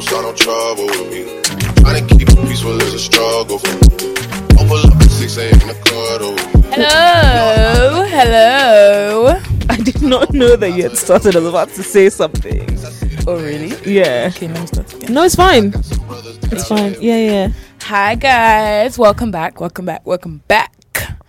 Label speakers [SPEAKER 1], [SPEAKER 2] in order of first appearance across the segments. [SPEAKER 1] trouble with me. I didn't keep it peaceful is a struggle for me. Don't pull up at 6 a.m. to cuddle with me.
[SPEAKER 2] Hello, hello.
[SPEAKER 3] I did not know that you had started. I was about to say something.
[SPEAKER 2] Oh, really?
[SPEAKER 3] Yeah.
[SPEAKER 2] Okay, let me start again.
[SPEAKER 3] No, it's fine.
[SPEAKER 1] Some brothers that
[SPEAKER 3] It's
[SPEAKER 1] I
[SPEAKER 3] fine.
[SPEAKER 1] live
[SPEAKER 3] Yeah, yeah.
[SPEAKER 2] Hi, guys. Welcome back. Welcome back. Welcome back.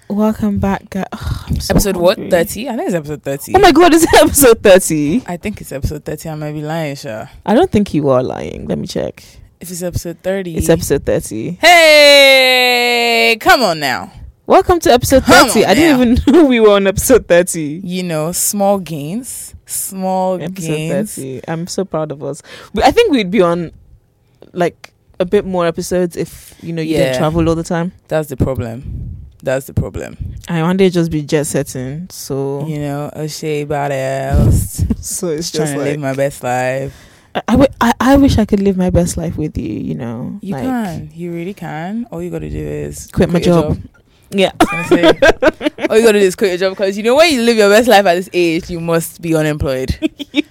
[SPEAKER 3] Welcome back, guys. I'm so
[SPEAKER 2] episode what?
[SPEAKER 3] hungry.
[SPEAKER 2] 30? I think it's episode 30.
[SPEAKER 3] Oh my god, is it episode 30?
[SPEAKER 2] I think it's episode 30. I might be lying, sure.
[SPEAKER 3] I don't think you are lying. Let me check.
[SPEAKER 2] If it's episode 30.
[SPEAKER 3] It's episode 30.
[SPEAKER 2] Hey, come on now.
[SPEAKER 3] Welcome to episode
[SPEAKER 2] Come
[SPEAKER 3] 30.
[SPEAKER 2] on
[SPEAKER 3] I didn't even know we were on episode 30.
[SPEAKER 2] You know, small gains. Small
[SPEAKER 3] Episode
[SPEAKER 2] gains.
[SPEAKER 3] 30. I'm so proud of us. We- I think we'd be on like a bit more episodes if you know you
[SPEAKER 2] Yeah.
[SPEAKER 3] didn't travel all the time.
[SPEAKER 2] That's the problem. That's the problem.
[SPEAKER 3] I one day just be jet setting. So
[SPEAKER 2] You know, O'Shea about else.
[SPEAKER 3] so it's
[SPEAKER 2] Just trying
[SPEAKER 3] just
[SPEAKER 2] to
[SPEAKER 3] like
[SPEAKER 2] live my best life.
[SPEAKER 3] I, I, wi- I, I wish I could live my best life with you. You know,
[SPEAKER 2] You
[SPEAKER 3] like,
[SPEAKER 2] can. You really can. All you got to do is
[SPEAKER 3] Quit my
[SPEAKER 2] your
[SPEAKER 3] job. Yeah,
[SPEAKER 2] I was gonna say, all you got to do is quit your job because you know when you live your best life at this age, you must be unemployed. You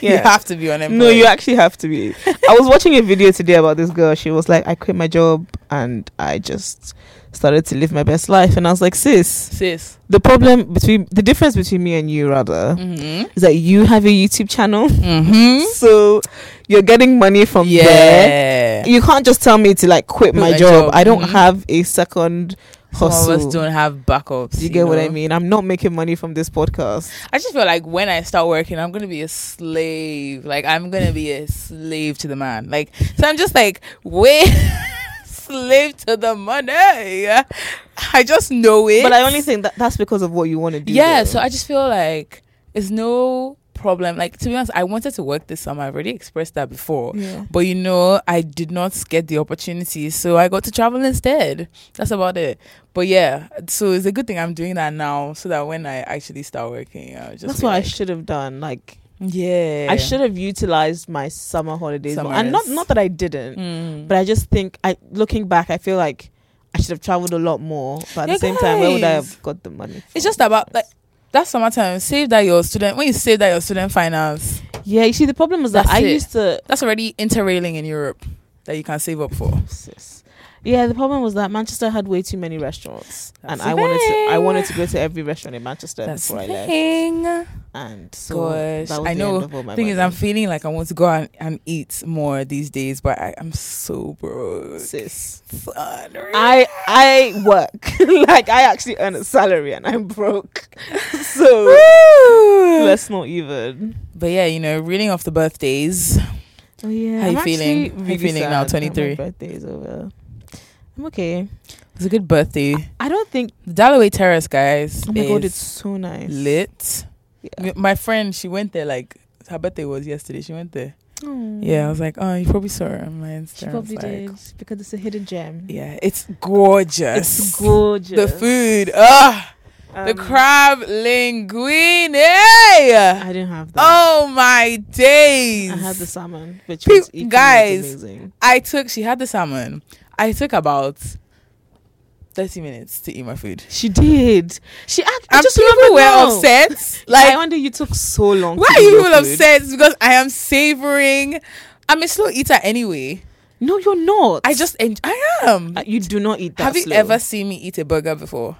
[SPEAKER 3] yeah.
[SPEAKER 2] have to be unemployed.
[SPEAKER 3] no, you actually have to be. I was watching a video today about this girl. She was like, I quit my job and I just started to live my best life. And I was like, sis,
[SPEAKER 2] sis.
[SPEAKER 3] the problem between the difference between me and you, rather,
[SPEAKER 2] Mm-hmm.
[SPEAKER 3] is that you have a YouTube channel.
[SPEAKER 2] Mm-hmm.
[SPEAKER 3] So you're getting money from there.
[SPEAKER 2] yeah.
[SPEAKER 3] You can't just tell me to like quit
[SPEAKER 2] Quit
[SPEAKER 3] my,
[SPEAKER 2] my
[SPEAKER 3] job.
[SPEAKER 2] job.
[SPEAKER 3] I don't
[SPEAKER 2] Mhm.
[SPEAKER 3] have a second
[SPEAKER 2] Some of us
[SPEAKER 3] hustle.
[SPEAKER 2] don't have backups.
[SPEAKER 3] Do you get what I
[SPEAKER 2] know?
[SPEAKER 3] mean? I'm not making money from this podcast.
[SPEAKER 2] I just feel like when I start working, I'm gonna be a slave. Like I'm gonna be a slave to the man. Like so, I'm just like wait, slave to the money. I just know it.
[SPEAKER 3] But I only think that that's because of what you want to do.
[SPEAKER 2] yeah
[SPEAKER 3] though.
[SPEAKER 2] so i just feel like it's no problem like to be honest i wanted to work this summer i've already expressed that before
[SPEAKER 3] yeah.
[SPEAKER 2] but you know i did not get the opportunity so i got to travel instead that's about it but yeah so it's a good thing i'm doing that now so that when i actually start working i'll just
[SPEAKER 3] That's
[SPEAKER 2] be
[SPEAKER 3] what I
[SPEAKER 2] like,
[SPEAKER 3] should have done. Like
[SPEAKER 2] yeah
[SPEAKER 3] I should have utilized my summer holidays, more. and not
[SPEAKER 2] Summers.
[SPEAKER 3] not that I didn't,
[SPEAKER 2] Mm.
[SPEAKER 3] but I just think I looking back, I feel like I should have traveled a lot more. But at
[SPEAKER 2] Yeah,
[SPEAKER 3] the same time, where would I
[SPEAKER 2] guys.
[SPEAKER 3] have got the money?
[SPEAKER 2] it's
[SPEAKER 3] from?
[SPEAKER 2] just about like that summertime save that your student when you save that your student finance
[SPEAKER 3] yeah. You see, the problem was that
[SPEAKER 2] That's
[SPEAKER 3] I
[SPEAKER 2] it.
[SPEAKER 3] used to.
[SPEAKER 2] that's already interrailing in europe that you can save up for
[SPEAKER 3] Sis. Yeah, the problem was that Manchester had way too many restaurants,
[SPEAKER 2] That's
[SPEAKER 3] and
[SPEAKER 2] the
[SPEAKER 3] I wanted to I
[SPEAKER 2] thing.
[SPEAKER 3] wanted to go to every restaurant in Manchester
[SPEAKER 2] that's
[SPEAKER 3] before I
[SPEAKER 2] the
[SPEAKER 3] left.
[SPEAKER 2] thing
[SPEAKER 3] And so
[SPEAKER 2] Gosh,
[SPEAKER 3] that was
[SPEAKER 2] I
[SPEAKER 3] the
[SPEAKER 2] know.
[SPEAKER 3] End of all my
[SPEAKER 2] thing is,
[SPEAKER 3] money.
[SPEAKER 2] I'm feeling like I want to go out and eat more these days, but I, I'm so broke.
[SPEAKER 3] sis.
[SPEAKER 2] Son,
[SPEAKER 3] I I work like I actually earn a salary and I'm broke, so
[SPEAKER 2] Woo!
[SPEAKER 3] let's not even.
[SPEAKER 2] but yeah, you know, reading off the birthdays.
[SPEAKER 3] Oh yeah,
[SPEAKER 2] How you feeling?
[SPEAKER 3] actually
[SPEAKER 2] How you feeling now,
[SPEAKER 3] sad that my
[SPEAKER 2] 23?
[SPEAKER 3] Birthday is over. I'm okay.
[SPEAKER 2] It's a good birthday.
[SPEAKER 3] I don't think.
[SPEAKER 2] The Dalloway Terrace, guys.
[SPEAKER 3] Oh my god,
[SPEAKER 2] is
[SPEAKER 3] it's so nice.
[SPEAKER 2] lit.
[SPEAKER 3] Yeah.
[SPEAKER 2] M- My friend, she went there like her birthday was yesterday. She went there.
[SPEAKER 3] Oh.
[SPEAKER 2] Yeah, I was like, oh, you probably saw her on my Instagram.
[SPEAKER 3] she probably
[SPEAKER 2] It's like-
[SPEAKER 3] did because it's a hidden gem.
[SPEAKER 2] Yeah, it's gorgeous.
[SPEAKER 3] It's gorgeous.
[SPEAKER 2] The food, ah. the
[SPEAKER 3] Um,
[SPEAKER 2] crab linguine.
[SPEAKER 3] I didn't have that.
[SPEAKER 2] Oh my days!
[SPEAKER 3] I had the salmon, which
[SPEAKER 2] Pe-
[SPEAKER 3] was equally
[SPEAKER 2] guys.
[SPEAKER 3] amazing.
[SPEAKER 2] I took. She had the salmon. I took about thirty minutes to eat my food.
[SPEAKER 3] She did. She act- I
[SPEAKER 2] I'm
[SPEAKER 3] just
[SPEAKER 2] sure people
[SPEAKER 3] remembered
[SPEAKER 2] were
[SPEAKER 3] now.
[SPEAKER 2] upset.
[SPEAKER 3] Like, I
[SPEAKER 2] Like,
[SPEAKER 3] wonder you took so long.
[SPEAKER 2] why
[SPEAKER 3] to
[SPEAKER 2] are
[SPEAKER 3] eat
[SPEAKER 2] you
[SPEAKER 3] your
[SPEAKER 2] people
[SPEAKER 3] food.
[SPEAKER 2] upset? It's because I am savoring. I'm a slow eater anyway.
[SPEAKER 3] No, you're not.
[SPEAKER 2] I just en- I am.
[SPEAKER 3] Uh, you do not eat that.
[SPEAKER 2] Have you
[SPEAKER 3] slow.
[SPEAKER 2] ever seen me eat a burger before?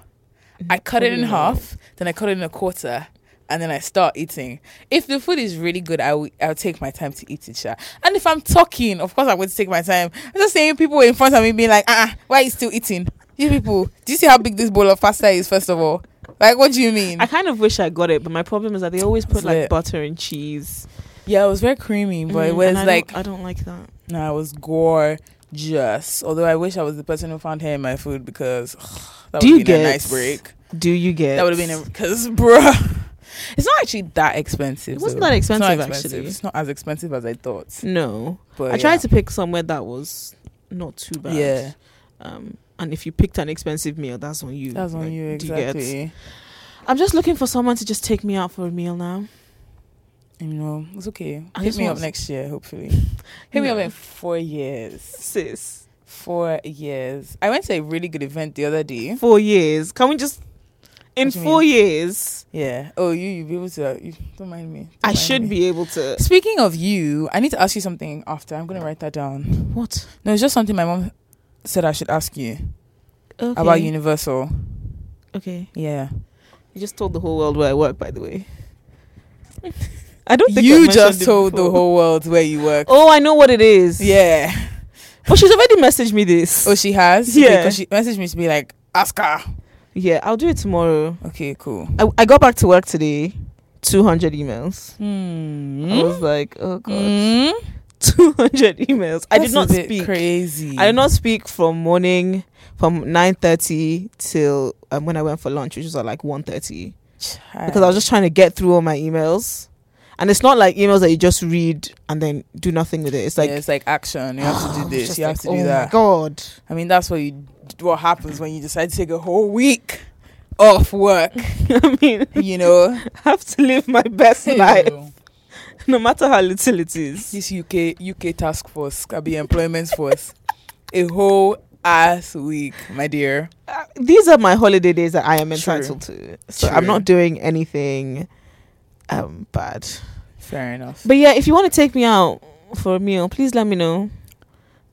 [SPEAKER 2] I cut it in
[SPEAKER 3] Probably not.
[SPEAKER 2] half, then I cut it in a quarter, and then I start eating. If the food is really good, I will I'll take my time to eat it, sha. And if I'm talking, of course I'm going to take my time. I'm just saying people were in front of me being like, uh uh why are you still eating? You people, do you see how big this bowl of pasta is, first of all? Like what do you mean?
[SPEAKER 3] I kind of wish I got it, but my problem is that they always put
[SPEAKER 2] It's
[SPEAKER 3] like
[SPEAKER 2] lit.
[SPEAKER 3] butter and cheese.
[SPEAKER 2] yeah, it was very creamy, but it
[SPEAKER 3] Mm,
[SPEAKER 2] was
[SPEAKER 3] and I
[SPEAKER 2] like
[SPEAKER 3] don't, I don't like that.
[SPEAKER 2] no, it was gorgeous. Although I wish I was the person who found hair in my food because ugh, that
[SPEAKER 3] Do
[SPEAKER 2] would
[SPEAKER 3] you
[SPEAKER 2] have been a
[SPEAKER 3] get-
[SPEAKER 2] nice break.
[SPEAKER 3] Do you get?
[SPEAKER 2] That would have been a because, bruh, it's not actually that expensive.
[SPEAKER 3] It wasn't
[SPEAKER 2] though.
[SPEAKER 3] that
[SPEAKER 2] It's not
[SPEAKER 3] expensive, actually.
[SPEAKER 2] It's not as expensive as I thought.
[SPEAKER 3] no.
[SPEAKER 2] But
[SPEAKER 3] I tried to pick somewhere that was not too bad.
[SPEAKER 2] Yeah,
[SPEAKER 3] Um, and if you picked an expensive meal, that's on you.
[SPEAKER 2] that's on
[SPEAKER 3] Like,
[SPEAKER 2] you
[SPEAKER 3] do get?
[SPEAKER 2] exactly. You,
[SPEAKER 3] I'm just looking for someone to just take me out for a meal now.
[SPEAKER 2] know, it's okay.
[SPEAKER 3] I
[SPEAKER 2] Hit
[SPEAKER 3] just
[SPEAKER 2] me up
[SPEAKER 3] want-
[SPEAKER 2] next year, hopefully. Hit me up
[SPEAKER 3] No.
[SPEAKER 2] in four years.
[SPEAKER 3] Sis,
[SPEAKER 2] Four years. I went to a really good event the other day.
[SPEAKER 3] four years. Can we just in
[SPEAKER 2] do you
[SPEAKER 3] four years,
[SPEAKER 2] Yeah. Oh, you you be able to. You, don't mind me. Don't
[SPEAKER 3] I
[SPEAKER 2] mind
[SPEAKER 3] should
[SPEAKER 2] me.
[SPEAKER 3] be able to.
[SPEAKER 2] Speaking of you, I need to ask you something after. I'm gonna write that down.
[SPEAKER 3] What
[SPEAKER 2] No, it's just something my mom said I should ask you about Universal.
[SPEAKER 3] Okay,
[SPEAKER 2] Yeah.
[SPEAKER 3] you just told the whole world where I work. By the way, I don't think
[SPEAKER 2] You
[SPEAKER 3] I've mentioned
[SPEAKER 2] just
[SPEAKER 3] it
[SPEAKER 2] told the
[SPEAKER 3] before.
[SPEAKER 2] whole world where you work.
[SPEAKER 3] Oh, I know what it is.
[SPEAKER 2] Yeah.
[SPEAKER 3] but she's already messaged me this.
[SPEAKER 2] Oh, she has.
[SPEAKER 3] Yeah.
[SPEAKER 2] Because she messaged me to be like, ask her.
[SPEAKER 3] yeah, I'll do it tomorrow.
[SPEAKER 2] Okay, cool.
[SPEAKER 3] I, I got back to work today. Two hundred emails.
[SPEAKER 2] Hmm.
[SPEAKER 3] I was like, oh god,
[SPEAKER 2] Hmm?
[SPEAKER 3] two hundred emails. I did
[SPEAKER 2] That's
[SPEAKER 3] not
[SPEAKER 2] a bit
[SPEAKER 3] speak.
[SPEAKER 2] Crazy.
[SPEAKER 3] I did not speak from morning from nine thirty till um, when I went for lunch, which was at like one thirty, because I was just trying to get through all my emails. And it's not like emails that you just read and then do nothing with it. It's like
[SPEAKER 2] yeah, it's like action. You have to do this.
[SPEAKER 3] just
[SPEAKER 2] You have
[SPEAKER 3] like,
[SPEAKER 2] to
[SPEAKER 3] oh
[SPEAKER 2] do that.
[SPEAKER 3] my god.
[SPEAKER 2] I mean, that's what you what happens when you decide to take a whole week off work.
[SPEAKER 3] I mean,
[SPEAKER 2] You know,
[SPEAKER 3] I have to live my best life, no matter how little it is.
[SPEAKER 2] this UK UK task force, be employment force, a whole ass week, my dear.
[SPEAKER 3] Uh, These are my holiday days that I am entitled to. So I'm
[SPEAKER 2] True.
[SPEAKER 3] not doing anything um bad.
[SPEAKER 2] Fair enough.
[SPEAKER 3] But yeah, if you want to take me out for a meal, please let me know.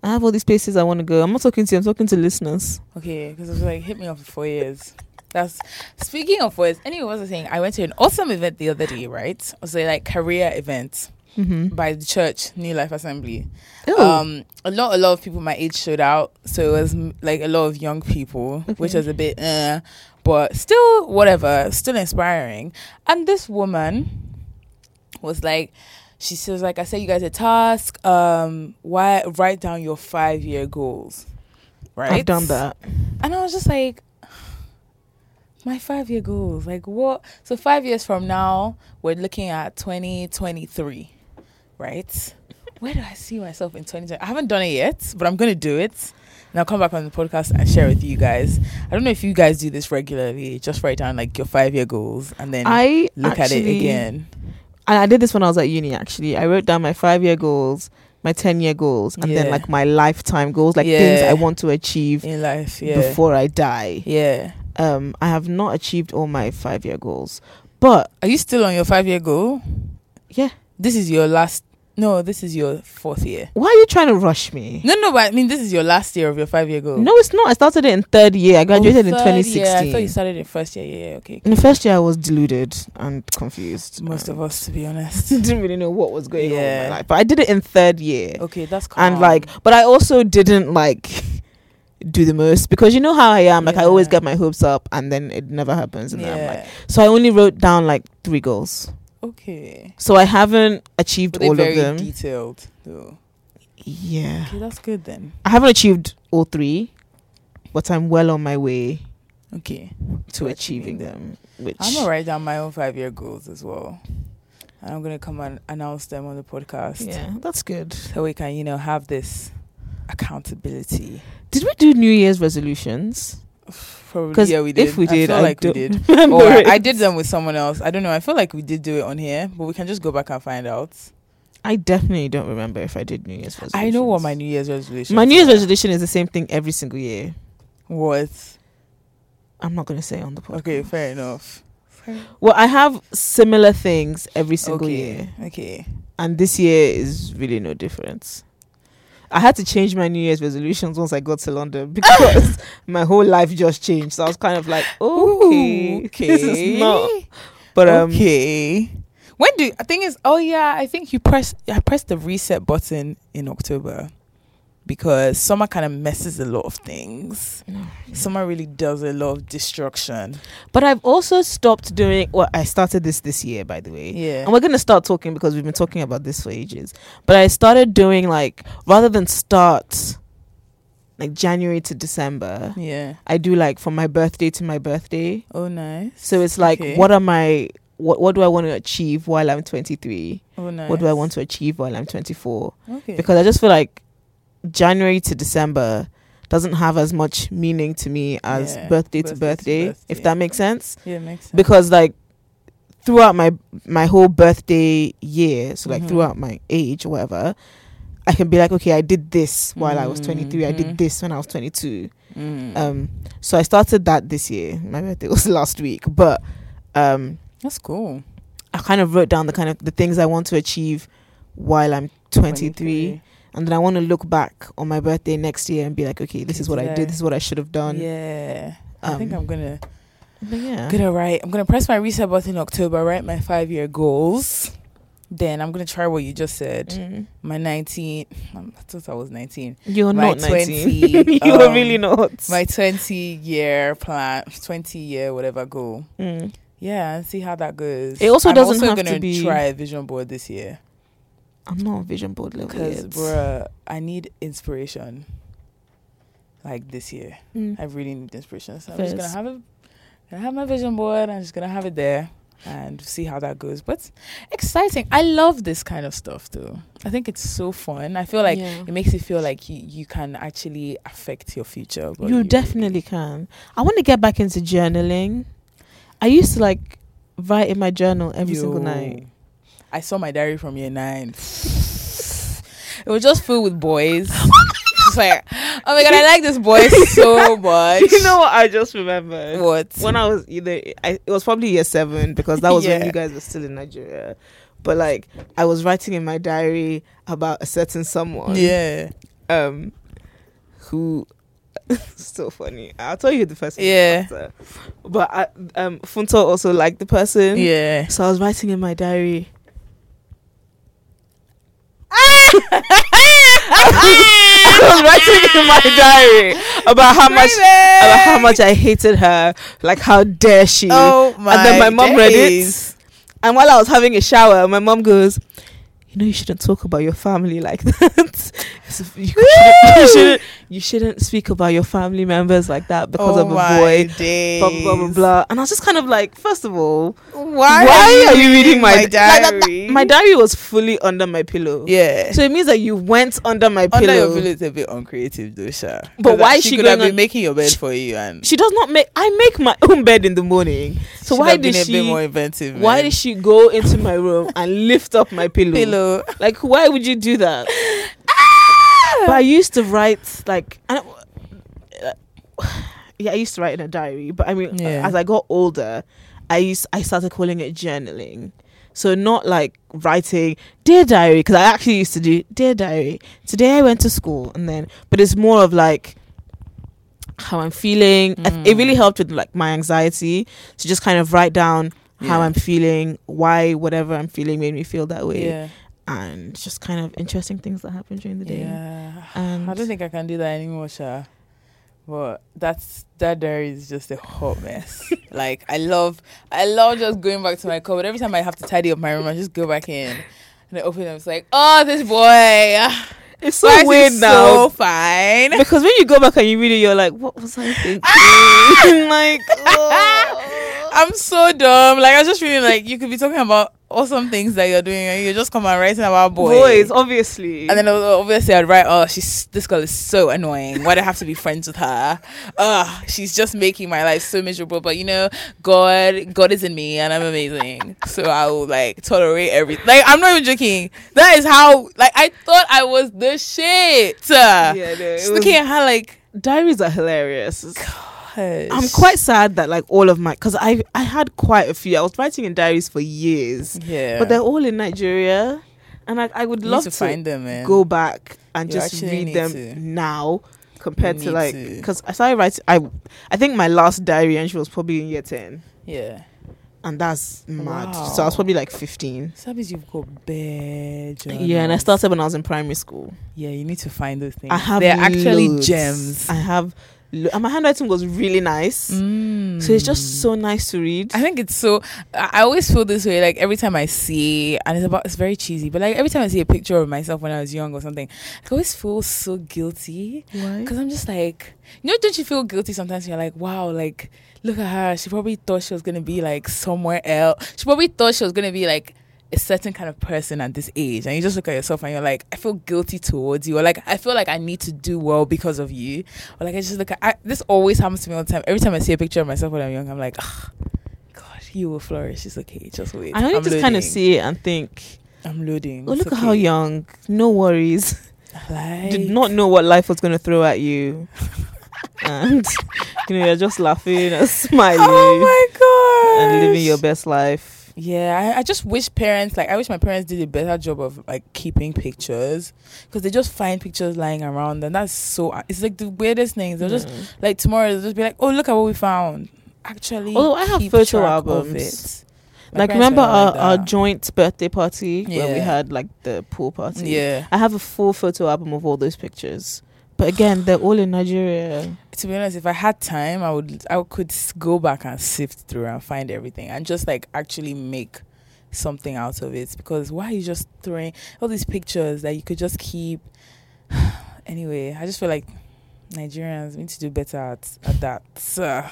[SPEAKER 3] I have all these places I want to go. I'm not talking to you, I'm talking to listeners.
[SPEAKER 2] Okay, because I was like, hit me up for four years. That's speaking of four years. Anyway, what was I saying? I went to an awesome event the other day, right? It was a like career event
[SPEAKER 3] Mm-hmm.
[SPEAKER 2] by the church, New Life Assembly.
[SPEAKER 3] Oh,
[SPEAKER 2] um a lot a lot of people my age showed out so it was mm, like a lot of young people which
[SPEAKER 3] Okay.
[SPEAKER 2] was a bit uh, but still whatever still inspiring and this woman was like she says like i said you guys a task um why write down your five year goals right
[SPEAKER 3] I've done that.
[SPEAKER 2] and I was just like, my five year goals, like what? So five years from now, we're looking at 2023, right? Where do I see myself in 2020? I haven't done it yet, but I'm going to do it. And I'll come back on the podcast and share with you guys. I don't know if you guys do this regularly. Just write down like your five year goals and then
[SPEAKER 3] I
[SPEAKER 2] look at it
[SPEAKER 3] actually-
[SPEAKER 2] again.
[SPEAKER 3] And I did this when I was at uni. Actually, I wrote down my five year goals, my ten year goals, and then
[SPEAKER 2] Yeah.
[SPEAKER 3] like my lifetime goals, like things
[SPEAKER 2] Yeah.
[SPEAKER 3] I want to achieve
[SPEAKER 2] In life, yeah.
[SPEAKER 3] before I die.
[SPEAKER 2] Yeah.
[SPEAKER 3] Um, I have not achieved all my five year goals, but
[SPEAKER 2] Are you still on your five year goal?
[SPEAKER 3] Yeah.
[SPEAKER 2] This is your last, no, this is your fourth year.
[SPEAKER 3] why are you trying to rush me?
[SPEAKER 2] No, no, but I mean, this is your last year of your five year goal.
[SPEAKER 3] No, it's not. I started it in third year. I graduated in
[SPEAKER 2] Oh, third
[SPEAKER 3] twenty
[SPEAKER 2] year. I thought you
[SPEAKER 3] sixteen.
[SPEAKER 2] started in first year. Yeah, yeah, okay.
[SPEAKER 3] In the first year, I was deluded and confused.
[SPEAKER 2] Most
[SPEAKER 3] Um,
[SPEAKER 2] of us, to be honest.
[SPEAKER 3] didn't really know what was going on in
[SPEAKER 2] Yeah. Oh,
[SPEAKER 3] my life, but I did it in third year.
[SPEAKER 2] Okay, that's cool.
[SPEAKER 3] and like but i also didn't like do the most because you know how i am like i always
[SPEAKER 2] Yeah.
[SPEAKER 3] get my hopes up and then it never happens and then i'm like
[SPEAKER 2] yeah,
[SPEAKER 3] so i only wrote down like three goals
[SPEAKER 2] okay.
[SPEAKER 3] so i haven't achieved
[SPEAKER 2] But they're
[SPEAKER 3] all of
[SPEAKER 2] very
[SPEAKER 3] them
[SPEAKER 2] detailed, though.
[SPEAKER 3] yeah
[SPEAKER 2] Okay, that's good then.
[SPEAKER 3] i haven't achieved all three but i'm well on my way
[SPEAKER 2] Okay,
[SPEAKER 3] to
[SPEAKER 2] To
[SPEAKER 3] achieving
[SPEAKER 2] achieving
[SPEAKER 3] them which
[SPEAKER 2] I'm gonna write down my own five year goals as well, and I'm gonna come and announce them on the podcast.
[SPEAKER 3] yeah that's good
[SPEAKER 2] so we can you know have this accountability.
[SPEAKER 3] did we do new year's resolutions
[SPEAKER 2] Probably,
[SPEAKER 3] because
[SPEAKER 2] yeah, we did.
[SPEAKER 3] if we
[SPEAKER 2] I
[SPEAKER 3] did
[SPEAKER 2] feel
[SPEAKER 3] I
[SPEAKER 2] like we
[SPEAKER 3] don't
[SPEAKER 2] did.
[SPEAKER 3] remember
[SPEAKER 2] Or I,
[SPEAKER 3] it.
[SPEAKER 2] I did them with someone else. I don't know. I feel like we did do it on here, but we can just go back and find out.
[SPEAKER 3] I definitely don't remember if i did new year's resolutions
[SPEAKER 2] I know what my New Year's resolution.
[SPEAKER 3] my new year's resolution is the same thing every single year
[SPEAKER 2] What?
[SPEAKER 3] I'm not gonna say on the podcast.
[SPEAKER 2] Okay, fair enough.
[SPEAKER 3] Well, I have similar things every single
[SPEAKER 2] okay.
[SPEAKER 3] year,
[SPEAKER 2] Okay.
[SPEAKER 3] and this year is really no different. I had to change my New Year's resolutions once I got to London because my whole life just changed. So I was kind of like, okay,
[SPEAKER 2] Ooh,
[SPEAKER 3] this is not. But um,
[SPEAKER 2] okay. When do I think is? Oh yeah, I think you press. I pressed the reset button in October because summer kind of messes a lot of things. Summer really does a lot of destruction.
[SPEAKER 3] but I've also stopped doing. Well, I started this this year, by the way.
[SPEAKER 2] Yeah.
[SPEAKER 3] And we're gonna start talking because we've been talking about this for ages. But I started doing like rather than start like January to December.
[SPEAKER 2] Yeah.
[SPEAKER 3] I do like from my birthday to my birthday.
[SPEAKER 2] Oh nice.
[SPEAKER 3] So it's like,
[SPEAKER 2] Okay.
[SPEAKER 3] what am I? What what do I want to achieve while I'm 23?
[SPEAKER 2] Oh nice.
[SPEAKER 3] What do I want to achieve while I'm 24?
[SPEAKER 2] Okay.
[SPEAKER 3] Because I just feel like January to December doesn't have as much meaning to me as
[SPEAKER 2] Yeah,
[SPEAKER 3] birthday, to
[SPEAKER 2] birthday
[SPEAKER 3] birthday,
[SPEAKER 2] to
[SPEAKER 3] if
[SPEAKER 2] birthday.
[SPEAKER 3] that makes sense.
[SPEAKER 2] yeah, makes sense.
[SPEAKER 3] Because like throughout my my whole birthday year, so like
[SPEAKER 2] Mhm.
[SPEAKER 3] throughout my age, or whatever, I can be like, okay, I did this while I was 23. I
[SPEAKER 2] Mhm.
[SPEAKER 3] did this when I was 22.
[SPEAKER 2] Mm.
[SPEAKER 3] Um, so I started that this year. My birthday was last week, but um,
[SPEAKER 2] That's cool.
[SPEAKER 3] I kind of wrote down the kind of the things I want to achieve while I'm 23, and then I want to look back on my birthday next year and be like, okay, this is what I
[SPEAKER 2] Today.
[SPEAKER 3] did. This is what I should have done.
[SPEAKER 2] Yeah. I
[SPEAKER 3] Um,
[SPEAKER 2] think I'm gonna
[SPEAKER 3] but yeah.
[SPEAKER 2] gonna write. I'm gonna press my reset button in October. Write my five year goals. Then I'm gonna try what you just said.
[SPEAKER 3] Mm.
[SPEAKER 2] My 19. um, I thought I was 19.
[SPEAKER 3] You're
[SPEAKER 2] My
[SPEAKER 3] not 19.
[SPEAKER 2] 20,
[SPEAKER 3] you are
[SPEAKER 2] um,
[SPEAKER 3] really not.
[SPEAKER 2] My 20 year plan. 20 year whatever goal.
[SPEAKER 3] Mm.
[SPEAKER 2] Yeah, and see how that goes.
[SPEAKER 3] It also
[SPEAKER 2] I'm
[SPEAKER 3] doesn't
[SPEAKER 2] also
[SPEAKER 3] have to
[SPEAKER 2] gonna
[SPEAKER 3] be-
[SPEAKER 2] try a vision board this year
[SPEAKER 3] I'm not on vision board level
[SPEAKER 2] because,
[SPEAKER 3] yet.
[SPEAKER 2] bruh, I need inspiration. Like this year,
[SPEAKER 3] Mm.
[SPEAKER 2] I really need inspiration. So I'm just
[SPEAKER 3] Fizz.
[SPEAKER 2] gonna have it. Gonna have my vision board. I'm just gonna have it there and see how that goes. But exciting. I love this kind of stuff though. I think it's so fun. I feel like
[SPEAKER 3] Yeah.
[SPEAKER 2] it makes you feel like you, you can actually affect your future. but
[SPEAKER 3] you, definitely can. I want to get back into journaling. I used to like write in my journal every single
[SPEAKER 2] Yo.
[SPEAKER 3] night.
[SPEAKER 2] I saw my diary from year nine. it was just filled with boys. It's like, oh my god, I like this boy so much.
[SPEAKER 3] You know what I just remembered?
[SPEAKER 2] what?
[SPEAKER 3] When I was either, I, it was probably year seven because that was when
[SPEAKER 2] Yeah.
[SPEAKER 3] you guys were still in Nigeria. But like, I was writing in my diary about a certain someone.
[SPEAKER 2] Yeah,
[SPEAKER 3] Um, who, so funny. I'll tell you the first. one
[SPEAKER 2] Yeah.
[SPEAKER 3] after. But I, um, Funto also liked the person.
[SPEAKER 2] yeah.
[SPEAKER 3] So I was writing in my diary.
[SPEAKER 2] Ah!
[SPEAKER 3] I was writing in my diary about how much about how much I hated her, like how dare she.
[SPEAKER 2] Oh my!
[SPEAKER 3] and then my mom read
[SPEAKER 2] days.
[SPEAKER 3] it. And while I was having a shower, my mom goes, "You know, you shouldn't talk about your family like that. It's- you, shouldn't, you shouldn't you shouldn't speak about your family members like that because
[SPEAKER 2] oh
[SPEAKER 3] of a
[SPEAKER 2] my
[SPEAKER 3] boy."
[SPEAKER 2] Days.
[SPEAKER 3] Blah, blah blah blah blah. And I was just kind of like, first of all,
[SPEAKER 2] Why,
[SPEAKER 3] why are you reading my,
[SPEAKER 2] reading
[SPEAKER 3] like, that- that- my diary was fully under my pillow.
[SPEAKER 2] yeah.
[SPEAKER 3] So it means that you went under my pillow.
[SPEAKER 2] Under your pillow is a bit uncreative, though, Sha.
[SPEAKER 3] But
[SPEAKER 2] 'Cause
[SPEAKER 3] why is
[SPEAKER 2] she
[SPEAKER 3] she
[SPEAKER 2] could have
[SPEAKER 3] going
[SPEAKER 2] been
[SPEAKER 3] on-
[SPEAKER 2] making your bed
[SPEAKER 3] She-
[SPEAKER 2] for you? And
[SPEAKER 3] She does not make. I make my own bed in the morning. So
[SPEAKER 2] should
[SPEAKER 3] why
[SPEAKER 2] have
[SPEAKER 3] did
[SPEAKER 2] been a bit more
[SPEAKER 3] she?
[SPEAKER 2] inventive?
[SPEAKER 3] Why
[SPEAKER 2] man.
[SPEAKER 3] did she go into my room and lift up my pillow?
[SPEAKER 2] pillow?
[SPEAKER 3] Like why would you do that? But I used to write like. I don't- yeah, I used to write in a diary, but I mean, uh,
[SPEAKER 2] Yeah.
[SPEAKER 3] as I got older, I used I started calling it journaling. So not like writing dear diary because I actually used to do dear diary. Today I went to school and then, but it's more of like how I'm feeling. I th- It really
[SPEAKER 2] Mm.
[SPEAKER 3] helped with like my anxiety to just kind of write down how
[SPEAKER 2] Yeah.
[SPEAKER 3] I'm feeling, why whatever I'm feeling made me feel that way,
[SPEAKER 2] Yeah.
[SPEAKER 3] and just kind of interesting things that happen during the day.
[SPEAKER 2] Yeah.
[SPEAKER 3] And
[SPEAKER 2] I don't think I can do that anymore, Sha. But that's that diary is just a hot mess. like I love I love just going back to my cupboard. Every time I have to tidy up my room, I just go back in and I open it. It's like, oh this boy
[SPEAKER 3] it's so
[SPEAKER 2] Why is he
[SPEAKER 3] weird now.
[SPEAKER 2] So fine.
[SPEAKER 3] because when you go back and you read it, you're like, what was I thinking? like, oh.
[SPEAKER 2] I'm so dumb. Like I was just really like you could be talking about awesome things that you're doing and you just come and writing about boys.
[SPEAKER 3] boys, obviously.
[SPEAKER 2] And then o- obviously I'd write, oh, she's this girl is so annoying. Why do I have to be friends with her? Ugh, she's just making my life so miserable. But you know, God, God is in me, and I'm amazing. So I will like tolerate everything. Like I'm not even joking. That is how. Like I thought I was the shit.
[SPEAKER 3] yeah, no, it
[SPEAKER 2] Just
[SPEAKER 3] was-
[SPEAKER 2] looking at her like,
[SPEAKER 3] diaries are hilarious. I'm
[SPEAKER 2] "Hush."
[SPEAKER 3] quite sad that like all of my because I I had quite a few. I was writing in diaries for years,
[SPEAKER 2] Yeah,
[SPEAKER 3] but they're all in Nigeria, and I I would
[SPEAKER 2] You need
[SPEAKER 3] love
[SPEAKER 2] to,
[SPEAKER 3] to,
[SPEAKER 2] find them, man.
[SPEAKER 3] go back and
[SPEAKER 2] You
[SPEAKER 3] just
[SPEAKER 2] actually
[SPEAKER 3] read
[SPEAKER 2] need
[SPEAKER 3] them
[SPEAKER 2] to.
[SPEAKER 3] now compared
[SPEAKER 2] You
[SPEAKER 3] to
[SPEAKER 2] need
[SPEAKER 3] like
[SPEAKER 2] to.
[SPEAKER 3] because I started writing. I I think my last diary entry was probably in year ten,
[SPEAKER 2] Yeah,
[SPEAKER 3] and that's mad. So I
[SPEAKER 2] Wow.
[SPEAKER 3] was probably like fifteen.
[SPEAKER 2] so that means you've got bad. Journals.
[SPEAKER 3] Yeah, and I started when I was in primary school.
[SPEAKER 2] Yeah, you need to find those things.
[SPEAKER 3] I have
[SPEAKER 2] They're actually
[SPEAKER 3] loads.
[SPEAKER 2] gems.
[SPEAKER 3] I have, lo- and my handwriting was really nice.
[SPEAKER 2] Mm.
[SPEAKER 3] So it's just so nice to read.
[SPEAKER 2] I think it's so. I I always feel this way. Like every time I see, and it's about it's very cheesy, but like every time I see a picture of myself when I was young or something, I always feel so guilty
[SPEAKER 3] Why?
[SPEAKER 2] because I'm just like, you know, don't you feel guilty sometimes? You're like, wow, like look at her. She probably thought she was gonna be like somewhere else. She probably thought she was gonna be like a certain kind of person at this age, and you just look at yourself and you're like, I feel guilty towards you, or like I feel like I need to do well because of you, or like I just look at I, this always happens to me all the time. Every time I see a picture of myself when I'm young, I'm like, ah, God, you will flourish. It's okay, just wait.
[SPEAKER 3] I only
[SPEAKER 2] I'm
[SPEAKER 3] just kind of
[SPEAKER 2] loading.
[SPEAKER 3] see it and think,
[SPEAKER 2] I'm loading.
[SPEAKER 3] oh,
[SPEAKER 2] It's
[SPEAKER 3] look at how
[SPEAKER 2] okay.
[SPEAKER 3] young. No worries.
[SPEAKER 2] Like,
[SPEAKER 3] did not know what life was going to throw at you. and, you know, you're just laughing and smiling
[SPEAKER 2] Oh my god!
[SPEAKER 3] and living your best life.
[SPEAKER 2] Yeah, I, I just wish parents like I wish my parents did a better job of like keeping pictures because they just find pictures lying around and that's so uh, it's like the weirdest things. They'll just
[SPEAKER 3] Mm.
[SPEAKER 2] like tomorrow they'll just be like, oh look at what we found. Actually,
[SPEAKER 3] Although I have
[SPEAKER 2] keep
[SPEAKER 3] photo
[SPEAKER 2] track of
[SPEAKER 3] albums.
[SPEAKER 2] it. My
[SPEAKER 3] like,
[SPEAKER 2] parents
[SPEAKER 3] remember
[SPEAKER 2] were
[SPEAKER 3] our,
[SPEAKER 2] like
[SPEAKER 3] our
[SPEAKER 2] that.
[SPEAKER 3] joint birthday party where we
[SPEAKER 2] Yeah.
[SPEAKER 3] had like the pool party?
[SPEAKER 2] Yeah,
[SPEAKER 3] I have a full photo album of all those pictures. But again, they're all in Nigeria.
[SPEAKER 2] to be honest, if I had time, I would I could s- go back and sift through and find everything and just like actually make something out of it because why are you just throwing all these pictures that you could just keep anyway I just feel like Nigerians need to do better at, at that uh,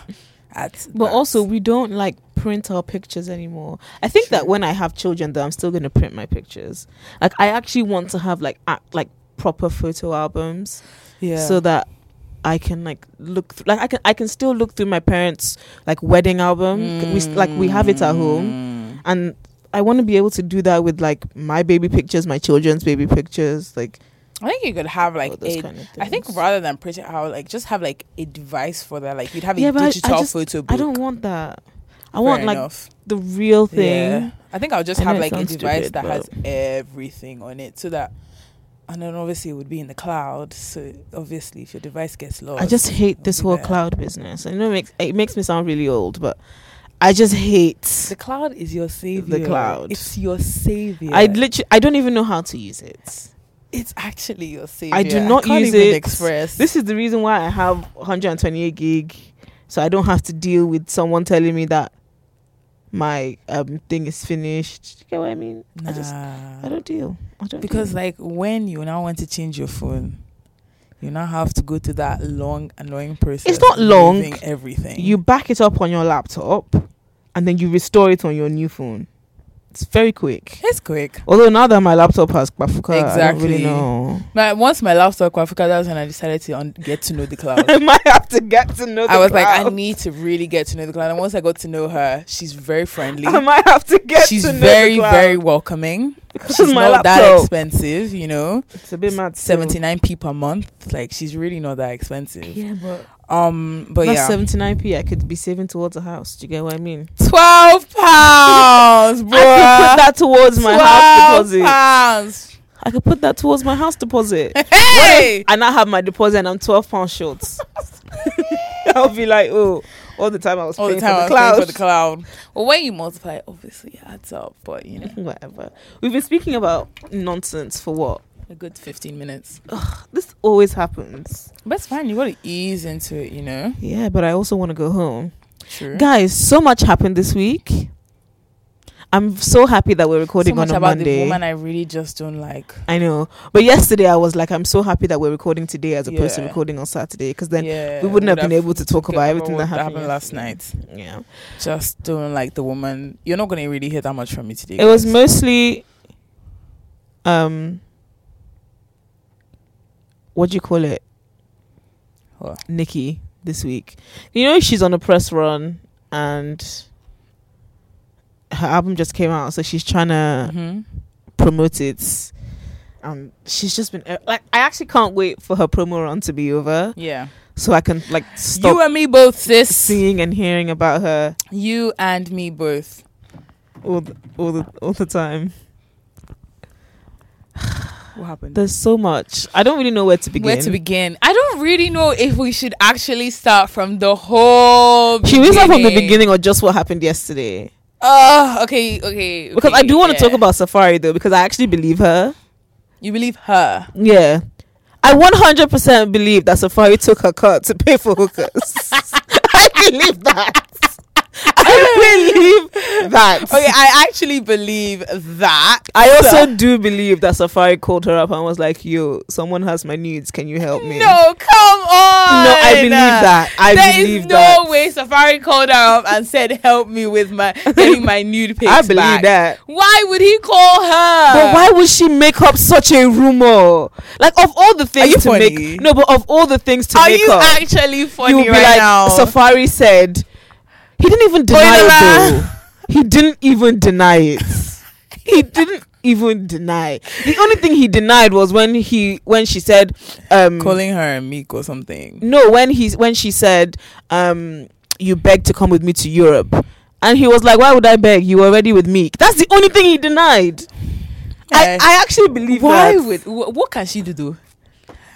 [SPEAKER 2] at
[SPEAKER 3] But
[SPEAKER 2] that.
[SPEAKER 3] also, we don't like print our pictures anymore. I think that
[SPEAKER 2] True.
[SPEAKER 3] when I have children, though, I'm still going to print my pictures. Like, I actually want to have like act, like proper photo albums
[SPEAKER 2] yeah
[SPEAKER 3] so that I can like look th- like I can I can still look through my parents' like wedding album. We s- like we have it at home,
[SPEAKER 2] Mm.
[SPEAKER 3] and I want to be able to do that with like my baby pictures, my children's baby pictures, like
[SPEAKER 2] I think you could have like
[SPEAKER 3] all those
[SPEAKER 2] a,
[SPEAKER 3] kind of things.
[SPEAKER 2] I think rather than print it out like just have like a device for that like you'd have
[SPEAKER 3] Yeah,
[SPEAKER 2] a
[SPEAKER 3] but I- I
[SPEAKER 2] digital
[SPEAKER 3] just-
[SPEAKER 2] photo book
[SPEAKER 3] I don't want that. I want
[SPEAKER 2] Fair
[SPEAKER 3] like
[SPEAKER 2] enough.
[SPEAKER 3] the real thing.
[SPEAKER 2] Yeah. I think I'll just
[SPEAKER 3] I know
[SPEAKER 2] have
[SPEAKER 3] it
[SPEAKER 2] like a
[SPEAKER 3] sounds
[SPEAKER 2] device
[SPEAKER 3] stupid,
[SPEAKER 2] that has
[SPEAKER 3] but-
[SPEAKER 2] everything on it so that and then obviously it would be in the cloud. So obviously if your device gets lost.
[SPEAKER 3] I just hate this
[SPEAKER 2] It'll
[SPEAKER 3] whole
[SPEAKER 2] be there.
[SPEAKER 3] cloud business. I know it makes it makes me sound really old, but I just hate.
[SPEAKER 2] the cloud is your savior.
[SPEAKER 3] cloud.
[SPEAKER 2] It's your savior.
[SPEAKER 3] I literally, I don't even know how to use it.
[SPEAKER 2] it's actually your savior.
[SPEAKER 3] not
[SPEAKER 2] can't
[SPEAKER 3] use
[SPEAKER 2] even
[SPEAKER 3] it.
[SPEAKER 2] Express.
[SPEAKER 3] This is the reason why I have 128 gig, so I don't have to deal with someone telling me that my um thing is finished. You get what I mean?
[SPEAKER 2] nah.
[SPEAKER 3] I just, I don't deal. I don't
[SPEAKER 2] because
[SPEAKER 3] deal.
[SPEAKER 2] like when you now want to change your phone, you now have to go to that long annoying process.
[SPEAKER 3] not
[SPEAKER 2] of
[SPEAKER 3] long.
[SPEAKER 2] moving Everything.
[SPEAKER 3] you back it up on your laptop, and then you restore it on your new phone. It's very quick.
[SPEAKER 2] it's quick.
[SPEAKER 3] Although now that my laptop has Bafuka, I don't
[SPEAKER 2] Exactly.
[SPEAKER 3] really know.
[SPEAKER 2] My, once my last talk Africa, that was when I decided to un- get to know the cloud.
[SPEAKER 3] I might have to get to know. The
[SPEAKER 2] I was like, I
[SPEAKER 3] crowd.
[SPEAKER 2] need to really get to know the client. And once I got to know her, she's very friendly.
[SPEAKER 3] I might have to get.
[SPEAKER 2] she's
[SPEAKER 3] to know
[SPEAKER 2] very,
[SPEAKER 3] the crowd.
[SPEAKER 2] very welcoming.
[SPEAKER 3] Because
[SPEAKER 2] She's
[SPEAKER 3] my
[SPEAKER 2] not that
[SPEAKER 3] laptop.
[SPEAKER 2] expensive, you know.
[SPEAKER 3] It's a bit mad. still.
[SPEAKER 2] Seventy nine p per month. Like she's really not that expensive.
[SPEAKER 3] Yeah, but
[SPEAKER 2] Um, but
[SPEAKER 3] that's
[SPEAKER 2] yeah,
[SPEAKER 3] seventy nine p. I could be saving towards a house. Do you get what I mean?
[SPEAKER 2] twelve pounds, bro.
[SPEAKER 3] I could put that towards my house deposit.
[SPEAKER 2] pounds.
[SPEAKER 3] I could put that towards my house deposit.
[SPEAKER 2] Hey,
[SPEAKER 3] I now have my deposit and I'm twelve pounds short. I'll be like, oh, all the time I was
[SPEAKER 2] all the
[SPEAKER 3] paying
[SPEAKER 2] time
[SPEAKER 3] for
[SPEAKER 2] I
[SPEAKER 3] the
[SPEAKER 2] was paying
[SPEAKER 3] cloud.
[SPEAKER 2] for the cloud. Well, when you multiply, it obviously it adds up. But you know,
[SPEAKER 3] Whatever. We've been speaking about nonsense for what?
[SPEAKER 2] a good fifteen minutes.
[SPEAKER 3] This always happens.
[SPEAKER 2] But it's fine. You got to ease into it. You know,
[SPEAKER 3] Yeah, but I also want to go home.
[SPEAKER 2] true.
[SPEAKER 3] guys so much happened this week i'm so happy that we're recording
[SPEAKER 2] so much
[SPEAKER 3] on a
[SPEAKER 2] about the
[SPEAKER 3] monday
[SPEAKER 2] woman I really just don't like.
[SPEAKER 3] i know but yesterday i was like i'm so happy that we're recording today as opposed to
[SPEAKER 2] Yeah.
[SPEAKER 3] recording on saturday because then
[SPEAKER 2] yeah,
[SPEAKER 3] we wouldn't
[SPEAKER 2] would
[SPEAKER 3] have been able to talk
[SPEAKER 2] talked
[SPEAKER 3] about everything that
[SPEAKER 2] what
[SPEAKER 3] happened,
[SPEAKER 2] last
[SPEAKER 3] yesterday.
[SPEAKER 2] night.
[SPEAKER 3] yeah
[SPEAKER 2] Just don't like the woman. You're not gonna really hear that much from me today.
[SPEAKER 3] it was
[SPEAKER 2] guys.
[SPEAKER 3] mostly um what do you call it
[SPEAKER 2] What?
[SPEAKER 3] nikki this week you know she's on a press run and her album just came out so she's trying to
[SPEAKER 2] Mhm.
[SPEAKER 3] promote it. Um, she's just been like, I actually can't wait for her promo run to be over
[SPEAKER 2] Yeah,
[SPEAKER 3] so I can like stop
[SPEAKER 2] you and me both, sis.
[SPEAKER 3] seeing and hearing about her
[SPEAKER 2] You and me both.
[SPEAKER 3] all the, all the all the time.
[SPEAKER 2] What happened?
[SPEAKER 3] There's so much. I don't really know where to begin.
[SPEAKER 2] Where to begin? I don't really know if we should actually start from the whole.
[SPEAKER 3] Should we start from the beginning or just what happened yesterday?
[SPEAKER 2] Oh, okay, okay.
[SPEAKER 3] Because I
[SPEAKER 2] okay,
[SPEAKER 3] do want to
[SPEAKER 2] yeah.
[SPEAKER 3] talk about Safari though, because I actually believe her.
[SPEAKER 2] You believe her?
[SPEAKER 3] Yeah. I 100% believe that Safari took her cut to pay for hookers. I believe that. I believe that.
[SPEAKER 2] Okay, I actually believe that.
[SPEAKER 3] I also do believe that Safari called her up and was like, "Yo, someone has my nudes. Can you help me?"
[SPEAKER 2] No, come on.
[SPEAKER 3] No, I believe that. I
[SPEAKER 2] There is
[SPEAKER 3] believe
[SPEAKER 2] no
[SPEAKER 3] that.
[SPEAKER 2] way Safari called her up and said, "Help me with my getting my nude pics
[SPEAKER 3] I believe
[SPEAKER 2] back."
[SPEAKER 3] that.
[SPEAKER 2] Why would he call her?
[SPEAKER 3] But why would she make up such a rumor? Like of all the things
[SPEAKER 2] you
[SPEAKER 3] to
[SPEAKER 2] funny?
[SPEAKER 3] make no, but of all the things to
[SPEAKER 2] are
[SPEAKER 3] make
[SPEAKER 2] you
[SPEAKER 3] up,
[SPEAKER 2] actually funny
[SPEAKER 3] you'll be
[SPEAKER 2] right
[SPEAKER 3] like,
[SPEAKER 2] now?
[SPEAKER 3] Safari said. He didn't even deny
[SPEAKER 2] Oyinlola.
[SPEAKER 3] it though. He didn't even deny it. he didn't even deny. The only thing he denied was when he when she said um
[SPEAKER 2] calling her a meek or something.
[SPEAKER 3] no when he when she said um you begged to come with me to Europe. And he was like, "Why would I beg? You were already with me." That's the only thing he denied.
[SPEAKER 2] Eh,
[SPEAKER 3] I, I actually believe
[SPEAKER 2] Why
[SPEAKER 3] that.
[SPEAKER 2] would? wh- What can she do though?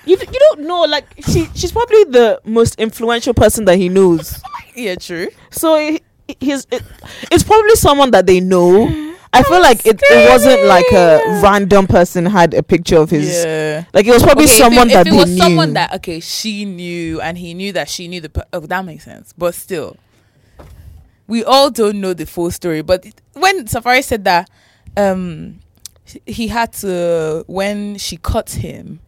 [SPEAKER 3] You, d- you don't know like she she's probably the most influential person that he knows.
[SPEAKER 2] Yeah, true.
[SPEAKER 3] So he, he's it, it's probably someone that they know. I feel like it, it wasn't like a
[SPEAKER 2] Scary.
[SPEAKER 3] random person had a picture of his.
[SPEAKER 2] yeah.
[SPEAKER 3] Like it was probably
[SPEAKER 2] Okay,
[SPEAKER 3] someone
[SPEAKER 2] if it,
[SPEAKER 3] that
[SPEAKER 2] if
[SPEAKER 3] they
[SPEAKER 2] it was
[SPEAKER 3] knew.
[SPEAKER 2] someone that okay she knew and he knew that she knew the per- oh, that makes sense but still we all don't know the full story but it- when safari said that um he- he had to when she cut him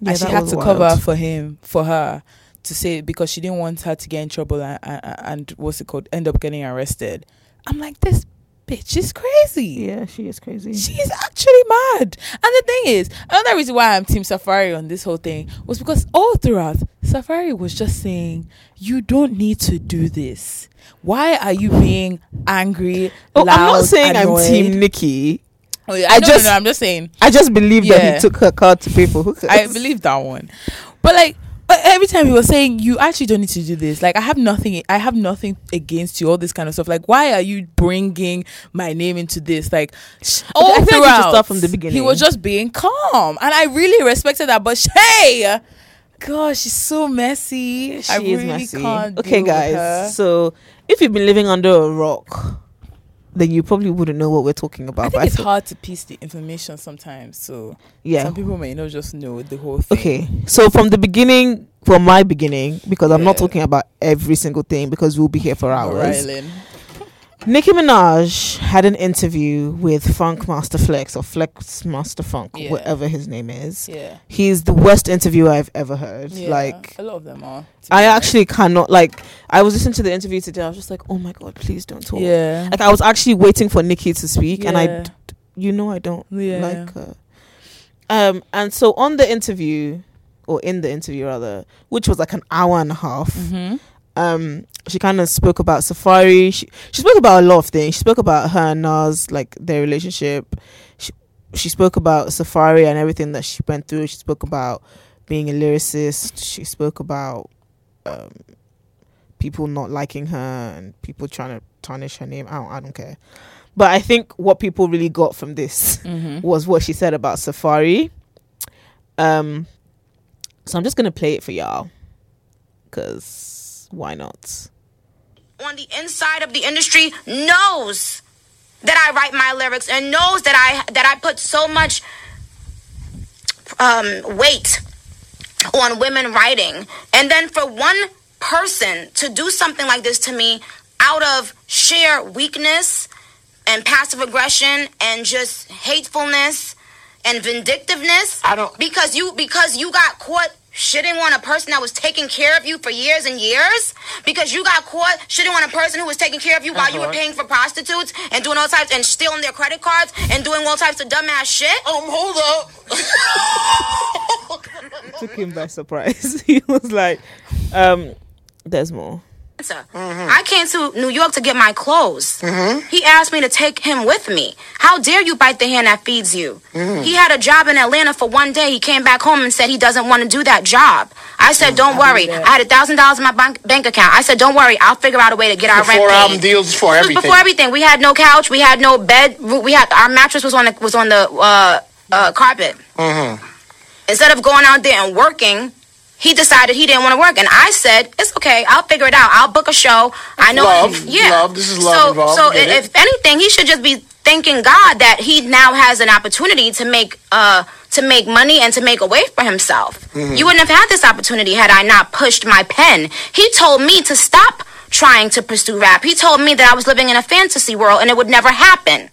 [SPEAKER 3] Yeah,
[SPEAKER 2] and she
[SPEAKER 3] that
[SPEAKER 2] had
[SPEAKER 3] was
[SPEAKER 2] to
[SPEAKER 3] wild.
[SPEAKER 2] cover for him for her to say because she didn't want her to get in trouble and, and, and what's it called end up getting arrested i'm like this bitch is crazy
[SPEAKER 3] Yeah, she is crazy.
[SPEAKER 2] She's actually mad. And the thing is, another reason why I'm Team Safari on this whole thing was because all throughout, Safari was just saying, You don't need to do this. Why are you being angry?
[SPEAKER 3] oh, I'm
[SPEAKER 2] loud,
[SPEAKER 3] not saying
[SPEAKER 2] annoyed?
[SPEAKER 3] I'm Team Nikki.
[SPEAKER 2] Oh, yeah,
[SPEAKER 3] I
[SPEAKER 2] I no, just,
[SPEAKER 3] just-
[SPEAKER 2] no, I'm just saying,
[SPEAKER 3] I just believe that
[SPEAKER 2] Yeah.
[SPEAKER 3] he took her card to pay for hookers.
[SPEAKER 2] I believe that one. But like, uh, every time he was saying, You actually don't need to do this. Like, I have nothing, I have nothing against you, all this kind of stuff. Like, why are you bringing my name into this? Like, sh- all
[SPEAKER 3] I think you should
[SPEAKER 2] throughout,
[SPEAKER 3] start from the
[SPEAKER 2] He
[SPEAKER 3] beginning.
[SPEAKER 2] was just being calm. And I really respected that. But sh- hey, gosh, she's so messy.
[SPEAKER 3] she
[SPEAKER 2] I
[SPEAKER 3] is
[SPEAKER 2] really
[SPEAKER 3] messy.
[SPEAKER 2] can't.
[SPEAKER 3] okay,
[SPEAKER 2] deal with her.
[SPEAKER 3] guys. So if you've been living under a rock, then you probably wouldn't know what we're talking about.
[SPEAKER 2] I
[SPEAKER 3] but
[SPEAKER 2] think it's
[SPEAKER 3] feel-
[SPEAKER 2] hard to piece the information sometimes. So
[SPEAKER 3] Yeah.
[SPEAKER 2] some people may not just know the whole thing.
[SPEAKER 3] Okay, so from the beginning, from my beginning, because I'm not
[SPEAKER 2] Yeah.
[SPEAKER 3] talking about every single thing because we'll be here for
[SPEAKER 2] All right,
[SPEAKER 3] hours.
[SPEAKER 2] Lynn.
[SPEAKER 3] Nicki Minaj had an interview with Funk Master Flex or Flex Master Funk,
[SPEAKER 2] Yeah.
[SPEAKER 3] whatever his name is.
[SPEAKER 2] Yeah.
[SPEAKER 3] He's the worst interviewer I've ever heard.
[SPEAKER 2] Yeah,
[SPEAKER 3] Like,
[SPEAKER 2] a lot of them are. to be
[SPEAKER 3] I
[SPEAKER 2] honest.
[SPEAKER 3] actually cannot. Like, I was listening to the interview today. I was just like, oh my god, please don't talk.
[SPEAKER 2] yeah,
[SPEAKER 3] Like, I was actually waiting for Nicki to speak, and I,
[SPEAKER 2] Yeah.
[SPEAKER 3] d- you know, I don't
[SPEAKER 2] yeah.
[SPEAKER 3] like her. Um, and so on the interview, or in the interview rather, which was like an hour and a half,
[SPEAKER 2] Mhm.
[SPEAKER 3] um, she kind of spoke about Safari. She, she spoke about a lot of things. She spoke about her and Nas, like their relationship. She, she spoke about Safari and everything that she went through. She spoke about being a lyricist. She spoke about um, people not liking her and people trying to tarnish her name. I don't, I don't care. But I think what people really got from this
[SPEAKER 2] Mhm.
[SPEAKER 3] was what she said about Safari. Um, so I'm just gonna play it for y'all, cause why not?
[SPEAKER 4] on the inside of the industry knows that I write my lyrics and knows that I that I put so much um, weight on women writing, and then for one person to do something like this to me out of sheer weakness and passive aggression and just hatefulness and vindictiveness. I don't because you because you got caught shitting on a person that was taking care of you for years and years because you got caught shitting on a person who was taking care of you while you were paying for prostitutes and doing all types and stealing their credit cards and doing all types of dumbass shit. Um, hold up.
[SPEAKER 3] Took him by surprise. he was like, um, "There's more."
[SPEAKER 4] Atlanta. I came to New York to get my clothes. He asked me to take him with me. How dare you bite the hand that feeds you? He had a job in Atlanta for one day. He came back home and said he doesn't want to do that job. I said, don't worry. Mm, I had a thousand dollars in my bank, bank account. I said, don't worry. I'll figure out a way to get our rent.
[SPEAKER 5] Four
[SPEAKER 4] paid."
[SPEAKER 5] album deals for
[SPEAKER 4] This was
[SPEAKER 5] everything.
[SPEAKER 4] before everything. We had no couch. We had no bed. We had our mattress was on the was on the uh, uh, carpet. Instead of going out there and working, he decided he didn't want to work, and I said it's okay. I'll figure it out. I'll book a show. I know.
[SPEAKER 5] Love.
[SPEAKER 4] yeah.
[SPEAKER 5] Love. This is love
[SPEAKER 4] So
[SPEAKER 5] involved.
[SPEAKER 4] so
[SPEAKER 5] I get
[SPEAKER 4] if,
[SPEAKER 5] it.
[SPEAKER 4] if anything, he should just be thanking God that he now has an opportunity to make uh to make money and to make a way for himself.
[SPEAKER 5] Mm-hmm.
[SPEAKER 4] You wouldn't have had this opportunity had I not pushed my pen. He told me to stop trying to pursue rap. He told me that I was living in a fantasy world and it would never happen.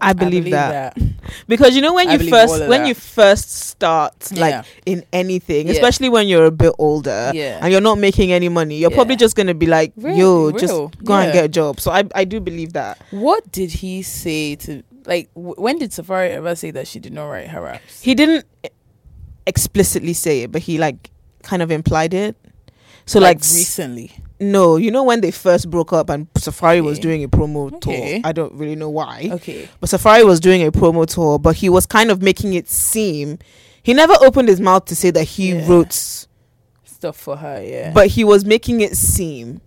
[SPEAKER 3] I
[SPEAKER 2] I
[SPEAKER 3] believe, that. because you know when
[SPEAKER 2] I
[SPEAKER 3] you
[SPEAKER 2] believe all
[SPEAKER 3] first
[SPEAKER 2] of
[SPEAKER 3] when
[SPEAKER 2] that.
[SPEAKER 3] you first start like
[SPEAKER 2] Yeah.
[SPEAKER 3] in anything,
[SPEAKER 2] Yeah.
[SPEAKER 3] especially when you're a bit older
[SPEAKER 2] Yeah.
[SPEAKER 3] and you're not making any money, you're probably
[SPEAKER 2] Yeah.
[SPEAKER 3] just gonna be like,
[SPEAKER 2] Real-
[SPEAKER 3] "Yo, just
[SPEAKER 2] real,
[SPEAKER 3] go and
[SPEAKER 2] yeah.
[SPEAKER 3] get a job." So I I do believe that.
[SPEAKER 2] What did he say to like? W- when did Safari ever say that she did not write her raps?
[SPEAKER 3] he didn't explicitly say it, but he like kind of implied it. So like,
[SPEAKER 2] recently.
[SPEAKER 3] No, you know when they first broke up and Safari was
[SPEAKER 2] Okay.
[SPEAKER 3] doing a promo
[SPEAKER 2] Okay.
[SPEAKER 3] tour. I don't really know why.
[SPEAKER 2] Okay.
[SPEAKER 3] But Safari was doing a promo tour, but he was kind of making it seem he never opened his mouth to say that he
[SPEAKER 2] Yeah.
[SPEAKER 3] wrote,
[SPEAKER 2] Stuff for her, yeah.
[SPEAKER 3] but he was making it seem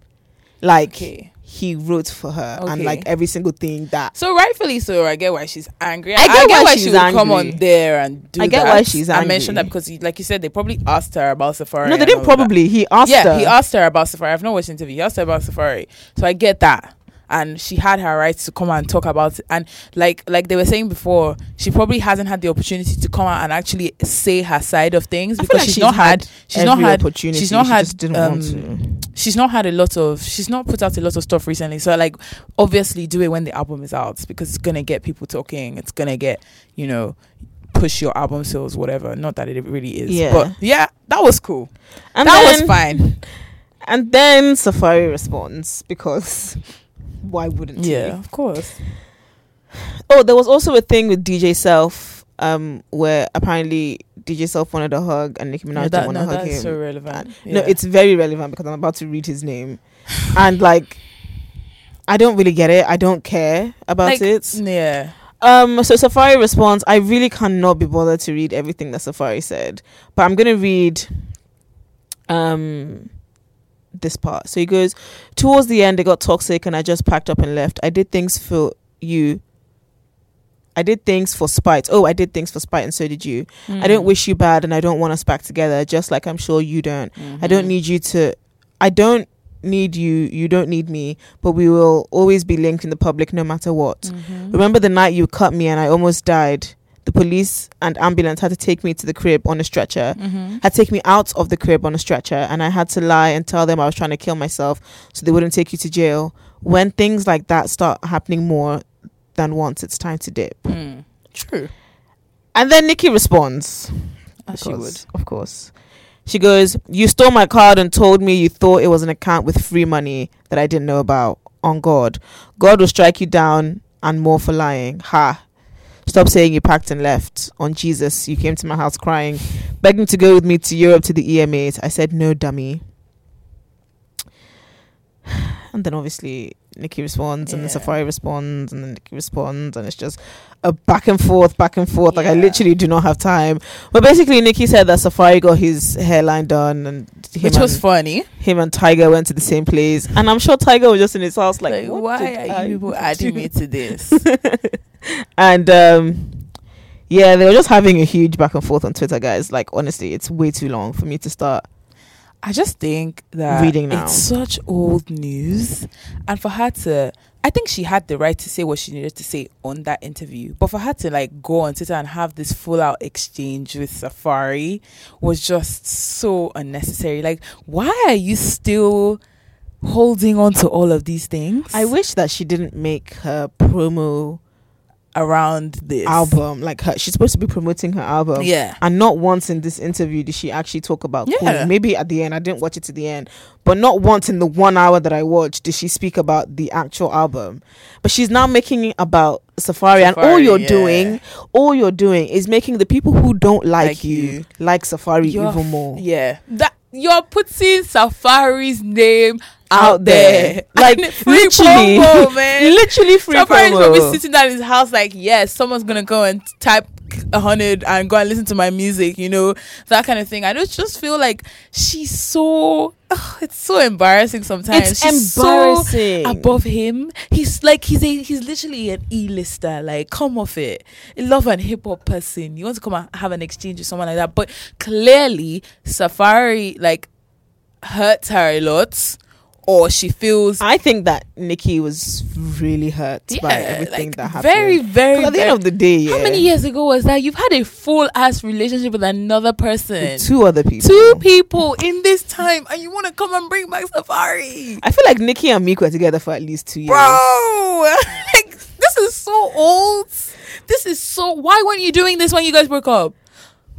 [SPEAKER 3] like
[SPEAKER 2] Okay.
[SPEAKER 3] he wrote for her and
[SPEAKER 2] Okay.
[SPEAKER 3] like every single thing that
[SPEAKER 2] so rightfully so, I get why she's angry.
[SPEAKER 3] I get why she's
[SPEAKER 2] she would come
[SPEAKER 3] angry.
[SPEAKER 2] on there and do
[SPEAKER 3] I get
[SPEAKER 2] that.
[SPEAKER 3] why she's
[SPEAKER 2] I mentioned that
[SPEAKER 3] angry.
[SPEAKER 2] because, you- like you said, they probably asked her about Safari.
[SPEAKER 3] No, they
[SPEAKER 2] and
[SPEAKER 3] didn't
[SPEAKER 2] all of that.
[SPEAKER 3] probably. He asked
[SPEAKER 2] yeah,
[SPEAKER 3] her.
[SPEAKER 2] he asked her about Safari. I've not watched the interview. He asked her about Safari, so I get that. And she had her rights to come and talk about it. And like like they were saying before, she probably hasn't had the opportunity to come out and actually say her side of things
[SPEAKER 3] I feel
[SPEAKER 2] because
[SPEAKER 3] like
[SPEAKER 2] she's,
[SPEAKER 3] she's
[SPEAKER 2] not
[SPEAKER 3] had
[SPEAKER 2] had, she's not
[SPEAKER 3] every
[SPEAKER 2] had
[SPEAKER 3] opportunity.
[SPEAKER 2] she's not
[SPEAKER 3] She
[SPEAKER 2] had
[SPEAKER 3] just didn't
[SPEAKER 2] um,
[SPEAKER 3] want to.
[SPEAKER 2] she's not had a lot of she's not put out a lot of stuff recently so like obviously do it when the album is out because it's gonna get people talking it's gonna get you know push your album sales whatever not that it really is
[SPEAKER 3] Yeah.
[SPEAKER 2] but yeah that was cool
[SPEAKER 3] And
[SPEAKER 2] that was
[SPEAKER 3] then-
[SPEAKER 2] fine
[SPEAKER 3] And then Safari responds because why wouldn't he?
[SPEAKER 2] yeah of course
[SPEAKER 3] Oh, there was also a thing with DJ Self, um, where apparently DJ Self wanted a hug and Nicki Minaj
[SPEAKER 2] no,
[SPEAKER 3] didn't
[SPEAKER 2] that,
[SPEAKER 3] want
[SPEAKER 2] no,
[SPEAKER 3] to hug
[SPEAKER 2] that's
[SPEAKER 3] him. Uh,
[SPEAKER 2] so relevant
[SPEAKER 3] No,
[SPEAKER 2] Yeah.
[SPEAKER 3] it's very relevant because I'm about to read his name, and like, I don't really get it. I don't care about
[SPEAKER 2] Like,
[SPEAKER 3] it.
[SPEAKER 2] yeah
[SPEAKER 3] Um, so Safari responds, I really cannot be bothered to read everything that Safari said, but I'm gonna read um this part. So he goes, Towards the end it got toxic and I just packed up and left. I did things for you. I did things for spite. Oh, I did things for spite and so did you.
[SPEAKER 2] Mm-hmm.
[SPEAKER 3] I don't wish you bad and I don't want us back together, just like I'm sure you don't. I don't need you to I don't need you, you don't need me, but we will always be linked in the public no matter what. Remember the night you cut me and I almost died? The police and ambulance had to take me to the crib on a stretcher, had to take me out of the crib on a stretcher, and I had to lie and tell them I was trying to kill myself so they wouldn't take you to jail. When things like that start happening more than once, it's time to dip.
[SPEAKER 2] Mm. true
[SPEAKER 3] And then Nikki responds.
[SPEAKER 2] as she would
[SPEAKER 3] Of course. She goes, You stole my card and told me you thought it was an account with free money that I didn't know about. On God. God will strike you down and more for lying. Ha. Stop saying you packed and left. On Jesus, you came to my house crying, begging to go with me to Europe to the EMAs. I said, No, dummy. And then obviously Nikki responds, and then
[SPEAKER 2] Yeah.
[SPEAKER 3] Safari responds, and then Nikki responds, and it's just a back and forth, back and forth. Like I
[SPEAKER 2] Yeah.
[SPEAKER 3] literally do not have time. But basically, Nikki said that Safari got his hairline done, and him,
[SPEAKER 2] which
[SPEAKER 3] and,
[SPEAKER 2] was funny
[SPEAKER 3] him and Tiger went to the same place. And I'm sure Tiger was just in his house, like,
[SPEAKER 2] like,
[SPEAKER 3] "What
[SPEAKER 2] why
[SPEAKER 3] did
[SPEAKER 2] are
[SPEAKER 3] I
[SPEAKER 2] you people
[SPEAKER 3] do?"
[SPEAKER 2] adding me to this
[SPEAKER 3] and um yeah they were just having a huge back and forth on twitter guys like honestly it's way too long for me to start
[SPEAKER 2] I just think that
[SPEAKER 3] Reading now.
[SPEAKER 2] it's such old news, and for her to, I think she had the right to say what she needed to say on that interview. But for her to like go on Twitter and have this full out exchange with Safari was just so unnecessary. Like, why are you still holding on to all of these things?
[SPEAKER 3] i wish that she didn't make her promo
[SPEAKER 2] around this
[SPEAKER 3] album like her she's supposed to be promoting her album
[SPEAKER 2] Yeah,
[SPEAKER 3] and not once in this interview did she actually talk about Queen.
[SPEAKER 2] Yeah.
[SPEAKER 3] maybe at the end i didn't watch it to the end but not once in the one hour that i watched did she speak about the actual album but she's now making it about safari, and all
[SPEAKER 2] Safari,
[SPEAKER 3] you're
[SPEAKER 2] yeah.
[SPEAKER 3] doing all you're doing is making the people who don't like,
[SPEAKER 2] Like
[SPEAKER 3] you,
[SPEAKER 2] you.
[SPEAKER 3] like safari
[SPEAKER 2] You're
[SPEAKER 3] even
[SPEAKER 2] f-
[SPEAKER 3] more
[SPEAKER 2] yeah. That you're putting Safari's name out,
[SPEAKER 3] out there. Like
[SPEAKER 2] And free
[SPEAKER 3] literally,
[SPEAKER 2] promo, man.
[SPEAKER 3] literally free
[SPEAKER 2] Safari's probably
[SPEAKER 3] promo.
[SPEAKER 2] sitting down in his house like, yes, someone's gonna go and type a hundred and go and listen to my music, you know, that kind of thing. I just just feel like she's so ugh, it's so embarrassing sometimes.
[SPEAKER 3] It's
[SPEAKER 2] She's so
[SPEAKER 3] embarrassing.
[SPEAKER 2] above him. He's like he's a he's literally an E lister. Like, come off it. A love and hip hop person. You want to come and have an exchange with someone like that. But clearly Safari like hurts her a lot. Or she feels
[SPEAKER 3] I think that Nikki was really hurt by everything
[SPEAKER 2] like,
[SPEAKER 3] that happened.
[SPEAKER 2] Very, very.
[SPEAKER 3] 'Cause at the end
[SPEAKER 2] very-
[SPEAKER 3] of the day, yeah,
[SPEAKER 2] how many years ago was that? You've had a full ass relationship with another person,
[SPEAKER 3] with two other people.
[SPEAKER 2] two people in this time, and you want to come and bring back Safari,
[SPEAKER 3] I feel like Nikki and Meek were together for at least two years.
[SPEAKER 2] bro? like this is so old. This is so. Why weren't you doing this when you guys broke up?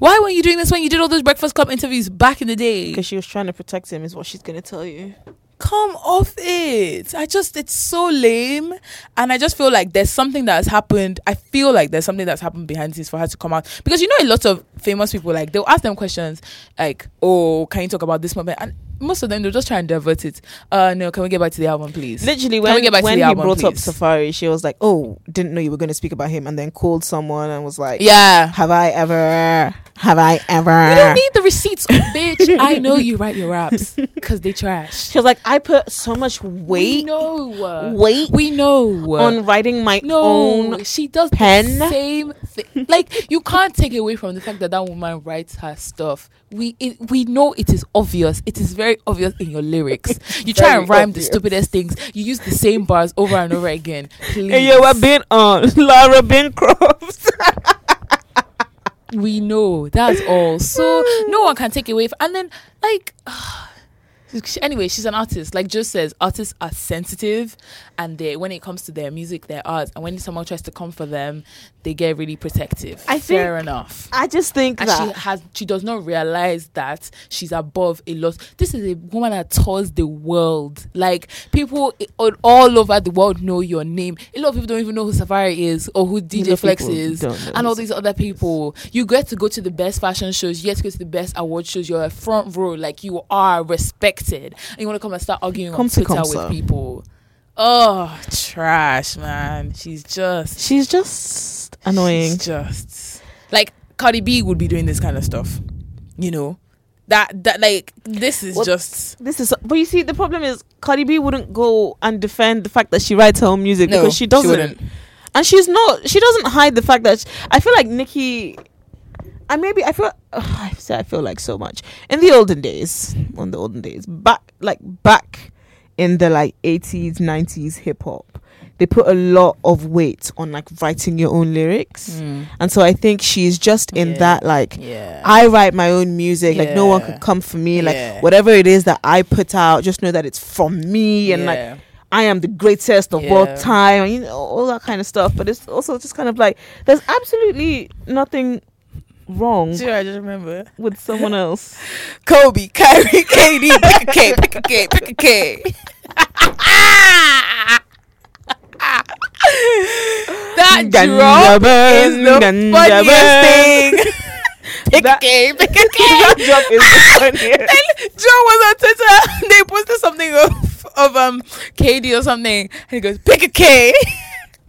[SPEAKER 2] Why weren't you doing this when you did all those Breakfast Club interviews back in the day?
[SPEAKER 3] Because she was trying to protect him, is what she's gonna tell you.
[SPEAKER 2] come off it. I just, it's so lame. And I just feel like there's something that has happened. I feel like there's something that's happened behind the scenes for her to come out. Because you know, a lot of famous people, like, they'll ask them questions like, oh, can you talk about this moment? And most of them they'll just try and divert it. Uh no, can we get back to the album, please?
[SPEAKER 3] Literally,
[SPEAKER 2] Can
[SPEAKER 3] when,
[SPEAKER 2] we get back to
[SPEAKER 3] when
[SPEAKER 2] the
[SPEAKER 3] he
[SPEAKER 2] album,
[SPEAKER 3] brought up
[SPEAKER 2] please?
[SPEAKER 3] Safari, she was like, "Oh, didn't know you were going to speak about him," and then called someone and was like,
[SPEAKER 2] yeah.
[SPEAKER 3] have I ever? Have I ever?"
[SPEAKER 2] You don't need the receipts, bitch. I know you write your raps because they trash.
[SPEAKER 3] she was like, "I put so much
[SPEAKER 2] We
[SPEAKER 3] weight
[SPEAKER 2] know.
[SPEAKER 3] Wait
[SPEAKER 2] We know.
[SPEAKER 3] on writing my
[SPEAKER 2] no,
[SPEAKER 3] own."
[SPEAKER 2] she does
[SPEAKER 3] pen.
[SPEAKER 2] the same thing. Like you can't take away from the fact that that woman writes her stuff. We it, we know it is obvious. It is very obvious in your lyrics. You try
[SPEAKER 3] very
[SPEAKER 2] and rhyme
[SPEAKER 3] obvious.
[SPEAKER 2] the stupidest things. You use the same bars over and over again. Please.
[SPEAKER 3] been on Laura Bancroft.
[SPEAKER 2] we know that's all so no one can take away f- and then like she- anyway she's an artist like joe says artists are sensitive and they when it comes to their music their art and when someone tries to come for them they get really protective
[SPEAKER 3] I
[SPEAKER 2] fair
[SPEAKER 3] think-
[SPEAKER 2] enough
[SPEAKER 3] I just think
[SPEAKER 2] and
[SPEAKER 3] that
[SPEAKER 2] she has she does not realize that she's above a lot this is a woman that tours the world like people i- all- all over the world know your name a lot of people don't even know who safari is or who
[SPEAKER 3] lot
[SPEAKER 2] dj
[SPEAKER 3] of
[SPEAKER 2] flex
[SPEAKER 3] people
[SPEAKER 2] is
[SPEAKER 3] don't know
[SPEAKER 2] and all
[SPEAKER 3] who
[SPEAKER 2] these other people you get to go to the best fashion shows you get to go to the best award shows you're a front row like you are respected and you want to come and start arguing
[SPEAKER 3] Come
[SPEAKER 2] on
[SPEAKER 3] to
[SPEAKER 2] twitter
[SPEAKER 3] come,
[SPEAKER 2] with
[SPEAKER 3] sir.
[SPEAKER 2] people oh trash man she's just
[SPEAKER 3] she's just annoying.
[SPEAKER 2] it's just like Cardi B would be doing this kind of stuff, you know. That that like this is
[SPEAKER 3] What-
[SPEAKER 2] just
[SPEAKER 3] This is, but you see, the problem is Cardi B wouldn't go and defend the fact that she writes her own music
[SPEAKER 2] no,
[SPEAKER 3] because she doesn't.
[SPEAKER 2] wouldn't.
[SPEAKER 3] and she's not she doesn't hide the fact that sh i feel like nikki and maybe i feel ugh, i say i feel like so much in the olden days on the olden days back like back in the like 80s 90s hip hop they put a lot of weight on like writing your own lyrics and so i think she's just in
[SPEAKER 2] Hmm. Yeah.
[SPEAKER 3] that like
[SPEAKER 2] yeah.
[SPEAKER 3] I write my own music, like no one
[SPEAKER 2] Yeah.
[SPEAKER 3] could come for me. Like
[SPEAKER 2] Yeah.
[SPEAKER 3] whatever it is that I put out, just know that it's from me and like
[SPEAKER 2] Yeah.
[SPEAKER 3] I am the greatest of all
[SPEAKER 2] Yeah.
[SPEAKER 3] time, and you know, all that kind of stuff. But it's also just kind of like there's absolutely nothing wrong
[SPEAKER 2] Do you know what I just remember
[SPEAKER 3] with someone else.
[SPEAKER 2] Kobe, Kyrie, KD, pick a K, pick a K, pick a K. that drop is the
[SPEAKER 3] Ganjaban,
[SPEAKER 2] funniest thing. pick
[SPEAKER 3] That-
[SPEAKER 2] a K, pick a K.
[SPEAKER 3] that job is the funniest.
[SPEAKER 2] Joe was on Twitter. They posted something of of um KD or something, and he goes, "Pick a K."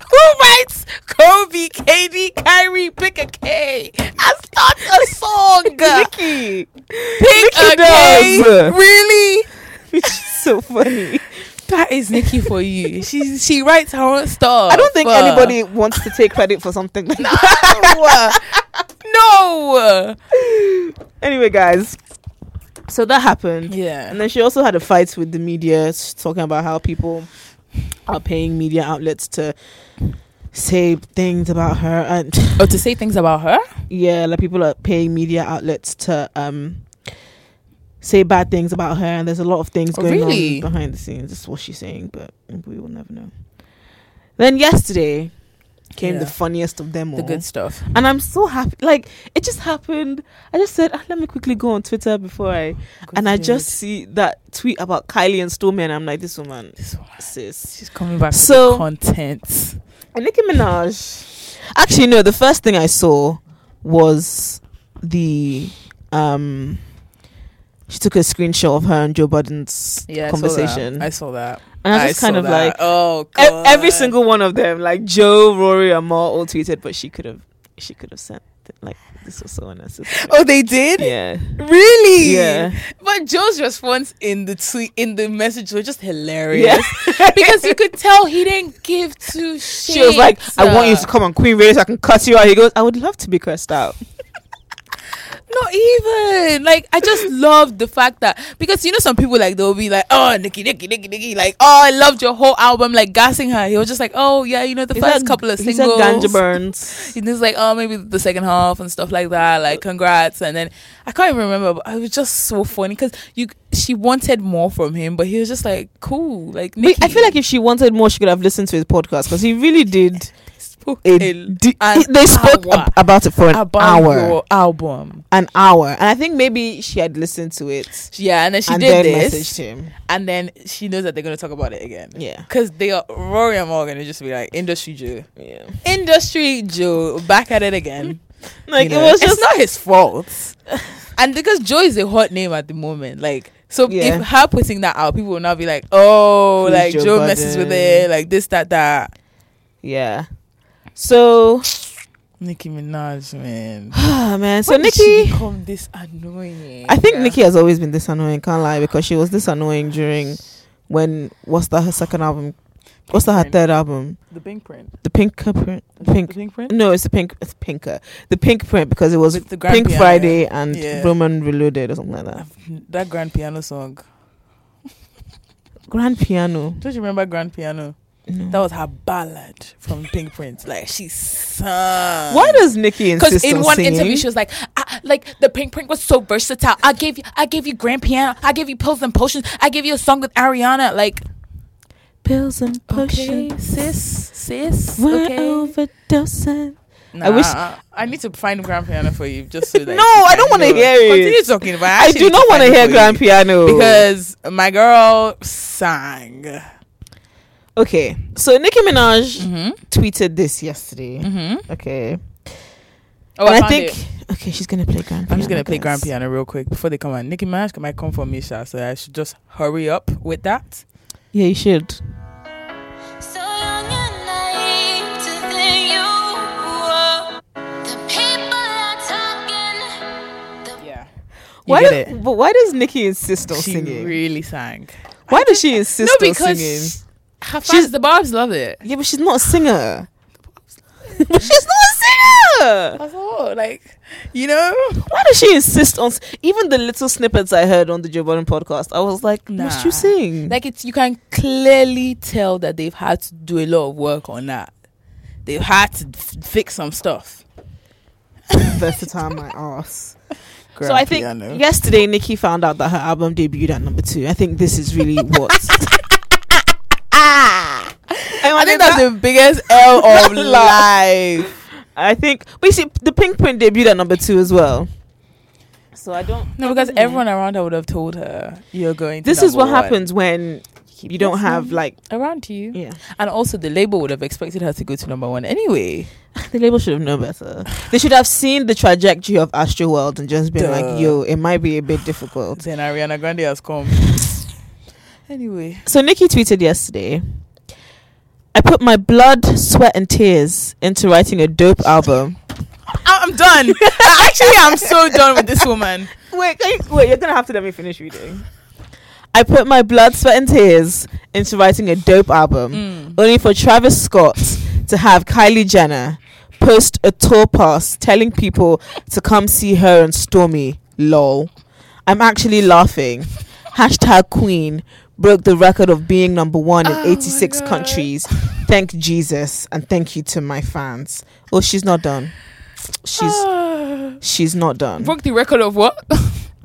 [SPEAKER 2] Who writes Kobe, KD, Kyrie? Pick a K. That's not a song. Pick
[SPEAKER 3] Nikki,
[SPEAKER 2] a K.
[SPEAKER 3] does.
[SPEAKER 2] Really?
[SPEAKER 3] which is so funny.
[SPEAKER 2] That is Nikki for you. She she writes her own stuff.
[SPEAKER 3] I don't think
[SPEAKER 2] Uh,
[SPEAKER 3] anybody wants to take credit for something like that.
[SPEAKER 2] No.
[SPEAKER 3] Anyway, guys, so that happened.
[SPEAKER 2] Yeah.
[SPEAKER 3] And then she also had a fight with the media, s- talking about how people are paying media outlets to say things about her, and
[SPEAKER 2] Or Oh, to say things about her.
[SPEAKER 3] yeah, like people are paying media outlets to um say bad things about her, and there's a lot of things
[SPEAKER 2] Oh,
[SPEAKER 3] going
[SPEAKER 2] really?
[SPEAKER 3] on behind the scenes. That's what she's saying, but we will never know. Then yesterday came the
[SPEAKER 2] Yeah.
[SPEAKER 3] funniest of them all.
[SPEAKER 2] The good stuff.
[SPEAKER 3] And I'm so happy. Like it just happened. I just said, "Ah, let me quickly go on Twitter before I. and I just see that tweet about Kylie and Stormy, and I'm like, this woman,
[SPEAKER 2] This one.
[SPEAKER 3] sis.
[SPEAKER 2] She's coming back with
[SPEAKER 3] So-
[SPEAKER 2] the content.
[SPEAKER 3] And Nicki Minaj. Actually, no. The first thing I saw was the um. She took a screenshot of her and Joe Biden's
[SPEAKER 2] yeah,
[SPEAKER 3] conversation,
[SPEAKER 2] I saw that.
[SPEAKER 3] and I was just kind
[SPEAKER 2] saw
[SPEAKER 3] of
[SPEAKER 2] that.
[SPEAKER 3] like,
[SPEAKER 2] oh,
[SPEAKER 3] E-
[SPEAKER 2] God.
[SPEAKER 3] every single one of them, like Joe, Rory, and Mar, all tweeted, but she could have, she could have sent like this was so unnecessary.
[SPEAKER 2] Oh, they did.
[SPEAKER 3] yeah,
[SPEAKER 2] Really?
[SPEAKER 3] Yeah.
[SPEAKER 2] But Joe's response in the tweet in the message was just hilarious because you could tell he didn't give two shits.
[SPEAKER 3] she was like, I want you
[SPEAKER 2] Uh,
[SPEAKER 3] to come on Queen Radio so I can cuss you out. He goes, I would love to be cursed out.
[SPEAKER 2] Not even. Like, I just love the fact that because you know some people like they'll be like, Oh Nikki, Nikki, Nikki, Nikki, like, oh I loved your whole album, like gassing her. He was just like, Oh yeah, you know, the first couple of
[SPEAKER 3] He said
[SPEAKER 2] singles.
[SPEAKER 3] Ganja Burns.
[SPEAKER 2] And it's like, oh, maybe the second half and stuff like that. Like, congrats. And then I can't even remember, but it was just so funny because you she wanted more from him, but he was just like, cool. Like,
[SPEAKER 3] Wait,
[SPEAKER 2] Nikki,
[SPEAKER 3] I feel like if she wanted more, she could have listened to his podcast because he really did.
[SPEAKER 2] spoke
[SPEAKER 3] A,
[SPEAKER 2] a-
[SPEAKER 3] di-
[SPEAKER 2] an
[SPEAKER 3] they spoke
[SPEAKER 2] hour
[SPEAKER 3] ab- about it for an
[SPEAKER 2] about
[SPEAKER 3] hour,
[SPEAKER 2] your album.
[SPEAKER 3] an hour, and I think maybe she had listened to it
[SPEAKER 2] Yeah, and then she
[SPEAKER 3] and
[SPEAKER 2] did
[SPEAKER 3] then
[SPEAKER 2] this,
[SPEAKER 3] messaged him.
[SPEAKER 2] and then she knows that they're gonna talk about it again.
[SPEAKER 3] Yeah,
[SPEAKER 2] Cause they are Rory and Morgan are just be like industry Joe,
[SPEAKER 3] yeah.
[SPEAKER 2] industry Joe, back at it again.
[SPEAKER 3] Like
[SPEAKER 2] You know,
[SPEAKER 3] it was
[SPEAKER 2] it's
[SPEAKER 3] just
[SPEAKER 2] not his fault, and because Joe is a hot name at the moment, like So
[SPEAKER 3] Yeah.
[SPEAKER 2] if her putting that out, people will now be like, oh,
[SPEAKER 3] Who's
[SPEAKER 2] like
[SPEAKER 3] Joe
[SPEAKER 2] Joe, messes with
[SPEAKER 3] Budden?
[SPEAKER 2] it, like this, that, that.
[SPEAKER 3] Yeah. So,
[SPEAKER 2] Nicki Minaj, man.
[SPEAKER 3] ah, man. So
[SPEAKER 2] When did she
[SPEAKER 3] Nikki,
[SPEAKER 2] become this annoying.
[SPEAKER 3] I think
[SPEAKER 2] Yeah.
[SPEAKER 3] Nikki has always been this annoying. Can't lie because she was this annoying during when what's that her second album? What's that her
[SPEAKER 2] Pink.
[SPEAKER 3] third album?
[SPEAKER 2] the pink print,
[SPEAKER 3] The pink print.
[SPEAKER 2] The
[SPEAKER 3] Pink.
[SPEAKER 2] pink print.
[SPEAKER 3] No, it's the pink. It's pinker. The pink print because it was
[SPEAKER 2] With the grand
[SPEAKER 3] Pink
[SPEAKER 2] piano.
[SPEAKER 3] Friday and
[SPEAKER 2] Yeah.
[SPEAKER 3] Roman Reloaded or something like that.
[SPEAKER 2] That grand piano song.
[SPEAKER 3] Grand piano.
[SPEAKER 2] Don't you remember grand piano?
[SPEAKER 3] No.
[SPEAKER 2] That was her ballad from Pink Print. Like she sang.
[SPEAKER 3] Why does Nikki
[SPEAKER 5] Because
[SPEAKER 3] insist
[SPEAKER 5] in
[SPEAKER 3] on
[SPEAKER 5] one
[SPEAKER 3] singing?
[SPEAKER 5] interview, she was like, I, "Like the pink print was so versatile. I gave you, I gave you grand piano. I gave you pills and potions. I gave you a song with Ariana. Like,
[SPEAKER 3] pills and potions.
[SPEAKER 5] sis, sis,
[SPEAKER 3] We're
[SPEAKER 5] okay.
[SPEAKER 3] overdosing.
[SPEAKER 2] Nah,
[SPEAKER 3] I wish-
[SPEAKER 2] I, I need to find grand piano for you just so that.
[SPEAKER 3] No,
[SPEAKER 2] you can
[SPEAKER 3] I don't wanna
[SPEAKER 2] know.
[SPEAKER 3] hear it.
[SPEAKER 2] Continue talking about. it.
[SPEAKER 3] I,
[SPEAKER 2] actually
[SPEAKER 3] do
[SPEAKER 2] need
[SPEAKER 3] not want to
[SPEAKER 2] find it
[SPEAKER 3] hear
[SPEAKER 2] for
[SPEAKER 3] grand
[SPEAKER 2] you.
[SPEAKER 3] piano
[SPEAKER 2] because my girl sang.
[SPEAKER 3] okay. So Nicki Minaj
[SPEAKER 2] Mm-hmm.
[SPEAKER 3] tweeted this yesterday.
[SPEAKER 5] Hmm?
[SPEAKER 2] Mm-hmm.
[SPEAKER 3] Okay,
[SPEAKER 2] Oh,
[SPEAKER 3] and I,
[SPEAKER 2] found
[SPEAKER 3] think
[SPEAKER 2] it.
[SPEAKER 3] okay, she's gonna play grand.
[SPEAKER 2] I'm just gonna play
[SPEAKER 3] guys.
[SPEAKER 2] grand piano real quick before they come on. Nicki Minaj might come for me, Sha, so I should just hurry up with that.
[SPEAKER 3] Yeah, you should.
[SPEAKER 6] So young and naive to think you were. The people are talking.
[SPEAKER 2] Yeah,
[SPEAKER 3] Why?
[SPEAKER 2] you get it?
[SPEAKER 3] But why does Nicki insist on
[SPEAKER 2] she
[SPEAKER 3] singing?
[SPEAKER 2] really sang.
[SPEAKER 3] why does she insist
[SPEAKER 2] no,
[SPEAKER 3] on
[SPEAKER 2] because
[SPEAKER 3] singing?
[SPEAKER 2] her fans,
[SPEAKER 3] She's-
[SPEAKER 2] the Barb's love it.
[SPEAKER 3] Yeah, but she's not a singer. but she's not a singer.
[SPEAKER 2] That's all. Like, you know,
[SPEAKER 3] Why does she insist on s- even the little snippets I heard on the Joe Budden podcast? I was like, must you
[SPEAKER 2] Nah.
[SPEAKER 3] sing?
[SPEAKER 2] like it's you can clearly tell that they've had to do a lot of work on that. They've had to f- fix some stuff.
[SPEAKER 3] versatile my ass.
[SPEAKER 2] Grand
[SPEAKER 3] so I think
[SPEAKER 2] piano.
[SPEAKER 3] yesterday Nikki found out that her album debuted at number two. I think this is really what.
[SPEAKER 2] I think that's the biggest L of life.
[SPEAKER 3] I think. But you see, the Pink Print debuted at number two as well. So I don't.
[SPEAKER 2] No, because everyone around her would have told her you're going. To
[SPEAKER 3] This is
[SPEAKER 2] number
[SPEAKER 3] what
[SPEAKER 2] one."
[SPEAKER 3] happens when you don't have like
[SPEAKER 2] around to you.
[SPEAKER 3] yeah.
[SPEAKER 2] And also, the label would have expected her to go to number one anyway.
[SPEAKER 3] The label should have known better. They should have seen the trajectory of Astro World and just been
[SPEAKER 2] Duh.
[SPEAKER 3] like, "Yo, it might be a bit difficult."
[SPEAKER 2] Then Ariana Grande has come. Anyway,
[SPEAKER 3] So Nikki tweeted yesterday, I put my blood, sweat, and tears into writing a dope album.
[SPEAKER 2] I- I'm done. Actually, I'm so done with this woman.
[SPEAKER 3] Wait, can you- wait, you're gonna have to let me finish reading. I put my blood, sweat, and tears into writing a dope album, only for Travis Scott to have Kylie Jenner post a tour pass telling people to come see her and Stormy. Lol. I'm actually laughing. Hashtag Queen broke the record of being number one in 86 countries. Thank Jesus and thank you to my fans. Oh, she's not done. She's she's not done.
[SPEAKER 5] broke the record of what?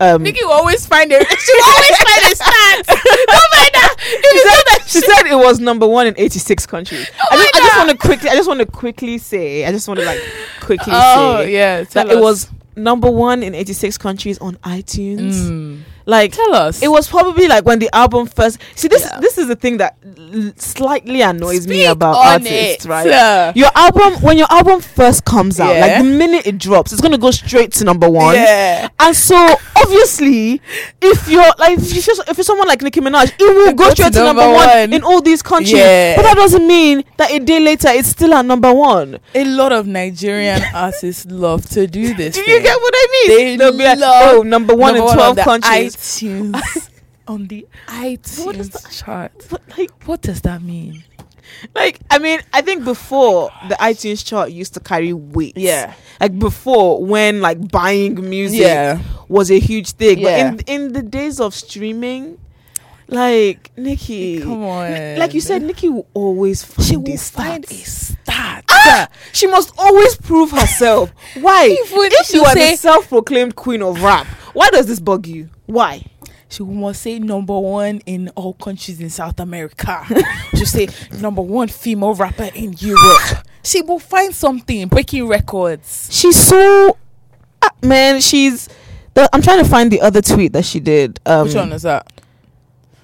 [SPEAKER 3] Um,
[SPEAKER 5] Nikki will always find it. She will always find the stats. Don't mind that. It
[SPEAKER 3] she
[SPEAKER 5] is not
[SPEAKER 3] said,
[SPEAKER 5] that
[SPEAKER 3] she said it was number one in 86 countries.
[SPEAKER 2] Oh
[SPEAKER 3] I just, I just want to quickly, I just want to quickly say, I just want to like quickly
[SPEAKER 2] Oh
[SPEAKER 3] say
[SPEAKER 2] yeah,
[SPEAKER 3] that
[SPEAKER 2] tell
[SPEAKER 3] it
[SPEAKER 2] us.
[SPEAKER 3] was number one in 86 countries on iTunes.
[SPEAKER 2] Mm.
[SPEAKER 3] Like
[SPEAKER 2] Tell us.
[SPEAKER 3] it was probably like when the album first. See, this this is the thing that l- slightly annoys me
[SPEAKER 2] Speak
[SPEAKER 3] about
[SPEAKER 2] on
[SPEAKER 3] artists,
[SPEAKER 2] it.
[SPEAKER 3] right?
[SPEAKER 2] Yeah.
[SPEAKER 3] Your album, when your album first comes out, like
[SPEAKER 2] Yeah.
[SPEAKER 3] the minute it drops, it's gonna go straight to number one.
[SPEAKER 2] Yeah.
[SPEAKER 3] And so obviously, if you're like if you're, if you're someone like Nicki Minaj, it will go,
[SPEAKER 2] go to
[SPEAKER 3] straight to, number,
[SPEAKER 2] number
[SPEAKER 3] one,
[SPEAKER 2] one.
[SPEAKER 3] in all these countries.
[SPEAKER 2] Yeah.
[SPEAKER 3] But that doesn't mean that a day later it's still at number one.
[SPEAKER 2] A lot of Nigerian artists love to do this.
[SPEAKER 3] Do you
[SPEAKER 2] thing.
[SPEAKER 3] get what I mean?
[SPEAKER 2] They
[SPEAKER 3] They'll be like,
[SPEAKER 2] love
[SPEAKER 3] oh, number one
[SPEAKER 2] Number
[SPEAKER 3] in twelve
[SPEAKER 2] on the iTunes.
[SPEAKER 3] countries.
[SPEAKER 2] on the iTunes
[SPEAKER 3] What is that?
[SPEAKER 2] chart.
[SPEAKER 3] But, like,
[SPEAKER 2] What does that mean?
[SPEAKER 3] like I mean, I think before the iTunes chart used to carry weight.
[SPEAKER 2] Yeah.
[SPEAKER 3] Like before, when like buying music
[SPEAKER 2] Yeah.
[SPEAKER 3] was a huge thing.
[SPEAKER 2] Yeah.
[SPEAKER 3] But in in the days of streaming, like Nikki,
[SPEAKER 2] Come on.
[SPEAKER 3] like you said, Nikki will always find
[SPEAKER 2] she
[SPEAKER 3] the
[SPEAKER 2] will
[SPEAKER 3] stats.
[SPEAKER 2] find a start.
[SPEAKER 3] Ah! She must always prove herself. Why?
[SPEAKER 2] Even
[SPEAKER 3] if you
[SPEAKER 2] she'll
[SPEAKER 3] are the
[SPEAKER 2] say-
[SPEAKER 3] self-proclaimed queen of rap, why does this bug you? Why?
[SPEAKER 2] She must say number one in all countries in South America. she say number one female rapper in Europe. She will find something breaking records.
[SPEAKER 3] she's so ah, man she's the, i'm trying to find the other tweet that she did um
[SPEAKER 2] Which one is that?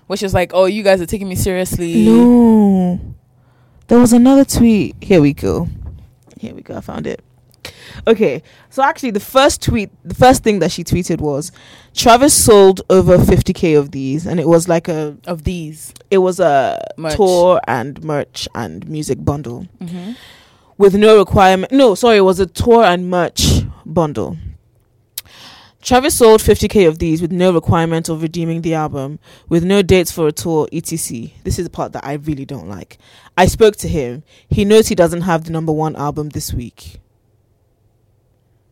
[SPEAKER 2] Which is like, oh, you guys are taking me seriously.
[SPEAKER 3] no there was another tweet here we go here we go i found it Okay, so actually, the first tweet, the first thing that she tweeted was, Travis sold over 50k of these, and it was like a,
[SPEAKER 2] of these.
[SPEAKER 3] it was a
[SPEAKER 2] Merch.
[SPEAKER 3] tour and merch and music bundle
[SPEAKER 2] Mm-hmm.
[SPEAKER 3] with no requirement. No, sorry, it was a tour and merch bundle. Travis sold 50k of these with no requirement of redeeming the album, with no dates for a tour, etc. This is the part that I really don't like. I spoke to him. He knows he doesn't have the number one album this week.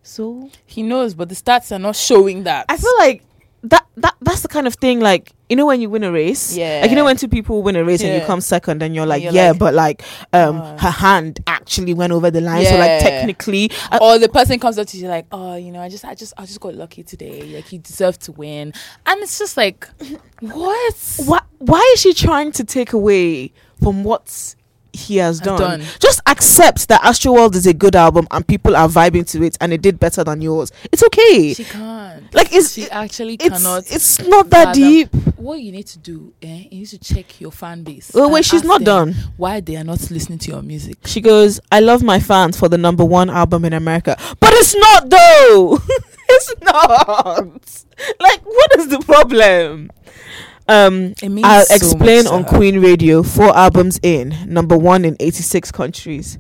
[SPEAKER 3] So
[SPEAKER 2] He knows, but the stats are not showing that.
[SPEAKER 3] I feel like that that that's the kind of thing like you know when you win a race,
[SPEAKER 2] Yeah.
[SPEAKER 3] Like you know when two people win a race and
[SPEAKER 2] Yeah.
[SPEAKER 3] you come second, and you're like,
[SPEAKER 2] you're
[SPEAKER 3] yeah,
[SPEAKER 2] like,
[SPEAKER 3] but like, um,
[SPEAKER 2] uh,
[SPEAKER 3] her hand actually went over the line, so
[SPEAKER 2] Yeah.
[SPEAKER 3] like technically, uh, I,
[SPEAKER 2] or the person comes up to you like, oh, you know, I just, I just, I just got lucky today. Like you deserve to win, and it's just like, what?
[SPEAKER 3] why why is she trying to take away from what he has done?
[SPEAKER 2] done.
[SPEAKER 3] Just accept that Astro World is a good album and people are vibing to it, and it did better than yours. It's okay.
[SPEAKER 2] She can't.
[SPEAKER 3] like it's
[SPEAKER 2] She actually
[SPEAKER 3] it's
[SPEAKER 2] cannot.
[SPEAKER 3] it's not that
[SPEAKER 2] fathom.
[SPEAKER 3] deep.
[SPEAKER 2] What you need to do, eh? You need to check your fan base.
[SPEAKER 3] Oh,
[SPEAKER 2] and
[SPEAKER 3] wait, she's
[SPEAKER 2] ask
[SPEAKER 3] not
[SPEAKER 2] them
[SPEAKER 3] done.
[SPEAKER 2] Why they are not listening to your music?
[SPEAKER 3] She goes, I love my fans for the number one album in America. But it's not though. it's not. Like, what is the problem? Um
[SPEAKER 2] It means
[SPEAKER 3] I'll
[SPEAKER 2] so much
[SPEAKER 3] explain
[SPEAKER 2] to
[SPEAKER 3] on
[SPEAKER 2] her.
[SPEAKER 3] Queen Radio, four albums in, number one in 86 countries.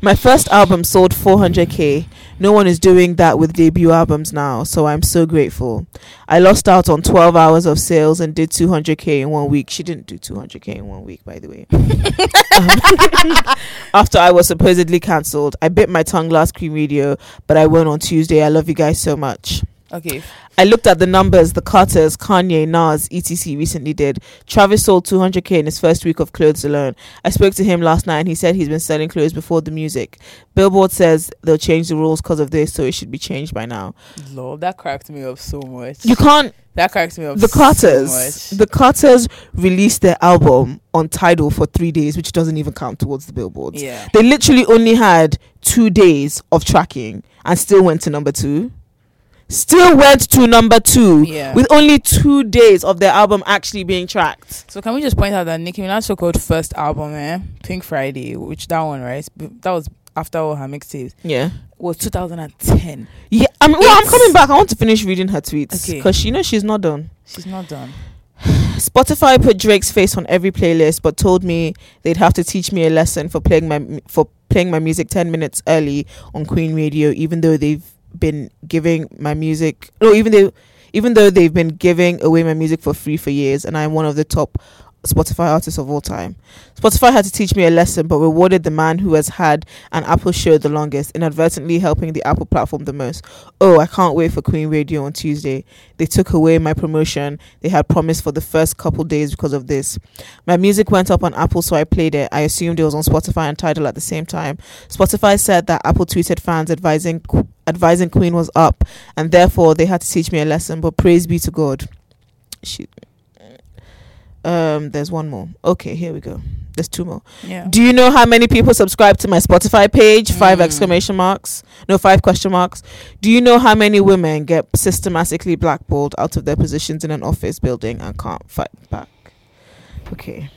[SPEAKER 3] My first album sold 400k. No one is doing that with debut albums now, so I'm so grateful. I lost out on 12 hours of sales and did 200k in one week. She didn't do 200k in one week, by the way. Um, after I was supposedly cancelled, I bit my tongue last Queen Radio, but I won on Tuesday. I love you guys so much.
[SPEAKER 2] Okay,
[SPEAKER 3] I looked at the numbers the Carters, Kanye, Nas, etc. recently did. Travis sold 200k in his first week of clothes alone. I spoke to him last night and he said he's been selling clothes before the music. Billboard says they'll change the rules because of this, so it should be changed by now.
[SPEAKER 2] Lord, that cracked me up so much.
[SPEAKER 3] You can't.
[SPEAKER 2] that cracked me up.
[SPEAKER 3] The
[SPEAKER 2] so
[SPEAKER 3] Carters.
[SPEAKER 2] much.
[SPEAKER 3] the Carters released their album on Tidal for three days, which doesn't even count towards the Billboards.
[SPEAKER 2] yeah.
[SPEAKER 3] They literally only had two days of tracking and still went to number two. Still went to number two
[SPEAKER 2] Yeah.
[SPEAKER 3] with only two days of their album actually being tracked.
[SPEAKER 2] So can we just point out that Nicki Minaj's so-called first album, eh, Pink Friday, which that one, right? b- That was after all her mixtapes,
[SPEAKER 3] Yeah.
[SPEAKER 2] was 2010.
[SPEAKER 3] Yeah. I mean, well, I'm
[SPEAKER 2] It's-
[SPEAKER 3] coming back. I want to finish reading her tweets
[SPEAKER 2] Okay.
[SPEAKER 3] because she knows she's not done.
[SPEAKER 2] She's not done.
[SPEAKER 3] Spotify put Drake's face on every playlist, but told me they'd have to teach me a lesson for playing my mu- for playing my music ten minutes early on Queen Radio, even though they've been giving my music no, even though even though they've been giving away my music for free for years, and I'm one of the top Spotify artists of all time. Spotify had to teach me a lesson, but rewarded the man who has had an Apple show the longest, inadvertently helping the Apple platform the most. Oh, I can't wait for Queen Radio on Tuesday. They took away my promotion they had promised for the first couple days because of this. My music went up on Apple, so I played it. I assumed it was on Spotify and Tidal at the same time. Spotify said that Apple tweeted fans advising Qu- advising Queen was up, and therefore they had to teach me a lesson. But praise be to God. She, um, there's one more. Okay, here we go. There's two more.
[SPEAKER 2] Yeah.
[SPEAKER 3] Do you know how many people subscribe to my Spotify page? Five
[SPEAKER 2] Mm.
[SPEAKER 3] exclamation marks. No, five question marks. Do you know how many women get systematically blackballed out of their positions in an office building and can't fight back? Okay.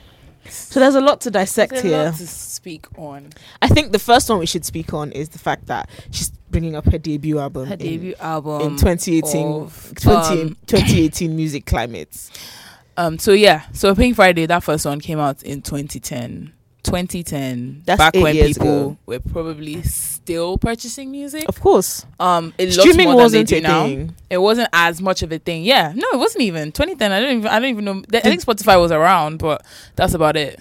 [SPEAKER 3] So there's a lot to dissect
[SPEAKER 2] There's a
[SPEAKER 3] here.
[SPEAKER 2] lot to speak on
[SPEAKER 3] I think the first one we should speak on is the fact that she's bringing up her debut album
[SPEAKER 2] her
[SPEAKER 3] in,
[SPEAKER 2] debut album
[SPEAKER 3] in 2018,
[SPEAKER 2] of,
[SPEAKER 3] 20
[SPEAKER 2] um,
[SPEAKER 3] 2018 music climate.
[SPEAKER 2] Um, so yeah, so Pink Friday, that first one came out in 2010. 2010,
[SPEAKER 3] That's
[SPEAKER 2] back
[SPEAKER 3] eight
[SPEAKER 2] when
[SPEAKER 3] years
[SPEAKER 2] people
[SPEAKER 3] ago.
[SPEAKER 2] were probably still purchasing music.
[SPEAKER 3] Of course,
[SPEAKER 2] Um, it
[SPEAKER 3] streaming
[SPEAKER 2] lots more than
[SPEAKER 3] wasn't
[SPEAKER 2] they
[SPEAKER 3] a
[SPEAKER 2] do now.
[SPEAKER 3] thing.
[SPEAKER 2] It wasn't as much of a thing. Yeah, no, it wasn't even 2010. I don't even, I don't even know. I think Spotify was around, but that's about it.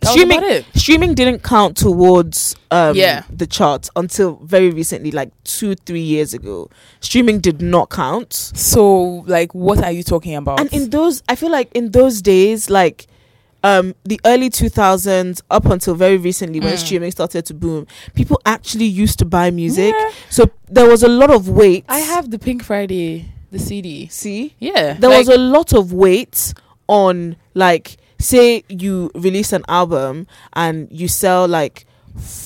[SPEAKER 2] That was
[SPEAKER 3] streaming
[SPEAKER 2] about it.
[SPEAKER 3] streaming didn't count towards um
[SPEAKER 2] Yeah.
[SPEAKER 3] the charts until very recently like two three years ago streaming did not count
[SPEAKER 2] So, like, what are you talking about?
[SPEAKER 3] and in those i feel like in those days like um the early 2000s up until very recently when
[SPEAKER 2] Mm.
[SPEAKER 3] streaming started to boom people actually used to buy music
[SPEAKER 2] Yeah.
[SPEAKER 3] so there was a lot of wait
[SPEAKER 2] I have the Pink Friday, the CD.
[SPEAKER 3] see
[SPEAKER 2] Yeah,
[SPEAKER 3] there
[SPEAKER 2] like-
[SPEAKER 3] was a lot of weight on like say you release an album and you sell like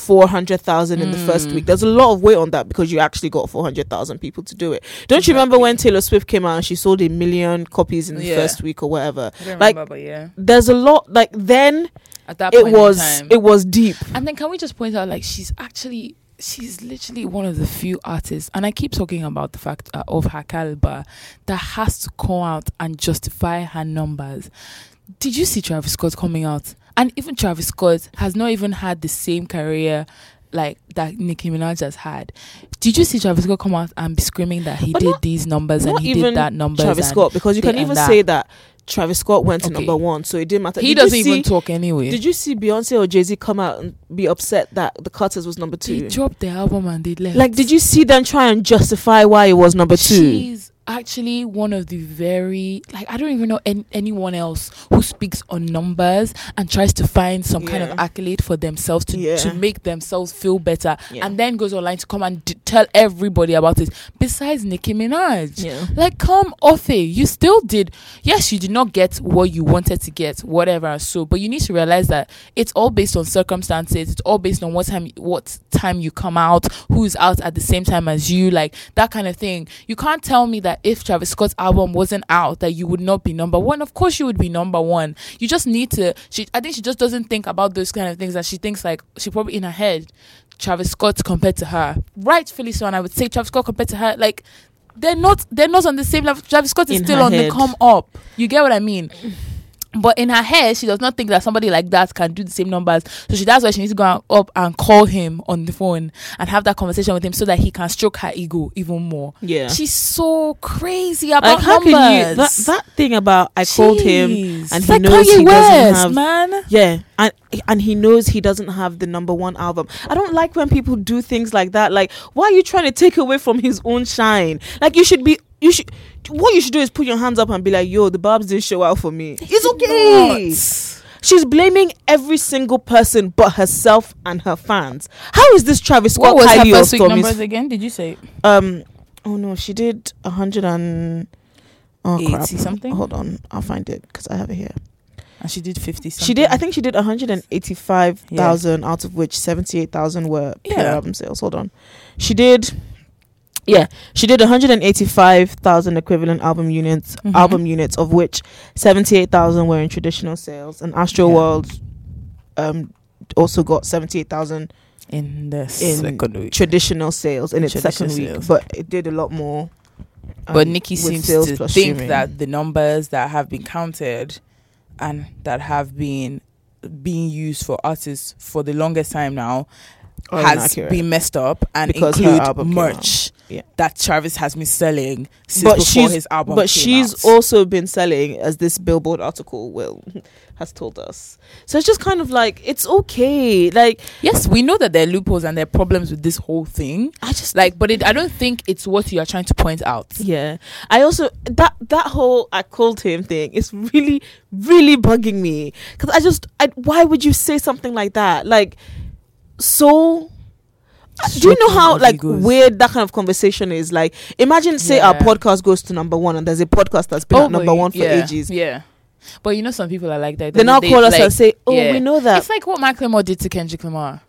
[SPEAKER 3] 400,000 in the first
[SPEAKER 2] Mm.
[SPEAKER 3] week. There's a lot of weight on that because you actually got 400,000 people to do it. Don't you remember when Taylor Swift came out and she sold a million copies in the
[SPEAKER 2] Yeah.
[SPEAKER 3] first week or whatever?
[SPEAKER 2] I don't
[SPEAKER 3] like-
[SPEAKER 2] remember, but yeah,
[SPEAKER 3] There's a lot like then
[SPEAKER 2] at that
[SPEAKER 3] it
[SPEAKER 2] point in
[SPEAKER 3] was
[SPEAKER 2] time.
[SPEAKER 3] it was deep.
[SPEAKER 2] And then can we just point out like she's actually she's literally one of the few artists, and I keep talking about the fact uh, of her caliber that has to come out and justify her numbers. Did you see Travis Scott coming out? And even Travis Scott has not even had the same career like that Nicki Minaj has had. Did you see Travis Scott come out and be screaming that he
[SPEAKER 3] But
[SPEAKER 2] did
[SPEAKER 3] not-
[SPEAKER 2] these numbers and
[SPEAKER 3] Not
[SPEAKER 2] he
[SPEAKER 3] even
[SPEAKER 2] did that numbers?
[SPEAKER 3] Travis
[SPEAKER 2] and
[SPEAKER 3] Scott because you
[SPEAKER 2] thi-
[SPEAKER 3] can
[SPEAKER 2] and
[SPEAKER 3] even
[SPEAKER 2] that.
[SPEAKER 3] say that Travis Scott went to
[SPEAKER 2] Okay.
[SPEAKER 3] number one, so it didn't matter.
[SPEAKER 2] he
[SPEAKER 3] Did you
[SPEAKER 2] doesn't even
[SPEAKER 3] see-
[SPEAKER 2] talk anyway.
[SPEAKER 3] Did you see Beyonce or Jay Z come out and be upset that the Carters was number
[SPEAKER 2] they
[SPEAKER 3] two?
[SPEAKER 2] dropped the album and they left.
[SPEAKER 3] Like, did you see them try and justify why it was number two?
[SPEAKER 2] She's actually one of the very like I don't even know an anyone else who speaks on numbers and tries to find some kind of
[SPEAKER 3] Yeah.
[SPEAKER 2] accolade for themselves to
[SPEAKER 3] Yeah.
[SPEAKER 2] to make themselves feel better,
[SPEAKER 3] Yeah.
[SPEAKER 2] and then goes online to come and d- tell everybody about it. Besides Nicki Minaj,
[SPEAKER 3] Yeah.
[SPEAKER 2] like come off it. You still did. Yes, you did not get what you wanted to get, whatever. So, but you need to realize that it's all based on circumstances. It's all based on what time what time you come out, who's out at the same time as you, like that kind of thing. You can't tell me that if Travis Scott's album wasn't out, that you would not be number one. Of course, you would be number one. You just need to. She, I think she just doesn't think about those kind of things. That she thinks like she probably in her head. Travis Scott compared to her, rightfully so, and I would say Travis Scott compared to her, like they're not they're not on the same level. Travis Scott is
[SPEAKER 3] In
[SPEAKER 2] still
[SPEAKER 3] her
[SPEAKER 2] on
[SPEAKER 3] head.
[SPEAKER 2] the come up. You get what I mean? But in her head, she does not think that somebody like that can do the same numbers. So she that's why she needs to go out- up and call him on the phone and have that conversation with him so that he can stroke her ego even more.
[SPEAKER 3] Yeah.
[SPEAKER 2] She's so crazy about
[SPEAKER 3] like, how
[SPEAKER 2] numbers.
[SPEAKER 3] can you that, that thing about I called him
[SPEAKER 2] Jeez.
[SPEAKER 3] and
[SPEAKER 2] It's
[SPEAKER 3] he
[SPEAKER 2] like
[SPEAKER 3] knows
[SPEAKER 2] Kanye
[SPEAKER 3] he doesn't
[SPEAKER 2] West,
[SPEAKER 3] have
[SPEAKER 2] man.
[SPEAKER 3] Yeah, and and he knows he doesn't have the number one album. I don't like when people do things like that. Like, why are you trying to take away from his own shine? Like, you should be you should. What you should do is put your hands up and be like, "Yo, the Barb's didn't show out for me. It's okay." She's blaming every single person but herself and her fans. How is this Travis Scott
[SPEAKER 2] What was her
[SPEAKER 3] Kylie or
[SPEAKER 2] first week
[SPEAKER 3] Stormy's-
[SPEAKER 2] numbers again? Did you say
[SPEAKER 3] Um, oh no, she did a hundred and oh crap.
[SPEAKER 2] 80 something?
[SPEAKER 3] Hold on, I'll find it because I have it here.
[SPEAKER 2] And she did fifty something.
[SPEAKER 3] She did. I think she did 185,000, out of which 78,000 were pure
[SPEAKER 2] Yeah.
[SPEAKER 3] album sales. Hold on. She did. Yeah, she did 185,000 equivalent album units,
[SPEAKER 2] Mhm.
[SPEAKER 3] album units, of which 78,000 were in traditional sales, and Astro
[SPEAKER 2] Yeah.
[SPEAKER 3] World um, also got 78,000
[SPEAKER 2] in the
[SPEAKER 3] in
[SPEAKER 2] second week.
[SPEAKER 3] traditional sales in its
[SPEAKER 2] Traditional
[SPEAKER 3] second week,
[SPEAKER 2] sales.
[SPEAKER 3] but it did a lot more. um,
[SPEAKER 7] but Nikki
[SPEAKER 3] with
[SPEAKER 7] seems
[SPEAKER 3] sales
[SPEAKER 7] to think
[SPEAKER 3] plus streaming.
[SPEAKER 7] that the numbers that have been counted and that have been being used for artists for the longest time now
[SPEAKER 3] Are
[SPEAKER 7] has
[SPEAKER 3] inaccurate.
[SPEAKER 7] been messed up and
[SPEAKER 3] Because her
[SPEAKER 7] include
[SPEAKER 3] album came out.
[SPEAKER 7] merch
[SPEAKER 3] Yeah.
[SPEAKER 7] that Travis has been selling since
[SPEAKER 3] But
[SPEAKER 7] before
[SPEAKER 3] she's-
[SPEAKER 7] his album.
[SPEAKER 3] but
[SPEAKER 7] came
[SPEAKER 3] she's
[SPEAKER 7] out.
[SPEAKER 3] also been selling as this billboard article will has told us so it's just kind of like it's okay like
[SPEAKER 7] yes, we know that there are loopholes and there are problems with this whole thing.
[SPEAKER 3] i just
[SPEAKER 7] Like, but it, I don't think it's what you are trying to point out.
[SPEAKER 3] yeah i also that that whole i called him thing is really really bugging me because i just I, why would you say something like that like so uh, do you know
[SPEAKER 7] Stroking
[SPEAKER 3] how
[SPEAKER 7] of
[SPEAKER 3] like
[SPEAKER 7] egos.
[SPEAKER 3] weird that kind of conversation is like imagine say our
[SPEAKER 7] Yeah.
[SPEAKER 3] podcast goes to number one and there's a podcast that's been at number
[SPEAKER 7] but-
[SPEAKER 3] one for
[SPEAKER 7] yeah,
[SPEAKER 3] ages
[SPEAKER 7] Yeah.
[SPEAKER 2] But you know, some people are like that.
[SPEAKER 3] they now
[SPEAKER 2] They,
[SPEAKER 3] call us
[SPEAKER 2] like-
[SPEAKER 3] and say oh
[SPEAKER 2] yeah.
[SPEAKER 3] we know that
[SPEAKER 2] It's like what Macklemore did to Kendrick Lamar.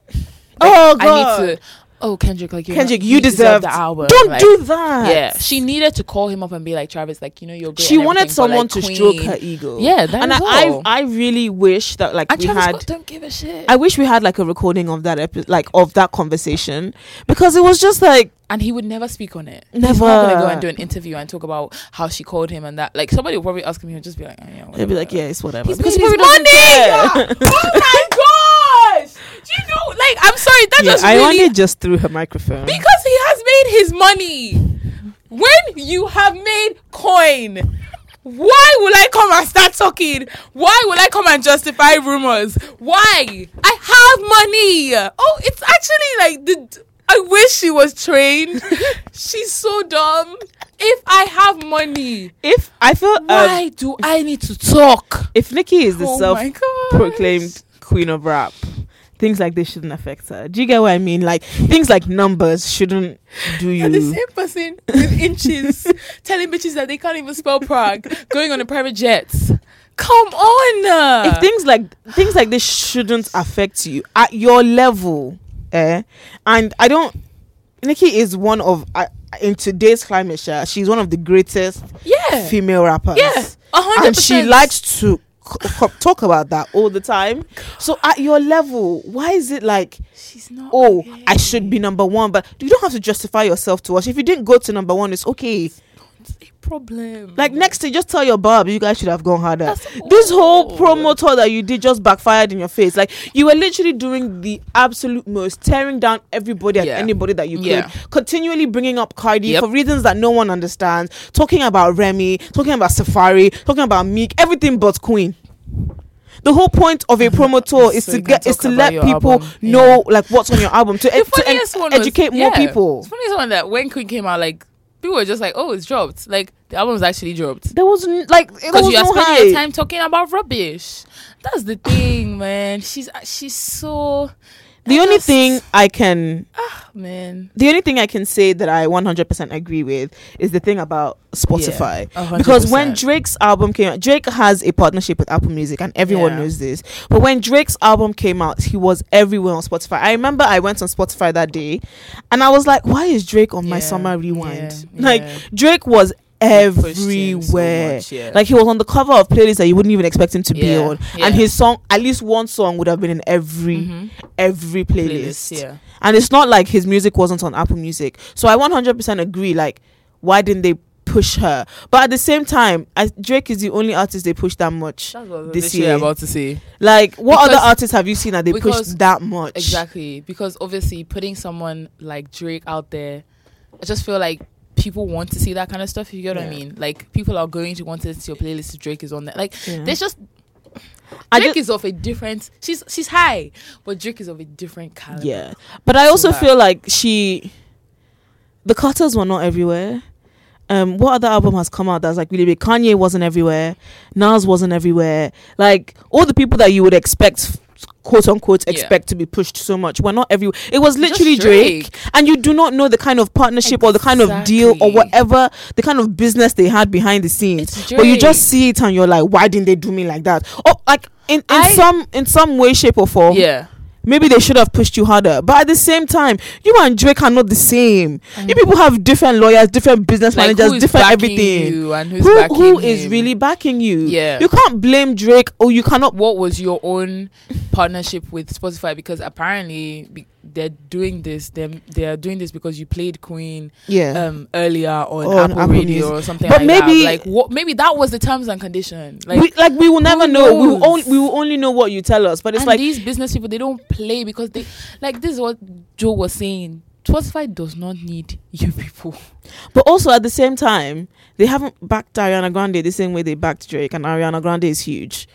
[SPEAKER 3] oh
[SPEAKER 2] I need to. Oh, Kendrick, like you're not-
[SPEAKER 3] Kendrick,
[SPEAKER 2] you
[SPEAKER 3] you deserved-
[SPEAKER 2] the album.
[SPEAKER 3] Don't
[SPEAKER 2] like,
[SPEAKER 3] do that.
[SPEAKER 2] Yeah, she needed to call him up and be like, Travis, like you know you're great.
[SPEAKER 3] She
[SPEAKER 2] and
[SPEAKER 3] wanted
[SPEAKER 2] everything, but,
[SPEAKER 3] someone
[SPEAKER 2] like,
[SPEAKER 3] to
[SPEAKER 2] Queen-
[SPEAKER 3] stroke her ego.
[SPEAKER 2] Yeah, that
[SPEAKER 3] and
[SPEAKER 2] as
[SPEAKER 3] I,
[SPEAKER 2] well.
[SPEAKER 3] I, I really wish that like
[SPEAKER 2] And
[SPEAKER 3] we
[SPEAKER 2] Travis
[SPEAKER 3] had.
[SPEAKER 2] Scott don't give a shit.
[SPEAKER 3] I wish we had like a recording of that epi- like of that conversation because it was just like
[SPEAKER 2] and he would never speak on it. He's
[SPEAKER 3] Never.
[SPEAKER 2] not gonna go and do an interview and talk about how she called him and that. Like somebody will probably ask him, he'll just be like, oh, yeah,
[SPEAKER 3] it'd
[SPEAKER 2] whatever,
[SPEAKER 3] be like
[SPEAKER 2] whatever.
[SPEAKER 3] yeah it's whatever
[SPEAKER 2] He's
[SPEAKER 3] because
[SPEAKER 2] made his
[SPEAKER 3] people doesn't
[SPEAKER 2] money!
[SPEAKER 3] care.
[SPEAKER 2] oh my gosh! Do you know? Like, I'm sorry, that
[SPEAKER 3] Yeah,
[SPEAKER 2] just
[SPEAKER 3] I
[SPEAKER 2] really
[SPEAKER 3] only just threw her microphone.
[SPEAKER 2] because he has made his money. When you have made coin, why will I come and start talking? Why will I come and justify rumors? Why? I have money. Oh, it's actually like the. I wish she was trained. She's so dumb. If I have money,
[SPEAKER 3] if I feel um,
[SPEAKER 2] why do I need to talk?
[SPEAKER 3] if Nikki is the
[SPEAKER 2] Oh my god!
[SPEAKER 3] self-proclaimed queen of rap. Things like this shouldn't affect her. Do you get what I mean? Like things like numbers shouldn't do you.
[SPEAKER 2] And the same person with inches telling bitches that they can't even spell Prague, going on a private jet. Come on.
[SPEAKER 3] if things like things like this shouldn't affect you at your level eh and i don't nikki is one of I in today's climate Sha, she's one of the greatest
[SPEAKER 2] yeah.
[SPEAKER 3] female rappers
[SPEAKER 2] Yeah. A hundred
[SPEAKER 3] and she
[SPEAKER 2] percent.
[SPEAKER 3] likes to c- c- talk about that all the time. So at your level, why is it like
[SPEAKER 2] She's not.
[SPEAKER 3] oh, I should be number one, but you don't have to justify yourself to us. If you didn't go to number one, it's okay.
[SPEAKER 2] a problem.
[SPEAKER 3] Like next thing, just tell your barb you guys should have gone harder.
[SPEAKER 2] That's
[SPEAKER 3] this whole
[SPEAKER 2] all.
[SPEAKER 3] promo tour that you did just backfired in your face. Like you were literally doing the absolute most, tearing down everybody and
[SPEAKER 2] Yeah.
[SPEAKER 3] anybody that you could,
[SPEAKER 2] Yeah.
[SPEAKER 3] continually bringing up Cardi
[SPEAKER 2] Yep.
[SPEAKER 3] for reasons that no one understands, talking about Remy, talking about Safari, talking about Meek, everything but Queen. The whole point of a promo tour is
[SPEAKER 2] So
[SPEAKER 3] to
[SPEAKER 2] you can
[SPEAKER 3] get is
[SPEAKER 2] talk
[SPEAKER 3] to
[SPEAKER 2] about
[SPEAKER 3] let
[SPEAKER 2] your
[SPEAKER 3] people
[SPEAKER 2] album.
[SPEAKER 3] know like what's on your album to,
[SPEAKER 2] the
[SPEAKER 3] ed- to en-
[SPEAKER 2] funniest one was-
[SPEAKER 3] educate more
[SPEAKER 2] yeah.
[SPEAKER 3] people.
[SPEAKER 2] The funniest one that when Queen came out, like people were just like, "Oh, it's dropped." Like the album's actually dropped
[SPEAKER 3] There was n- like there
[SPEAKER 2] because
[SPEAKER 3] was
[SPEAKER 2] you are
[SPEAKER 3] no
[SPEAKER 2] spending
[SPEAKER 3] hype.
[SPEAKER 2] your time talking about rubbish. That's the thing, man. She's she's so. I
[SPEAKER 3] The only
[SPEAKER 2] just-
[SPEAKER 3] thing I can
[SPEAKER 2] man.
[SPEAKER 3] the only thing I can say that I 100% agree with is the thing about Spotify.
[SPEAKER 2] Yeah, 100%.
[SPEAKER 3] because when Drake's album came out, Drake has a partnership with Apple Music and everyone
[SPEAKER 2] Yeah.
[SPEAKER 3] knows this. But when Drake's album came out, he was everywhere on Spotify. I remember I went on Spotify that day and I was like, why is Drake on my
[SPEAKER 2] Yeah,
[SPEAKER 3] summer rewind?
[SPEAKER 2] yeah,
[SPEAKER 3] Like,
[SPEAKER 2] yeah.
[SPEAKER 3] Drake was
[SPEAKER 2] They pushed him so
[SPEAKER 3] everywhere.
[SPEAKER 2] much, yeah.
[SPEAKER 3] Like, he was on the cover of playlists that you wouldn't even expect him to be
[SPEAKER 2] Yeah,
[SPEAKER 3] on.
[SPEAKER 2] yeah.
[SPEAKER 3] And his song, at least one song, would have been in every,
[SPEAKER 2] Mhm.
[SPEAKER 3] every playlist.
[SPEAKER 2] Playlist, yeah.
[SPEAKER 3] And it's not like his music wasn't on Apple Music. So I 100% agree. Like, why didn't they push her? But at the same time, I, Drake is the only artist they pushed that much
[SPEAKER 2] That's what I was
[SPEAKER 3] this
[SPEAKER 2] literally
[SPEAKER 3] year.
[SPEAKER 2] about to say.
[SPEAKER 3] like, what
[SPEAKER 2] Because-
[SPEAKER 3] other artists have you seen that they
[SPEAKER 2] because-
[SPEAKER 3] pushed that much?
[SPEAKER 2] Exactly, because obviously putting someone like Drake out there, I just feel like people want to see that kind of stuff. You get what I mean? Like people are going to want to see your playlist if Drake is on there. Like
[SPEAKER 3] Yeah.
[SPEAKER 2] there's just Drake
[SPEAKER 3] I just,
[SPEAKER 2] is of a different. She's she's high, but Drake is of a different caliber.
[SPEAKER 3] yeah. But I also
[SPEAKER 2] that.
[SPEAKER 3] feel like she, the Carters were not everywhere. Um, what other album has come out that's like really big? Kanye wasn't everywhere. Nas wasn't everywhere. Like all the people that you would expect, quote unquote,
[SPEAKER 2] Yeah.
[SPEAKER 3] expect to be pushed so much were not everywhere. It was
[SPEAKER 2] Just
[SPEAKER 3] literally Drake. and you do not know the kind of partnership or the kind of deal or
[SPEAKER 2] Exactly.
[SPEAKER 3] whatever the kind of business they had behind the scenes
[SPEAKER 2] It's
[SPEAKER 3] but you
[SPEAKER 2] Drake.
[SPEAKER 3] just see it and you're like why didn't they do me like that or like in, in
[SPEAKER 2] I-
[SPEAKER 3] some in some way shape or form
[SPEAKER 2] Yeah,
[SPEAKER 3] maybe they should have pushed you harder but at the same time you and drake are not the same you people have different lawyers different business
[SPEAKER 2] Mm. Like, who
[SPEAKER 3] managers
[SPEAKER 2] is
[SPEAKER 3] different
[SPEAKER 2] backing
[SPEAKER 3] everything
[SPEAKER 2] you and who's
[SPEAKER 3] who,
[SPEAKER 2] backing
[SPEAKER 3] who is
[SPEAKER 2] him?
[SPEAKER 3] really backing you
[SPEAKER 2] Yeah.
[SPEAKER 3] you can't blame drake or you cannot
[SPEAKER 2] what was your own partnership with Spotify? Because apparently be, they're doing this. Them they are doing this because you played Queen
[SPEAKER 3] yeah
[SPEAKER 2] um earlier on,
[SPEAKER 3] Or on
[SPEAKER 2] Apple,
[SPEAKER 3] Apple
[SPEAKER 2] Radio
[SPEAKER 3] Music.
[SPEAKER 2] or something.
[SPEAKER 3] But
[SPEAKER 2] like
[SPEAKER 3] maybe-
[SPEAKER 2] that. like what maybe that was the terms and condition. Like
[SPEAKER 3] we, like we will never know. We will,
[SPEAKER 2] knows?
[SPEAKER 3] only, we will only know what you tell us. But it's
[SPEAKER 2] and
[SPEAKER 3] like
[SPEAKER 2] these business people they don't play because they like this is what Joe was saying. Spotify does not need you people.
[SPEAKER 3] But also at the same time, they haven't backed Ariana Grande the same way they backed Drake, and Ariana Grande is huge.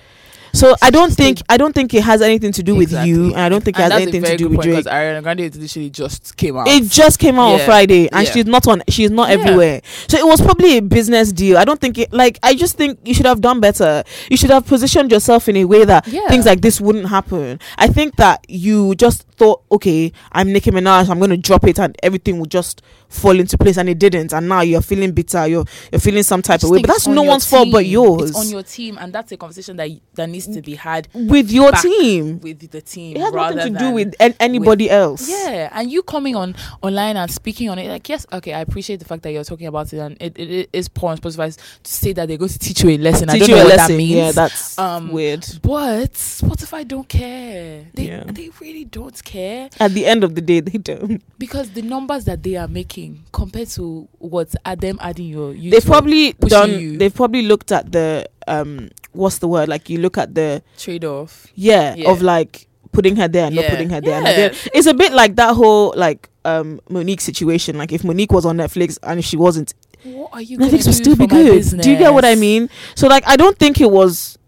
[SPEAKER 3] So I don't
[SPEAKER 2] just
[SPEAKER 3] think I don't think it has anything to do
[SPEAKER 2] Exactly.
[SPEAKER 3] with you, and I don't think it
[SPEAKER 2] And
[SPEAKER 3] has
[SPEAKER 2] that's a
[SPEAKER 3] anything
[SPEAKER 2] very
[SPEAKER 3] to do
[SPEAKER 2] good
[SPEAKER 3] with
[SPEAKER 2] point
[SPEAKER 3] Drake.
[SPEAKER 2] 'cause Ariana Grande literally just came out.
[SPEAKER 3] It just came out on
[SPEAKER 2] Yeah.
[SPEAKER 3] Friday, and
[SPEAKER 2] Yeah.
[SPEAKER 3] she's not on. She's not
[SPEAKER 2] Yeah.
[SPEAKER 3] everywhere. So it was probably a business deal. I don't think it. Like I just think you should have done better. You should have positioned yourself in a way that
[SPEAKER 2] Yeah.
[SPEAKER 3] things like this wouldn't happen. I think that you just thought, okay, I'm Nicki Minaj. I'm going to drop it, and everything will just fall into place, and it didn't. And now you're feeling bitter. You're you're feeling some type of
[SPEAKER 2] Just
[SPEAKER 3] way,
[SPEAKER 2] think
[SPEAKER 3] but that's
[SPEAKER 2] it's on
[SPEAKER 3] no
[SPEAKER 2] your
[SPEAKER 3] one's fault but
[SPEAKER 2] team.
[SPEAKER 3] yours.
[SPEAKER 2] It's on your team, and that's a conversation that that needs to be had
[SPEAKER 3] with your
[SPEAKER 2] back
[SPEAKER 3] team.
[SPEAKER 2] with the team.
[SPEAKER 3] It has
[SPEAKER 2] rather
[SPEAKER 3] nothing to do
[SPEAKER 2] than-
[SPEAKER 3] with an- anybody else.
[SPEAKER 2] Yeah, and you coming on online and speaking on it, like yes, okay, I appreciate the fact that you're talking about it, and it, it, it is poor on Spotify to say that they're going to teach you a lesson. I
[SPEAKER 3] Teach
[SPEAKER 2] don't
[SPEAKER 3] you
[SPEAKER 2] know
[SPEAKER 3] a
[SPEAKER 2] what
[SPEAKER 3] lesson.
[SPEAKER 2] that means.
[SPEAKER 3] Yeah, that's
[SPEAKER 2] Um,
[SPEAKER 3] weird.
[SPEAKER 2] but Spotify don't care. They
[SPEAKER 3] Yeah.
[SPEAKER 2] they really don't care
[SPEAKER 3] At the end of the day, they don't.
[SPEAKER 2] because the numbers that they are making compared to what are them adding your YouTube,
[SPEAKER 3] they've probably
[SPEAKER 2] pushing
[SPEAKER 3] done
[SPEAKER 2] you.
[SPEAKER 3] they've probably looked at the um what's the word like you look at the
[SPEAKER 2] trade off.
[SPEAKER 3] yeah,
[SPEAKER 2] Yeah.
[SPEAKER 3] of like putting her there and not
[SPEAKER 2] Yeah.
[SPEAKER 3] putting her there, and
[SPEAKER 2] Yeah.
[SPEAKER 3] there. it's a bit like that whole like um monique situation like if monique was on netflix and if she wasn't
[SPEAKER 2] What are you?
[SPEAKER 3] netflix
[SPEAKER 2] gonna
[SPEAKER 3] would
[SPEAKER 2] do
[SPEAKER 3] still be
[SPEAKER 2] for my
[SPEAKER 3] good do you get what i
[SPEAKER 2] business?
[SPEAKER 3] mean so like i don't think it was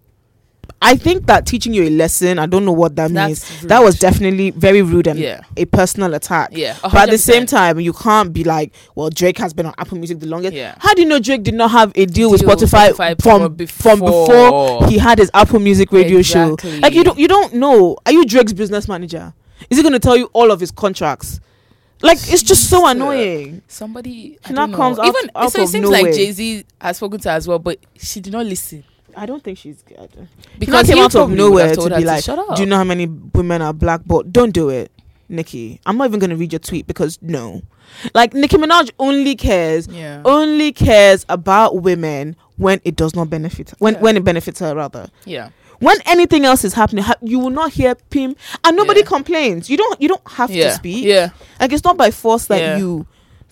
[SPEAKER 3] i think that teaching you a lesson i don't know what that means
[SPEAKER 2] That's
[SPEAKER 3] that was
[SPEAKER 2] rude.
[SPEAKER 3] definitely very rude and
[SPEAKER 2] Yeah.
[SPEAKER 3] a personal attack
[SPEAKER 2] yeah.
[SPEAKER 3] but at the
[SPEAKER 2] 100%.
[SPEAKER 3] same time, you can't be like, well, Drake has been on Apple Music the longest.
[SPEAKER 2] Yeah.
[SPEAKER 3] How do you know Drake did not have a deal, with
[SPEAKER 2] Deal with
[SPEAKER 3] Spotify,
[SPEAKER 2] Spotify
[SPEAKER 3] from
[SPEAKER 2] before-
[SPEAKER 3] from before he had his Apple Music radio show?
[SPEAKER 2] Exactly.
[SPEAKER 3] Like you don't you don't know. Are you Drake's business manager? Is he going to tell you all of his contracts? Like it's just so
[SPEAKER 2] Jesus.
[SPEAKER 3] annoying.
[SPEAKER 2] somebody I
[SPEAKER 3] She now
[SPEAKER 2] don't know.
[SPEAKER 3] comes out-
[SPEAKER 2] even
[SPEAKER 3] out
[SPEAKER 2] so it
[SPEAKER 3] of
[SPEAKER 2] seems
[SPEAKER 3] nowhere.
[SPEAKER 2] like Jay Z has spoken to her as well, but she did not listen
[SPEAKER 3] I don't think she's good.
[SPEAKER 2] because
[SPEAKER 3] Because came
[SPEAKER 2] he
[SPEAKER 3] out of
[SPEAKER 2] probably would
[SPEAKER 3] nowhere
[SPEAKER 2] have
[SPEAKER 3] to
[SPEAKER 2] told her
[SPEAKER 3] be like,
[SPEAKER 2] shut up.
[SPEAKER 3] do you know how many women are black? But don't do it, Nikki. I'm not even going to read your tweet because no. Like Nicki Minaj only cares
[SPEAKER 2] yeah.
[SPEAKER 3] only cares about women when it does not benefit when
[SPEAKER 2] Yeah.
[SPEAKER 3] when it benefits her rather
[SPEAKER 2] Yeah.
[SPEAKER 3] when anything else is happening ha- you will not hear pim and nobody
[SPEAKER 2] Yeah.
[SPEAKER 3] complains you don't you don't have
[SPEAKER 2] Yeah.
[SPEAKER 3] to speak
[SPEAKER 2] Yeah.
[SPEAKER 3] like it's not by force that
[SPEAKER 2] Yeah.
[SPEAKER 3] you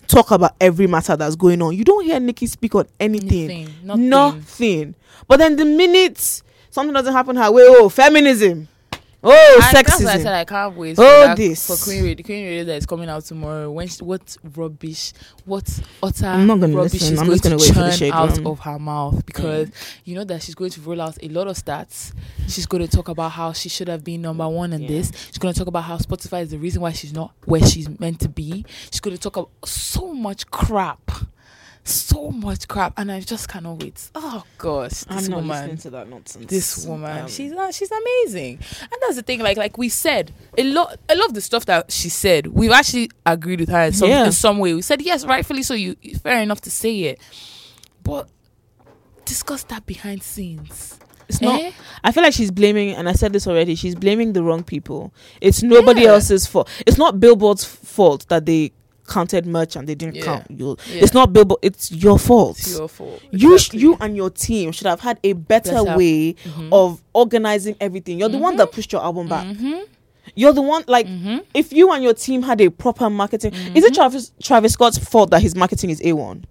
[SPEAKER 3] talk about every matter that's going on you don't hear nikki speak on anything
[SPEAKER 2] Nothing.
[SPEAKER 3] nothing,
[SPEAKER 2] Nothing.
[SPEAKER 3] but then the minute something doesn't happen her way oh feminism oh
[SPEAKER 2] I- That's why I
[SPEAKER 3] sexism
[SPEAKER 2] said I can't wait.
[SPEAKER 3] Oh,
[SPEAKER 2] for that,
[SPEAKER 3] this.
[SPEAKER 2] for Queen Ra- Queen Ra- that is coming out tomorrow. When she, what rubbish, what utter
[SPEAKER 3] I'm not gonna
[SPEAKER 2] rubbish
[SPEAKER 3] listen.
[SPEAKER 2] is
[SPEAKER 3] I'm
[SPEAKER 2] going
[SPEAKER 3] just gonna
[SPEAKER 2] to
[SPEAKER 3] wait for the
[SPEAKER 2] churn
[SPEAKER 3] shade
[SPEAKER 2] out
[SPEAKER 3] room. Mm.
[SPEAKER 2] of her mouth because you know that she's going to roll out a lot of stats. She's going to talk about how she should have been number one in this. She's going to talk about how Spotify is the reason why she's not where she's meant to be. She's going to talk about so much crap. So much crap, and I just cannot wait. Oh gosh, this
[SPEAKER 3] I'm not
[SPEAKER 2] woman
[SPEAKER 3] listening to that nonsense.
[SPEAKER 2] this woman
[SPEAKER 3] Um,
[SPEAKER 2] she's uh, she's amazing and that's the thing like like we said a lot a lot of the stuff that she said we've actually agreed with her in some,
[SPEAKER 3] Yeah.
[SPEAKER 2] in some way we said yes rightfully so you fair enough to say it but discuss that behind scenes
[SPEAKER 3] It's not.
[SPEAKER 2] Eh?
[SPEAKER 3] I feel like she's blaming, and I said this already. She's blaming the wrong people. It's nobody
[SPEAKER 2] Yeah.
[SPEAKER 3] else's fault. It's not Billboard's fault that they counted merch and they didn't
[SPEAKER 2] Yeah.
[SPEAKER 3] count you.
[SPEAKER 2] Yeah.
[SPEAKER 3] It's not Billboard. It's your fault.
[SPEAKER 2] it's your fault
[SPEAKER 3] you, sh-
[SPEAKER 2] Exactly.
[SPEAKER 3] you and your team should have had a better
[SPEAKER 2] Better. Mm-hmm.
[SPEAKER 3] way of organizing everything. You're the one that pushed your album back.
[SPEAKER 2] Mm-hmm.
[SPEAKER 3] You're the one like if you and your team had a proper marketing. Is
[SPEAKER 2] Mm-hmm.
[SPEAKER 3] it Travis Travis Scott's fault that his marketing is a one?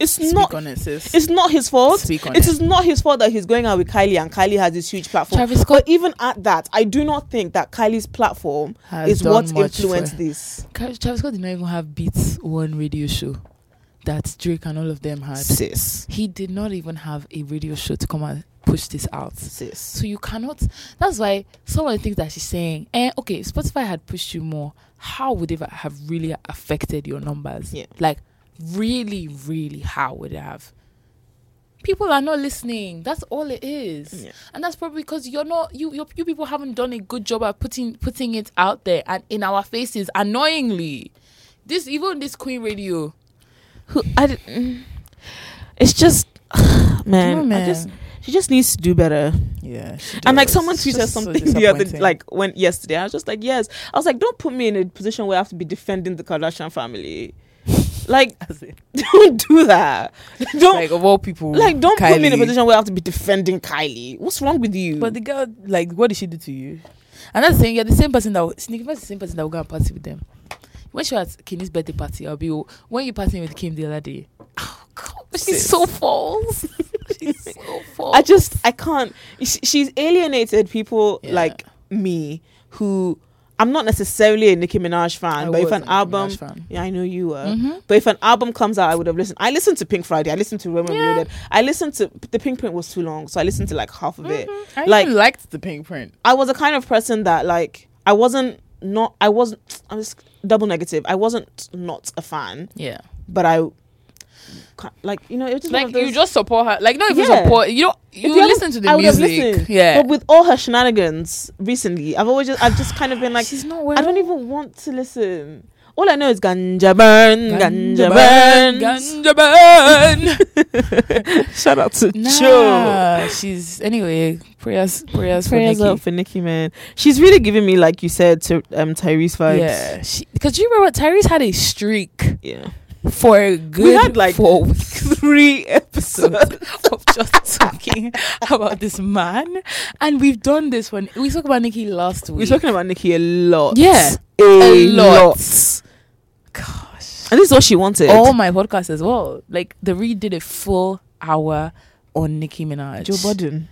[SPEAKER 3] It's
[SPEAKER 2] speak
[SPEAKER 3] not
[SPEAKER 2] on it sis
[SPEAKER 3] it's not his fault.
[SPEAKER 2] Speak on
[SPEAKER 3] it
[SPEAKER 2] it.
[SPEAKER 3] is not his fault that he's going out with Kylie and Kylie has this huge platform.
[SPEAKER 2] Travis Scott-
[SPEAKER 3] But even at that, I do not think that Kylie's platform
[SPEAKER 2] Has
[SPEAKER 3] is
[SPEAKER 2] done
[SPEAKER 3] what
[SPEAKER 2] much
[SPEAKER 3] influenced
[SPEAKER 2] for-
[SPEAKER 3] this.
[SPEAKER 2] Tra- Travis Scott did not even have Beats One radio show that Drake and all of them had
[SPEAKER 3] Sis.
[SPEAKER 2] he did not even have a radio show to come and push this out
[SPEAKER 3] Sis.
[SPEAKER 2] So you cannot. That's why someone thinks that she's saying, eh, okay, Spotify had pushed you more. How would it have really affected your numbers?
[SPEAKER 3] Yeah.
[SPEAKER 2] Like, really, really, how would it have? People are not listening. That's all it is,
[SPEAKER 3] Yeah.
[SPEAKER 2] and that's probably because you're not you, you. You people haven't done a good job at putting putting it out there and in our faces. Annoyingly, this even this Queen Radio.
[SPEAKER 3] Who I d- mm. it's just man,
[SPEAKER 2] Come on,
[SPEAKER 3] I just
[SPEAKER 2] man.
[SPEAKER 3] she just needs to do better.
[SPEAKER 2] Yeah,
[SPEAKER 3] And like someone tweeted something the other like when yesterday. I was just like, yes. I was like, don't put me in a position where I have to be defending the Kardashian family. Like, don't do that. Don't
[SPEAKER 8] like of all people,
[SPEAKER 3] like don't put me in a
[SPEAKER 8] Kylie.
[SPEAKER 3] position where I have to be defending Kylie. What's wrong with you?
[SPEAKER 8] But the girl, like, what did she do to you?
[SPEAKER 2] And that's the thing, you're the same person that will, Nicki Minaj is the same person that will go and party with them. When she was at Kenny's birthday party, I'll be when you partying with Kim the other day. Oh God, she's
[SPEAKER 3] Sis.
[SPEAKER 2] so false. she's so false.
[SPEAKER 3] I just I can't. Sh- She's alienated people
[SPEAKER 2] Yeah.
[SPEAKER 3] like me who I'm not necessarily a Nicki Minaj fan,
[SPEAKER 2] I
[SPEAKER 3] but if
[SPEAKER 2] was
[SPEAKER 3] an
[SPEAKER 2] a Nicki
[SPEAKER 3] album,
[SPEAKER 2] Minaj fan.
[SPEAKER 3] yeah, I know you were.
[SPEAKER 2] Mhm.
[SPEAKER 3] But if an album comes out, I would have listened. I listened to Pink Friday. I listened to Roman
[SPEAKER 2] Yeah.
[SPEAKER 3] Reloaded. I listened to the Pink Print was too long, so I listened to like half of it.
[SPEAKER 2] Mm-hmm.
[SPEAKER 8] I
[SPEAKER 3] Like-
[SPEAKER 8] like, even liked the pink print.
[SPEAKER 3] I was the kind of person that like I wasn't not. I wasn't. I was double negative. I wasn't not a fan,
[SPEAKER 2] yeah.
[SPEAKER 3] but I. can't- Like you know, it was just one
[SPEAKER 2] Like
[SPEAKER 3] of those,
[SPEAKER 2] you just support her. Like not even
[SPEAKER 3] Yeah.
[SPEAKER 2] support. You don't. You,
[SPEAKER 3] If you
[SPEAKER 2] listen
[SPEAKER 3] haven't-
[SPEAKER 2] to the
[SPEAKER 3] I would have
[SPEAKER 2] music.
[SPEAKER 3] listened.
[SPEAKER 2] Yeah.
[SPEAKER 3] But with all her shenanigans recently, I've always just I've just kind of been like
[SPEAKER 2] she's not well.
[SPEAKER 3] I don't even want to listen. All I know is ganja burn, ganja, burn.
[SPEAKER 2] Ganja burn.
[SPEAKER 3] Shout out to
[SPEAKER 2] Nah,
[SPEAKER 3] Joe.
[SPEAKER 2] she's anyway. Prayers, prayers,
[SPEAKER 3] Prayers
[SPEAKER 2] for Nicki.
[SPEAKER 3] up for Nicki, man. She's really giving me, like you said, to um Tyrese vibes.
[SPEAKER 2] Yeah, because you remember Tyrese had a streak
[SPEAKER 3] Yeah.
[SPEAKER 2] for a good
[SPEAKER 3] had, like,
[SPEAKER 2] four weeks.
[SPEAKER 3] Three
[SPEAKER 2] episode
[SPEAKER 3] episodes.
[SPEAKER 2] of just talking about this man, and we've done this one. We spoke about Nikki last
[SPEAKER 3] We're
[SPEAKER 2] week.
[SPEAKER 3] talking about Nicki a lot.
[SPEAKER 2] Yeah,
[SPEAKER 3] A,
[SPEAKER 2] a
[SPEAKER 3] lot.
[SPEAKER 2] lot. Gosh,
[SPEAKER 3] And this is what she wanted.
[SPEAKER 2] all Oh my podcasts as well. Like the Reed did a full hour on Nicki Minaj,
[SPEAKER 3] Joe Budden.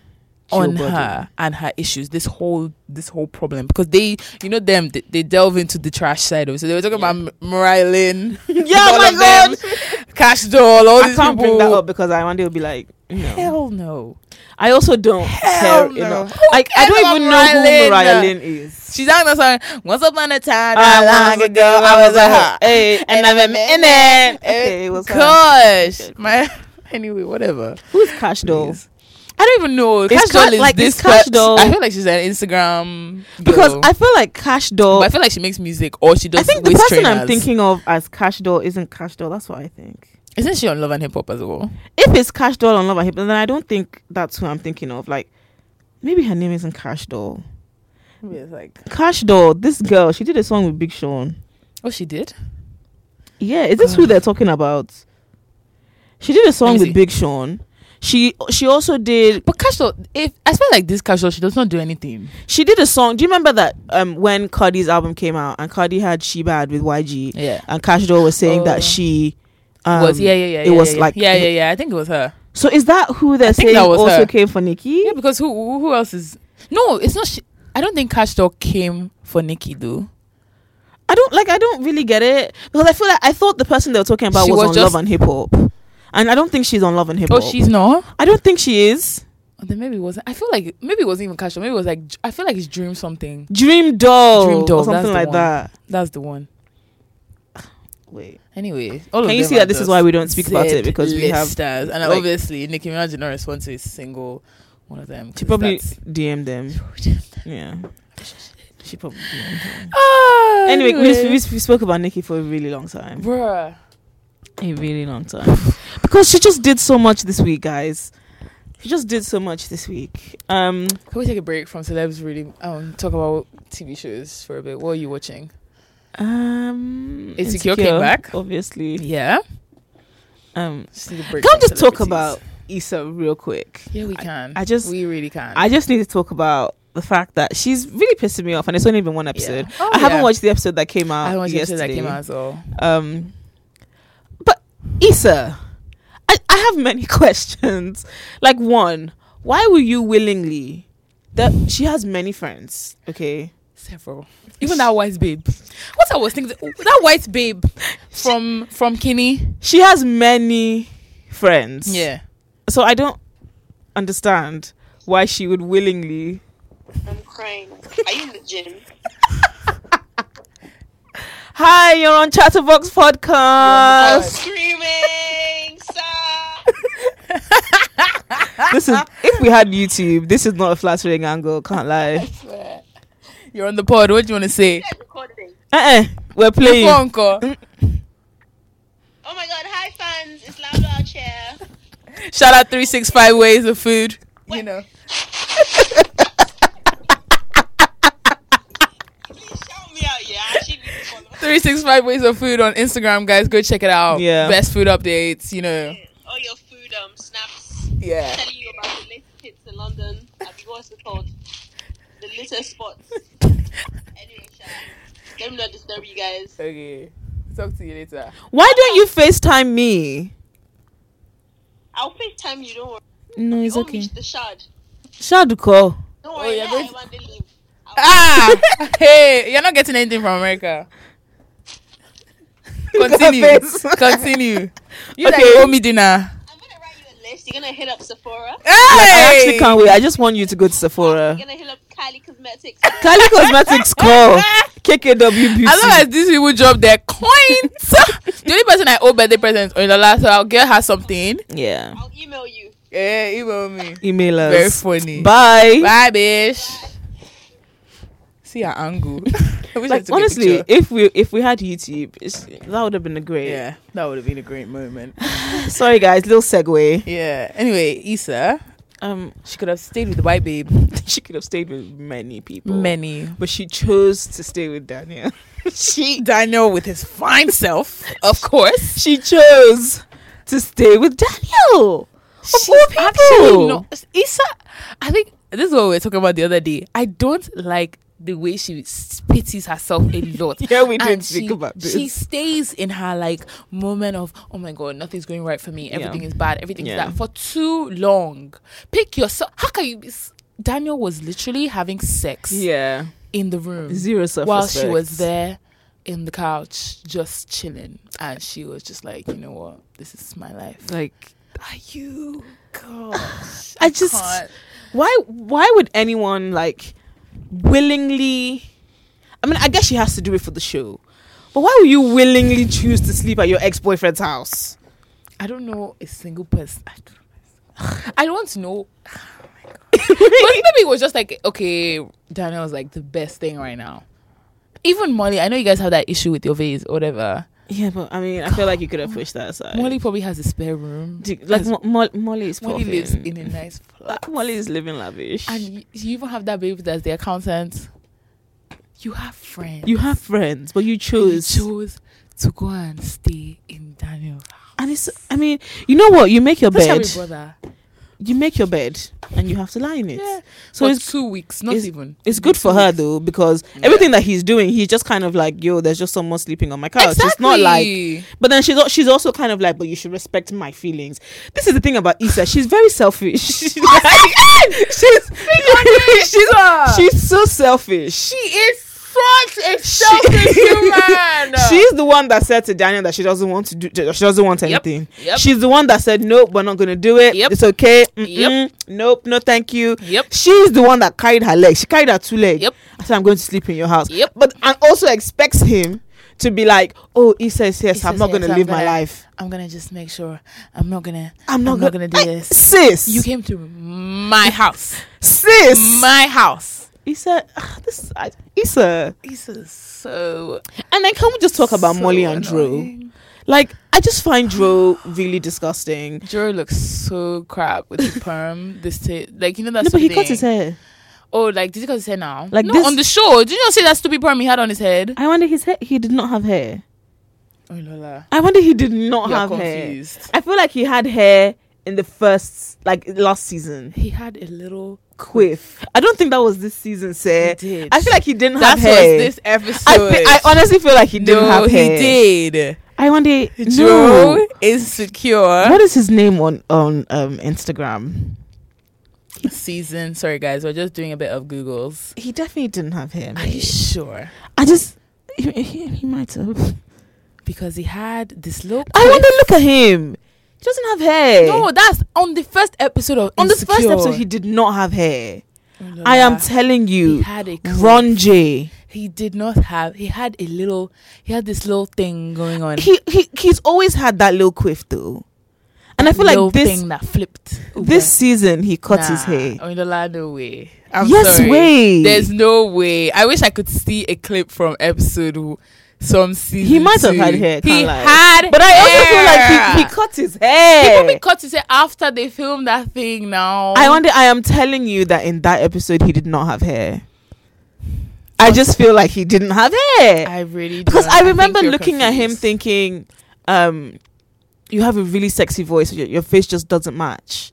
[SPEAKER 2] on
[SPEAKER 3] Joe Budden.
[SPEAKER 2] her and her issues. This whole this whole problem because they, you know, them they, they delve into the trash side of it. So they were talking about M- Mariah Lynn,
[SPEAKER 3] Yeah,
[SPEAKER 2] all
[SPEAKER 3] my
[SPEAKER 2] of them,
[SPEAKER 3] God.
[SPEAKER 2] Cash Doll, all
[SPEAKER 3] I
[SPEAKER 2] these
[SPEAKER 3] can't bring
[SPEAKER 2] people.
[SPEAKER 3] that up because I one day will be like, no.
[SPEAKER 2] Hell no.
[SPEAKER 3] I also don't
[SPEAKER 2] Hell
[SPEAKER 3] care
[SPEAKER 2] no.
[SPEAKER 3] enough.
[SPEAKER 2] Who
[SPEAKER 3] I, I
[SPEAKER 2] cares
[SPEAKER 3] don't
[SPEAKER 2] about
[SPEAKER 3] even know who
[SPEAKER 2] Mariah
[SPEAKER 3] Mariah
[SPEAKER 2] Lynn?
[SPEAKER 3] Lynn is. Um,
[SPEAKER 2] She sang the song Once Upon a Time
[SPEAKER 3] I
[SPEAKER 2] Not Long Ago I was a her
[SPEAKER 3] Hey, and I'm in it. Okay, it was her.
[SPEAKER 2] eh, Gosh my Anyway whatever
[SPEAKER 3] Who's Cash Doll?
[SPEAKER 2] Please. I don't even know
[SPEAKER 3] It's
[SPEAKER 2] Cash
[SPEAKER 3] Cash-
[SPEAKER 2] Doll is
[SPEAKER 3] like,
[SPEAKER 2] this
[SPEAKER 3] it's Cash
[SPEAKER 2] pers-
[SPEAKER 3] Doll.
[SPEAKER 2] I feel like she's an Instagram
[SPEAKER 3] Because
[SPEAKER 2] girl.
[SPEAKER 3] I feel like Cash Doll.
[SPEAKER 2] But
[SPEAKER 3] I,
[SPEAKER 2] I feel like she makes music or she does
[SPEAKER 3] think the
[SPEAKER 2] waist
[SPEAKER 3] person I'm
[SPEAKER 2] trainers.
[SPEAKER 3] thinking of as Cash Doll isn't Cash Doll. That's what I think.
[SPEAKER 2] Isn't she on Love and Hip Hop as well
[SPEAKER 3] If it's Cash Doll on Love and Hip, then I don't think that's who I'm thinking of. Like, maybe her name isn't Cash Doll.
[SPEAKER 8] like
[SPEAKER 3] Cash Doll, this girl, she did a song with Big Sean.
[SPEAKER 2] Oh she did
[SPEAKER 3] Yeah, is this who they're talking about? She did a song
[SPEAKER 2] me
[SPEAKER 3] with
[SPEAKER 2] see.
[SPEAKER 3] Big Sean. She she also did
[SPEAKER 2] But casual, if I feel like this casual, she does not do anything.
[SPEAKER 3] she did a song. Do you remember that um when Cardi's album came out and Cardi had She Bad with YG
[SPEAKER 2] Yeah,
[SPEAKER 3] and Cash Doll was saying
[SPEAKER 2] Oh.
[SPEAKER 3] that she um,
[SPEAKER 2] was yeah, yeah, yeah.
[SPEAKER 3] it
[SPEAKER 2] yeah,
[SPEAKER 3] was
[SPEAKER 2] yeah.
[SPEAKER 3] like
[SPEAKER 2] yeah, yeah, yeah. I think it was her.
[SPEAKER 3] So is that who they're
[SPEAKER 2] think
[SPEAKER 3] saying
[SPEAKER 2] that was
[SPEAKER 3] also
[SPEAKER 2] her.
[SPEAKER 3] came for Nicki?
[SPEAKER 2] Yeah, because who who else is? No, it's not. She, I don't think Cash Dog came for Nikki though.
[SPEAKER 3] I don't like. I don't really get it because I feel like I thought the person they were talking about
[SPEAKER 2] She
[SPEAKER 3] was,
[SPEAKER 2] was
[SPEAKER 3] on
[SPEAKER 2] just-
[SPEAKER 3] Love and Hip Hop, and I don't think she's on Love and Hip
[SPEAKER 2] Oh,
[SPEAKER 3] Hop.
[SPEAKER 2] she's not.
[SPEAKER 3] I don't think she is.
[SPEAKER 2] Oh, then maybe it wasn't. I feel like maybe it wasn't even Cash Dog. Maybe it was like I feel like it's Dream something.
[SPEAKER 3] Dream Doll,
[SPEAKER 2] Dream Doll,
[SPEAKER 3] or
[SPEAKER 2] that's
[SPEAKER 3] something
[SPEAKER 2] the
[SPEAKER 3] like
[SPEAKER 2] one.
[SPEAKER 3] that.
[SPEAKER 2] That's the one.
[SPEAKER 3] Wait,
[SPEAKER 2] Anyway, all
[SPEAKER 3] Can you see that this is why we don't speak about it? Because we have-
[SPEAKER 2] stars, and
[SPEAKER 3] like-
[SPEAKER 2] obviously Nicki Minaj did not respond to a single one of them. 'cause
[SPEAKER 3] she probably
[SPEAKER 2] that's-
[SPEAKER 3] DM'd them. Yeah, she probably. DM'd them.
[SPEAKER 2] Ah,
[SPEAKER 3] Anyway, we, we, we spoke about Nicki for a really long time.
[SPEAKER 2] bruh.
[SPEAKER 3] A really long time because she just did so much this week, guys. She just did so much this week. Um,
[SPEAKER 2] Can we take a break from celebs? Really, um, talk about TV shows for a bit. What are you watching?
[SPEAKER 3] um,
[SPEAKER 2] Insecure came back.
[SPEAKER 3] obviously.
[SPEAKER 2] Yeah,
[SPEAKER 3] Um,
[SPEAKER 2] see the break.
[SPEAKER 3] can
[SPEAKER 2] from
[SPEAKER 3] we just talk
[SPEAKER 2] celebrities.
[SPEAKER 3] about Issa real quick?
[SPEAKER 2] Yeah, we can.
[SPEAKER 3] I just-
[SPEAKER 2] we really can.
[SPEAKER 3] I just need to talk about the fact that she's really pissing me off, and it's only been one episode.
[SPEAKER 2] Yeah. Oh,
[SPEAKER 3] I haven't
[SPEAKER 2] yeah.
[SPEAKER 3] watched the episode that came out.
[SPEAKER 2] I watched the
[SPEAKER 3] yesterday.
[SPEAKER 2] episode that came out as well.
[SPEAKER 3] Um, but Issa, I, I have many questions. Like one, why were you willingly? That she has many friends. Okay,
[SPEAKER 2] Several. Even that white babe. What I was thinking, that white babe from from Kinney.
[SPEAKER 3] she has many friends.
[SPEAKER 2] Yeah.
[SPEAKER 3] So I don't understand why she would willingly.
[SPEAKER 9] I'm crying. Are you in the gym?
[SPEAKER 3] Hi, you're on Chatterbox Podcast.
[SPEAKER 9] I'm screaming. Stop.
[SPEAKER 3] this is if we had YouTube, this is not a flattering angle, can't lie.
[SPEAKER 2] You're on the pod. What do you want to say?
[SPEAKER 9] Recording.
[SPEAKER 3] Uh uh-uh, we're playing.
[SPEAKER 2] Before Uncle.
[SPEAKER 9] Oh my god, hi fans. It's loud out here.
[SPEAKER 2] Shout out 365 Ways of Food. You
[SPEAKER 9] Wait.
[SPEAKER 2] know.
[SPEAKER 9] Please shout me out, yeah. I actually need to follow.
[SPEAKER 2] 365 Ways of Food on Instagram, guys. Go check it out.
[SPEAKER 3] Yeah.
[SPEAKER 2] Best food updates, you know.
[SPEAKER 9] All your food um snaps.
[SPEAKER 2] Yeah.
[SPEAKER 9] Telling you about the latest hits in London. I mean, what's it called? The latest spots. Anyway, shout out. Let me not disturb you guys.
[SPEAKER 2] Okay. Talk to you later.
[SPEAKER 3] Why don't you FaceTime me?
[SPEAKER 9] I'll FaceTime you. Don't worry.
[SPEAKER 3] No,
[SPEAKER 9] You owe me the shard.
[SPEAKER 3] Shaduko.
[SPEAKER 9] Don't
[SPEAKER 2] Oh,
[SPEAKER 9] worry.
[SPEAKER 2] you're
[SPEAKER 9] yeah,
[SPEAKER 2] going
[SPEAKER 9] I
[SPEAKER 2] to-
[SPEAKER 9] want to leave.
[SPEAKER 2] Ah! hey, you're not getting anything from America. Continue.
[SPEAKER 3] face.
[SPEAKER 2] Continue. You
[SPEAKER 3] Okay.
[SPEAKER 2] okay. like owe me dinner.
[SPEAKER 9] I'm gonna write you a list. You're gonna hit up Sephora.
[SPEAKER 3] I actually
[SPEAKER 2] Hey!
[SPEAKER 3] can't wait. I just want you to go to Sephora.
[SPEAKER 9] You're gonna hit up Kylie Cosmetics.
[SPEAKER 3] Kylie Cosmetics call. KKW Beauty.
[SPEAKER 2] Ah! As long as these people drop their coins, the only person I owe birthday presents on the last, so I'll get her something.
[SPEAKER 3] yeah.
[SPEAKER 9] I'll email you.
[SPEAKER 2] Yeah, email Eh, me.
[SPEAKER 3] Email
[SPEAKER 2] Very
[SPEAKER 3] us.
[SPEAKER 2] funny.
[SPEAKER 3] Bye.
[SPEAKER 2] Bye, bitch. See her angle. I wish I
[SPEAKER 3] Like
[SPEAKER 2] took a
[SPEAKER 3] honestly,
[SPEAKER 2] picture.
[SPEAKER 3] if we if we had YouTube, it's, that would have been a great.
[SPEAKER 2] yeah, that would have been a great moment.
[SPEAKER 3] Sorry guys, little segue.
[SPEAKER 2] Yeah. Anyway, Issa,
[SPEAKER 3] Um,
[SPEAKER 2] she could have stayed with the white babe.
[SPEAKER 3] she could have stayed with many people.
[SPEAKER 2] Many.
[SPEAKER 3] but she chose to stay with Daniel. she
[SPEAKER 2] Daniel with his fine self, of course.
[SPEAKER 3] she chose to stay with Daniel. Of all people,
[SPEAKER 2] Actually, no. Issa, I think this is what we were talking about the other day. I don't like the way she s- pities herself a lot.
[SPEAKER 3] Yeah, we did
[SPEAKER 2] And
[SPEAKER 3] speak
[SPEAKER 2] she-
[SPEAKER 3] about this.
[SPEAKER 2] She stays in her like moment of oh my god, nothing's going right for me. Everything is bad. Everything
[SPEAKER 3] Yeah.
[SPEAKER 2] is that for too long. Pick yourself. How can you? Be s- Daniel was literally having sex
[SPEAKER 3] yeah,
[SPEAKER 2] in the room
[SPEAKER 3] zero self
[SPEAKER 2] while she was there in the couch just chilling and she was just like you know what this is my life
[SPEAKER 3] Like,
[SPEAKER 2] are you gosh
[SPEAKER 3] I just- why? Why would anyone like willingly? I mean, I guess she has to do it for the show, but why would you willingly choose to sleep at your ex boyfriend's house?
[SPEAKER 2] I don't know a single person. I don't, I don't want to know. But maybe it was just like, okay, Daniel was like the best thing right now. Even Molly, I know you guys have that issue with your vase or whatever.
[SPEAKER 3] yeah, but I mean, I feel like you could have pushed that aside.
[SPEAKER 2] Molly probably has a spare room.
[SPEAKER 3] Dude, like Mo- Mo- Molly is
[SPEAKER 2] Molly
[SPEAKER 3] puffing.
[SPEAKER 2] lives in a nice flat.
[SPEAKER 3] Molly is living lavish.
[SPEAKER 2] And you, you even have that baby that's the accountant. You have friends.
[SPEAKER 3] you have friends, but you
[SPEAKER 2] You
[SPEAKER 3] chose.
[SPEAKER 2] chose to go and stay in Daniel's house.
[SPEAKER 3] And it's, I mean, you know what? You make your
[SPEAKER 2] That's how we
[SPEAKER 3] bed.
[SPEAKER 2] brother.
[SPEAKER 3] you make your bed and you have to lie in it.
[SPEAKER 2] Yeah.
[SPEAKER 3] So
[SPEAKER 2] for
[SPEAKER 3] it's
[SPEAKER 2] two weeks, not
[SPEAKER 3] it's-
[SPEAKER 2] even.
[SPEAKER 3] it's good for her though because everything that he's doing, he's just kind of like, yo, there's just someone sleeping on my couch. It's not like.
[SPEAKER 2] Exactly.
[SPEAKER 3] But then she's al- she's also kind of like, but you should respect my feelings. This is the thing about Issa. She's very selfish. she's she's, she's so selfish.
[SPEAKER 10] She is such a
[SPEAKER 3] She-
[SPEAKER 10] selfish human.
[SPEAKER 3] she's the one that said to Daniel that she doesn't want to do. She doesn't want anything. She's the one that said nope, we're not gonna do it.
[SPEAKER 2] Yep.
[SPEAKER 3] It's okay. Mm-mm. Nope. No, thank you.
[SPEAKER 2] Yep.
[SPEAKER 3] She's the one that carried her leg. She carried her two legs.
[SPEAKER 2] Yep.
[SPEAKER 3] I said I'm going to sleep in your house.
[SPEAKER 2] Yep.
[SPEAKER 3] But and also expects him to be like, oh, he says yes. I'm
[SPEAKER 2] says
[SPEAKER 3] not
[SPEAKER 2] yes,
[SPEAKER 3] gonna
[SPEAKER 2] I'm
[SPEAKER 3] live my
[SPEAKER 2] gonna-
[SPEAKER 3] life.
[SPEAKER 2] I'm gonna just make sure I'm not gonna.
[SPEAKER 3] I'm not,
[SPEAKER 2] not
[SPEAKER 3] gonna,
[SPEAKER 2] gonna do
[SPEAKER 3] I-
[SPEAKER 2] this.
[SPEAKER 3] sis.
[SPEAKER 2] You came to my house.
[SPEAKER 3] sis.
[SPEAKER 2] My house.
[SPEAKER 3] Issa, ugh, this I, Issa,
[SPEAKER 2] This is so.
[SPEAKER 3] and then can we just talk about
[SPEAKER 2] so
[SPEAKER 3] Molly and Drew?
[SPEAKER 2] annoying.
[SPEAKER 3] Like, I just find Drew really disgusting.
[SPEAKER 2] Drew looks so crap with the perm. This t- like you know that's
[SPEAKER 3] no, but he cut his hair.
[SPEAKER 2] Oh, like did he cut his hair now?
[SPEAKER 3] Like
[SPEAKER 2] Like no,
[SPEAKER 3] this-
[SPEAKER 2] on the show. Did you not see that stupid perm he had on his head?
[SPEAKER 3] I wonder his hair. He did not have hair.
[SPEAKER 2] Oh Lola,
[SPEAKER 3] I wonder he did not
[SPEAKER 2] you're
[SPEAKER 3] have
[SPEAKER 2] confused.
[SPEAKER 3] hair. I feel like he had hair in the first, like last season.
[SPEAKER 2] He had a little.
[SPEAKER 3] Quiff. I don't think that was this season, sir.
[SPEAKER 2] He did.
[SPEAKER 3] I feel like he didn't
[SPEAKER 10] that
[SPEAKER 3] have hair.
[SPEAKER 10] was this episode.
[SPEAKER 3] I, fe- I honestly feel like he didn't
[SPEAKER 10] no,
[SPEAKER 3] have
[SPEAKER 10] he
[SPEAKER 3] hair.
[SPEAKER 10] did.
[SPEAKER 3] I wonder.
[SPEAKER 10] Drew
[SPEAKER 3] No.
[SPEAKER 10] is secure.
[SPEAKER 3] What is his name on on um, Instagram?
[SPEAKER 2] season. Sorry guys, we're just doing a bit of Googles.
[SPEAKER 3] He definitely didn't have hair.
[SPEAKER 2] Are you
[SPEAKER 3] mate.
[SPEAKER 2] sure?
[SPEAKER 3] I just. He, he, he might have.
[SPEAKER 2] Because he had this look.
[SPEAKER 3] I want to look at him. He doesn't have hair.
[SPEAKER 2] No, that's on the first episode of
[SPEAKER 3] on the first
[SPEAKER 2] Insecure.
[SPEAKER 3] episode, he did not have hair.
[SPEAKER 2] Oh,
[SPEAKER 3] I am
[SPEAKER 2] Lola.
[SPEAKER 3] telling
[SPEAKER 2] he
[SPEAKER 3] you,
[SPEAKER 2] had a curve.
[SPEAKER 3] Ron J.
[SPEAKER 2] He did not have. He had a little. He had this little thing going on.
[SPEAKER 3] He, he he's always had that little quiff though, and I feel
[SPEAKER 2] Little
[SPEAKER 3] like this
[SPEAKER 2] thing that flipped.
[SPEAKER 3] this season he cut his
[SPEAKER 2] Nah,
[SPEAKER 3] hair.
[SPEAKER 2] Oyinlola, no way. I'm
[SPEAKER 3] Yes,
[SPEAKER 2] sorry.
[SPEAKER 3] way.
[SPEAKER 2] There's no way. I wish I could see a clip from episode w- some season.
[SPEAKER 3] He might have
[SPEAKER 2] two.
[SPEAKER 3] had hair,
[SPEAKER 2] He
[SPEAKER 3] can't lie.
[SPEAKER 2] had,
[SPEAKER 3] But I also feel
[SPEAKER 2] hair.
[SPEAKER 3] like he, he cut his hair.
[SPEAKER 2] He probably cut his hair after they filmed that thing. Now
[SPEAKER 3] I wonder. I am telling you that in that episode he did not have hair. I just feel like he didn't have hair.
[SPEAKER 2] I really
[SPEAKER 3] because
[SPEAKER 2] don't.
[SPEAKER 3] I
[SPEAKER 2] think
[SPEAKER 3] remember
[SPEAKER 2] you're
[SPEAKER 3] looking at him
[SPEAKER 2] confused.
[SPEAKER 3] thinking, um, "You have a really sexy voice. Your, your face just doesn't match."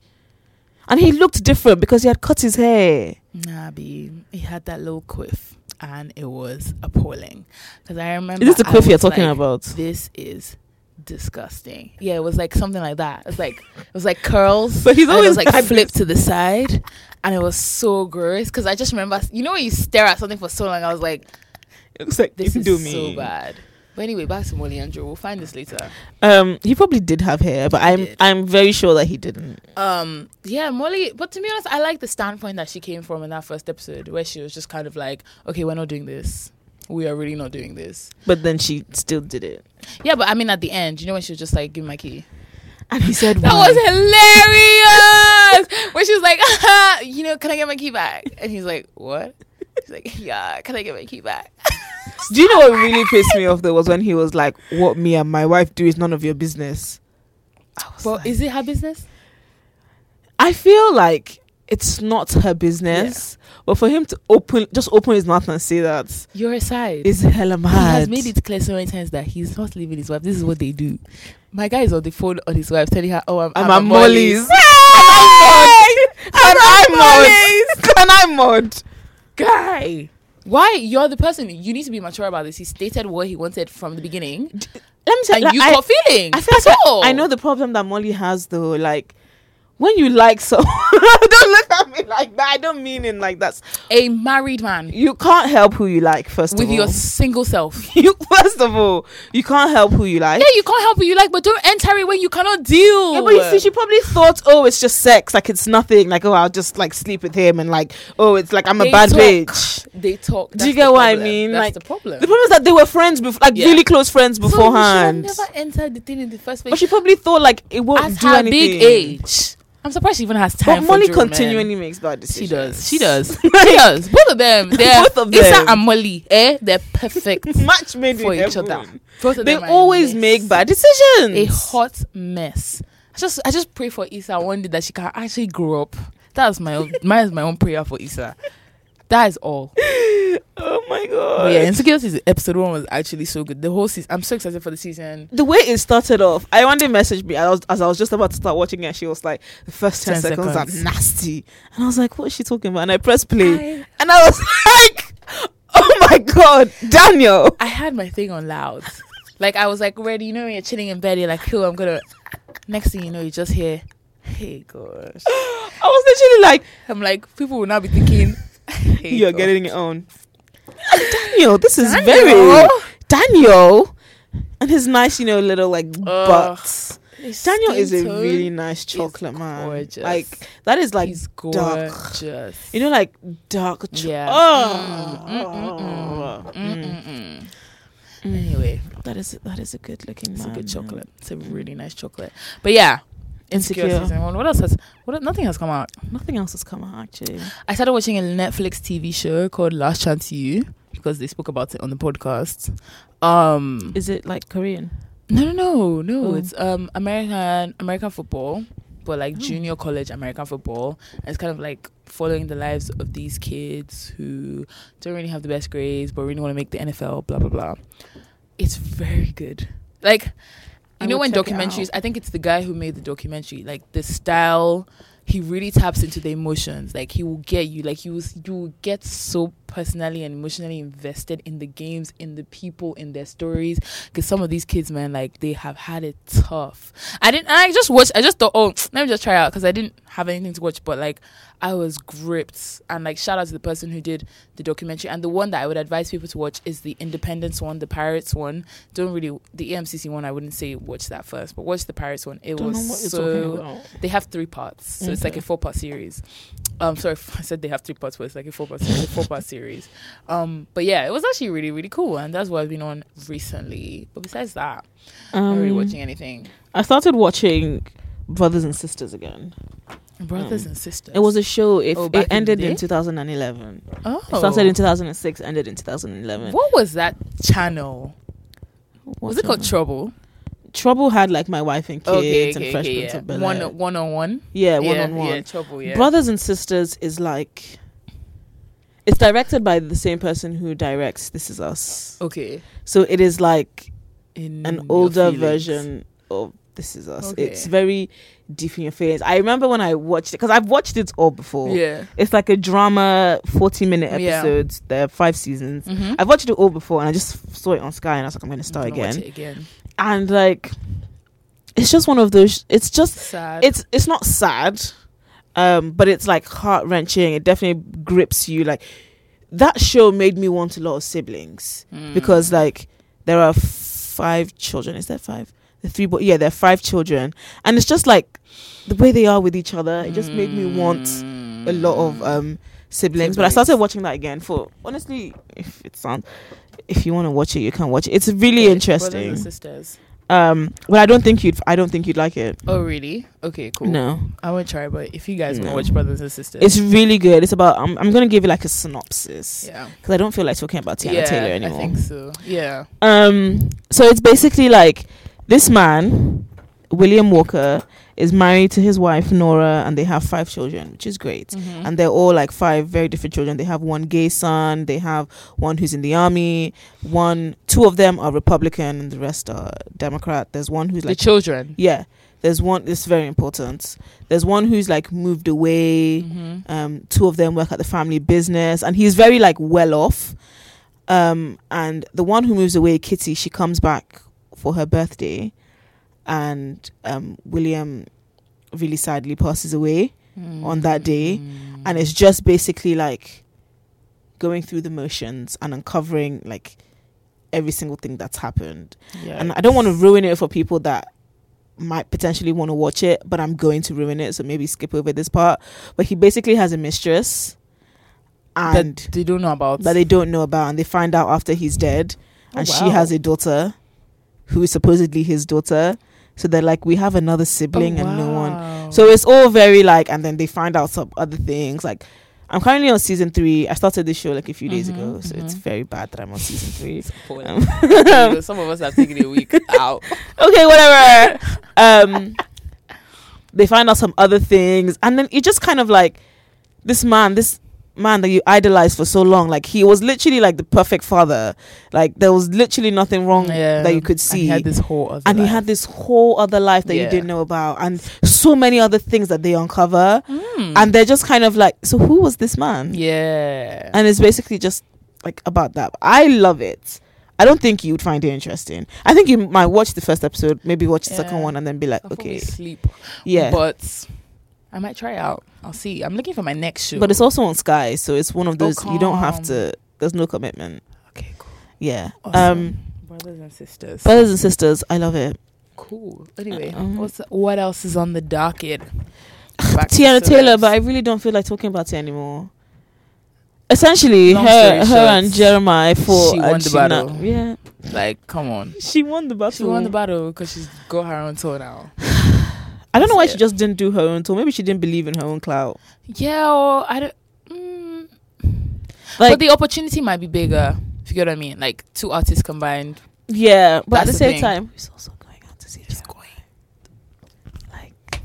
[SPEAKER 3] And he looked different because he had cut his hair.
[SPEAKER 2] Nah, B. He had that little quiff, and it was appalling. Because I remember.
[SPEAKER 3] Is this the
[SPEAKER 2] I
[SPEAKER 3] quiff you're
[SPEAKER 2] was
[SPEAKER 3] talking
[SPEAKER 2] like,
[SPEAKER 3] about?
[SPEAKER 2] This is disgusting. Yeah, it was like something like that. It's like it was like curls.
[SPEAKER 3] But he's
[SPEAKER 2] and it
[SPEAKER 3] always
[SPEAKER 2] was like
[SPEAKER 3] had
[SPEAKER 2] flipped to the side, and it was so gross. Because I just remember, you know, when you stare at something for so long, I was like,
[SPEAKER 3] It looks like
[SPEAKER 2] this
[SPEAKER 3] you
[SPEAKER 2] is
[SPEAKER 3] do
[SPEAKER 2] so
[SPEAKER 3] me.
[SPEAKER 2] bad. But anyway, back to Molly and Drew. We'll find this later.
[SPEAKER 3] Um, he probably did have hair, but I'm
[SPEAKER 2] did.
[SPEAKER 3] I'm very sure that he didn't.
[SPEAKER 2] um yeah molly but to be honest i like the standpoint that she came from in that first episode where she was just kind of like okay we're not doing this we are really not doing this
[SPEAKER 3] But then she still did it,
[SPEAKER 2] yeah but i mean at the end you know when she was just like give me my key
[SPEAKER 3] and he said,
[SPEAKER 2] that
[SPEAKER 3] "Why?"
[SPEAKER 2] was hilarious when she was like you know can i get my key back and he's like what she's like yeah can i get my key back
[SPEAKER 3] Do you know what really pissed me off though was when he was like, "What me and my wife do is none of your business." I was
[SPEAKER 2] but
[SPEAKER 3] like-
[SPEAKER 2] is it her business
[SPEAKER 3] I feel like it's not her business, but for him to open just open his mouth and say that
[SPEAKER 2] you're aside
[SPEAKER 3] is hella mad.
[SPEAKER 2] he has made it clear so many times that he's not leaving his wife. This is what they do. My guy is on the phone on his wife telling her, "Oh, I'm,
[SPEAKER 3] I'm
[SPEAKER 2] I'm
[SPEAKER 3] a
[SPEAKER 2] at Molly's."
[SPEAKER 3] Molly's. And I'm mod. And I'm mod.
[SPEAKER 2] guy. Why you're the person you need to be mature about this. He stated what he wanted from the beginning,
[SPEAKER 3] Let me tell
[SPEAKER 2] and you
[SPEAKER 3] I,
[SPEAKER 2] caught feelings.
[SPEAKER 3] I, feel
[SPEAKER 2] That's
[SPEAKER 3] like I-
[SPEAKER 2] all.
[SPEAKER 3] I know the problem that Molly has though. Like when you like so, don't look at me like that. I don't mean it like that.
[SPEAKER 2] a married man
[SPEAKER 3] You can't help who you like. First
[SPEAKER 2] with
[SPEAKER 3] of all,
[SPEAKER 2] your single self.
[SPEAKER 3] you first of all you can't help who you like.
[SPEAKER 2] Yeah, you can't help who you like, but don't enter it when you cannot deal.
[SPEAKER 3] Yeah, but you see, she probably thought, oh, it's just sex, like it's nothing, like oh, I'll just like sleep with him, and like oh, it's like I'm a
[SPEAKER 2] They
[SPEAKER 3] bad
[SPEAKER 2] talk.
[SPEAKER 3] bitch.
[SPEAKER 2] they talk.
[SPEAKER 3] Do you
[SPEAKER 2] that's
[SPEAKER 3] get
[SPEAKER 2] the
[SPEAKER 3] what I
[SPEAKER 2] problem.
[SPEAKER 3] mean?
[SPEAKER 2] That's
[SPEAKER 3] Like,
[SPEAKER 2] the problem.
[SPEAKER 3] The problem is that they were friends, before, like
[SPEAKER 2] Yeah.
[SPEAKER 3] really close friends
[SPEAKER 2] So you should
[SPEAKER 3] beforehand.
[SPEAKER 2] have never entered the thing in the first place.
[SPEAKER 3] but she probably thought like it won't
[SPEAKER 2] At
[SPEAKER 3] do
[SPEAKER 2] her
[SPEAKER 3] anything.
[SPEAKER 2] big age, I'm surprised she even has time.
[SPEAKER 3] But
[SPEAKER 2] for
[SPEAKER 3] Molly
[SPEAKER 2] Drew, man.
[SPEAKER 3] continually makes bad
[SPEAKER 2] She
[SPEAKER 3] decisions.
[SPEAKER 2] does. She does. she does. Both of them. They're,
[SPEAKER 3] Both of
[SPEAKER 2] Issa
[SPEAKER 3] them.
[SPEAKER 2] and Molly. Eh? They're perfect
[SPEAKER 3] Match made
[SPEAKER 2] for
[SPEAKER 3] in
[SPEAKER 2] each
[SPEAKER 3] heaven.
[SPEAKER 2] other. Both of
[SPEAKER 3] They
[SPEAKER 2] them are a
[SPEAKER 3] always
[SPEAKER 2] mess.
[SPEAKER 3] make bad decisions.
[SPEAKER 2] a hot mess. I just I just pray for Issa one day that she can actually grow up. That's my own mine is my own prayer for Issa. That is all.
[SPEAKER 3] oh my god.
[SPEAKER 2] But yeah, Insecurities episode one was actually so good. The whole season, I'm so excited for the season.
[SPEAKER 3] the way it started off, I one day messaged me as I, was, as I was just about to start watching it. She was like, "The first ten,
[SPEAKER 2] 10
[SPEAKER 3] seconds,
[SPEAKER 2] seconds.
[SPEAKER 3] are nasty," and I was like, "What is she talking about?" And I pressed play, and I was like, "Oh my god, Daniel!"
[SPEAKER 2] I had my thing on loud. like I was like ready. You know, when you're chilling in bed, you're like, cool, I'm gonna. Next thing you know, you just hear, hey gosh.
[SPEAKER 3] I was literally like,
[SPEAKER 2] I'm like, people will now be thinking, hey,
[SPEAKER 3] "You're
[SPEAKER 2] gosh.
[SPEAKER 3] getting it on, Daniel. This is
[SPEAKER 2] Daniel.
[SPEAKER 3] very Daniel." And his nice, you know, little like
[SPEAKER 2] Ugh.
[SPEAKER 3] butt.
[SPEAKER 2] His
[SPEAKER 3] Daniel is
[SPEAKER 2] skin
[SPEAKER 3] a
[SPEAKER 2] tone
[SPEAKER 3] really nice
[SPEAKER 2] is
[SPEAKER 3] chocolate man.
[SPEAKER 2] gorgeous.
[SPEAKER 3] Like that is like
[SPEAKER 2] He's
[SPEAKER 3] dark.
[SPEAKER 2] gorgeous.
[SPEAKER 3] You know, like dark. Cho-
[SPEAKER 2] Yeah. Mm,
[SPEAKER 3] Oh. Mm.
[SPEAKER 2] Mm-mm-mm. mm, Anyway,
[SPEAKER 3] That is that is a good looking
[SPEAKER 2] it's
[SPEAKER 3] man.
[SPEAKER 2] a good
[SPEAKER 3] yeah.
[SPEAKER 2] chocolate. It's a really nice chocolate. But yeah, Insecure,
[SPEAKER 3] Insecure.
[SPEAKER 2] season one. What else has? What nothing has come out.
[SPEAKER 3] Nothing else has come out actually.
[SPEAKER 2] I started watching a Netflix TV show called Last Chance You because they spoke about it on the podcast. Um,
[SPEAKER 3] Is it like Korean?
[SPEAKER 2] no, no, no, no.
[SPEAKER 3] Oh.
[SPEAKER 2] It's um American American football, but
[SPEAKER 3] Hmm.
[SPEAKER 2] like junior college American football. And it's kind of like following the lives of these kids who don't really have the best grades but really want to make the NFL. Blah blah blah. It's very good. Like you
[SPEAKER 3] I
[SPEAKER 2] know
[SPEAKER 3] will
[SPEAKER 2] when
[SPEAKER 3] check it
[SPEAKER 2] documentaries.
[SPEAKER 3] out.
[SPEAKER 2] I think it's the guy who made the documentary. Like the style. He really taps into the emotions. Like he will get you. Like you will, you will get so personally and emotionally invested in the games, in the people, in their stories because some of these kids, man, like they have had it tough. I didn't. I just watched. I just thought, oh, let me just try out because I didn't have anything to watch. But like, I was gripped. And like, shout out to the person who did the documentary. And the one that I would advise people to watch is the Independence one, the Pirates one. Don't really the E EMCC one. I wouldn't say watch that first, but watch the Pirates one. It
[SPEAKER 3] Don't know
[SPEAKER 2] was
[SPEAKER 3] what you're
[SPEAKER 2] so
[SPEAKER 3] talking about.
[SPEAKER 2] they have three parts, so it's like a four part series. Um, sorry, I said they have three parts, but it's like a four part series, a four part series. Um, but yeah, it was actually really really cool, and that's what I've been on recently. But besides that, I'm
[SPEAKER 3] Um,
[SPEAKER 2] not really watching anything.
[SPEAKER 3] I started watching Brothers and Sisters again.
[SPEAKER 2] Brothers and sisters.
[SPEAKER 3] Hmm. It was a show. If
[SPEAKER 2] Oh, back
[SPEAKER 3] it
[SPEAKER 2] in the
[SPEAKER 3] ended in
[SPEAKER 2] day?
[SPEAKER 3] 2011,
[SPEAKER 2] oh,
[SPEAKER 3] it started in 2006, ended in 2011.
[SPEAKER 2] what was that channel? was it called
[SPEAKER 3] Whatever.
[SPEAKER 2] Trouble?
[SPEAKER 3] Trouble? Had like my wife and kids
[SPEAKER 2] Okay,
[SPEAKER 3] and
[SPEAKER 2] okay,
[SPEAKER 3] Fresh
[SPEAKER 2] okay,
[SPEAKER 3] Prince
[SPEAKER 2] yeah.
[SPEAKER 3] of Bel
[SPEAKER 2] One one on one.
[SPEAKER 3] Yeah, one on
[SPEAKER 2] Yeah,
[SPEAKER 3] one.
[SPEAKER 2] Trouble. Yeah.
[SPEAKER 3] Brothers and Sisters is like. It's directed by the same person who directs This Is Us.
[SPEAKER 2] Okay.
[SPEAKER 3] So it is like
[SPEAKER 2] In Mm,
[SPEAKER 3] an
[SPEAKER 2] your
[SPEAKER 3] older
[SPEAKER 2] feelings.
[SPEAKER 3] version of This Is Us.
[SPEAKER 2] Okay.
[SPEAKER 3] It's very deep in your face. I remember when I watched it because I've watched it all before.
[SPEAKER 2] Yeah.
[SPEAKER 3] It's like a drama, forty-minute
[SPEAKER 2] Yeah.
[SPEAKER 3] episodes. There are five seasons.
[SPEAKER 2] Mhm.
[SPEAKER 3] I've watched it all before, and I just saw it on Sky, and I was like, I'm going to start
[SPEAKER 2] I'm gonna watch
[SPEAKER 3] again.
[SPEAKER 2] it again.
[SPEAKER 3] And like, it's just one of those. It's just
[SPEAKER 2] Sad.
[SPEAKER 3] it's it's not sad, um, but it's like heart wrenching. It definitely grips you. Like that show made me want a lot of siblings because like there are five children. Is there five? The three, but yeah, there are five children, and it's just like the way they are with each other. It just made me want a lot of um siblings. But I started watching that again for honestly, if it sounds. If you want to watch it, you can watch it. It's really
[SPEAKER 2] Okay, Brothers
[SPEAKER 3] interesting.
[SPEAKER 2] and sisters.
[SPEAKER 3] Um, but I don't think you'd. I don't think you'd like it.
[SPEAKER 2] Oh really? Okay, cool.
[SPEAKER 3] No,
[SPEAKER 2] I won't try, but if you guys want
[SPEAKER 3] No.
[SPEAKER 2] to watch Brothers and Sisters,
[SPEAKER 3] It's really good. It's about. I'm, I'm gonna give you like a synopsis because
[SPEAKER 2] yeah,
[SPEAKER 3] I don't feel like talking about Tiana
[SPEAKER 2] yeah,
[SPEAKER 3] Taylor
[SPEAKER 2] I
[SPEAKER 3] anymore.
[SPEAKER 2] think so. Yeah,
[SPEAKER 3] Um, so it's basically like this man, William Walker, is married to his wife Nora, and they have five children, which is great.
[SPEAKER 2] Mm-hmm.
[SPEAKER 3] And they're all like five very different children. They have one gay son. They have one who's in the army. One, two of them are Republican, and the rest are Democrat. There's one who's
[SPEAKER 2] the
[SPEAKER 3] like
[SPEAKER 2] children.
[SPEAKER 3] yeah. There's one. It's very important. There's one who's like moved away. Um, two of them work at the family business, and he's very like well off. Um, and the one who moves away, Kitty, she comes back for her birthday, and um, William really sadly passes away on that day, and it's just basically like going through the motions and uncovering like every single thing that's happened
[SPEAKER 2] Yeah,
[SPEAKER 3] and I don't want to ruin it for people that might potentially want to watch it, but I'm going to ruin it, so maybe skip over this part. But he basically has a mistress, and
[SPEAKER 2] that they don't know about.
[SPEAKER 3] that they don't know about, and they find out after he's dead,
[SPEAKER 2] Oh,
[SPEAKER 3] and
[SPEAKER 2] wow.
[SPEAKER 3] she has a daughter, who is supposedly his daughter. So they're like, we have another
[SPEAKER 2] Oh,
[SPEAKER 3] sibling, and no one. So it's all very like, and then they find out some other things. Like, I'm currently on season three. I started this show like a few
[SPEAKER 2] Mm-hmm,
[SPEAKER 3] days ago, so it's very bad that I'm on season three. Um,
[SPEAKER 2] some of us have taken a week out.
[SPEAKER 3] okay, whatever. Um, they find out some other things, and then it just kind of like this man, this man that you idolized for so long. Like he was literally like the perfect father. Like there was literally nothing wrong
[SPEAKER 2] Yeah,
[SPEAKER 3] that you could see.
[SPEAKER 2] And he had this whole other
[SPEAKER 3] and he
[SPEAKER 2] life.
[SPEAKER 3] had this whole other life that you
[SPEAKER 2] Yeah.
[SPEAKER 3] didn't know about and so many other things that they uncover
[SPEAKER 2] Hmm.
[SPEAKER 3] and they're just kind of like so who was this man
[SPEAKER 2] yeah.
[SPEAKER 3] and it's basically just like about that i love it i don't think you'd find it interesting i think you might watch the first episode maybe watch the second
[SPEAKER 2] Yeah.
[SPEAKER 3] one and then be like
[SPEAKER 2] I'll probably
[SPEAKER 3] okay
[SPEAKER 2] sleep.
[SPEAKER 3] yeah but,
[SPEAKER 2] But I might try it out. I'll see. I'm looking for my next show.
[SPEAKER 3] it's also on sky so it's one of
[SPEAKER 2] Oh,
[SPEAKER 3] those you don't have
[SPEAKER 2] calm.
[SPEAKER 3] to there's no commitment
[SPEAKER 2] okay, cool.
[SPEAKER 3] yeah um
[SPEAKER 2] Awesome. Brothers and sisters.
[SPEAKER 3] brothers and sisters i love it
[SPEAKER 2] cool. Anyway,
[SPEAKER 3] Um,
[SPEAKER 2] what's, what else is on the docket? Back to
[SPEAKER 3] Tiana Taylor,
[SPEAKER 2] celebs.
[SPEAKER 3] but I really don't feel like talking about it anymore. Essentially,
[SPEAKER 2] Long
[SPEAKER 3] her,
[SPEAKER 2] story
[SPEAKER 3] her
[SPEAKER 2] short,
[SPEAKER 3] and Jeremiah fought.
[SPEAKER 2] she
[SPEAKER 3] and
[SPEAKER 2] won the
[SPEAKER 3] na-
[SPEAKER 2] battle.
[SPEAKER 3] yeah,
[SPEAKER 2] like, come on.
[SPEAKER 3] she won the battle.
[SPEAKER 2] She won the battle because she's got her own tour now.
[SPEAKER 3] I don't know why she
[SPEAKER 2] Yeah.
[SPEAKER 3] just didn't do her own tour. Maybe she didn't believe in her own clout.
[SPEAKER 2] Yeah, or I don't. Mm,
[SPEAKER 3] Like,
[SPEAKER 2] but the opportunity might be bigger. If you get what I mean, like two artists combined.
[SPEAKER 3] yeah, but at
[SPEAKER 2] That's
[SPEAKER 3] the
[SPEAKER 2] the
[SPEAKER 3] same
[SPEAKER 2] thing.
[SPEAKER 3] time, she's also going out to see Just going. Like,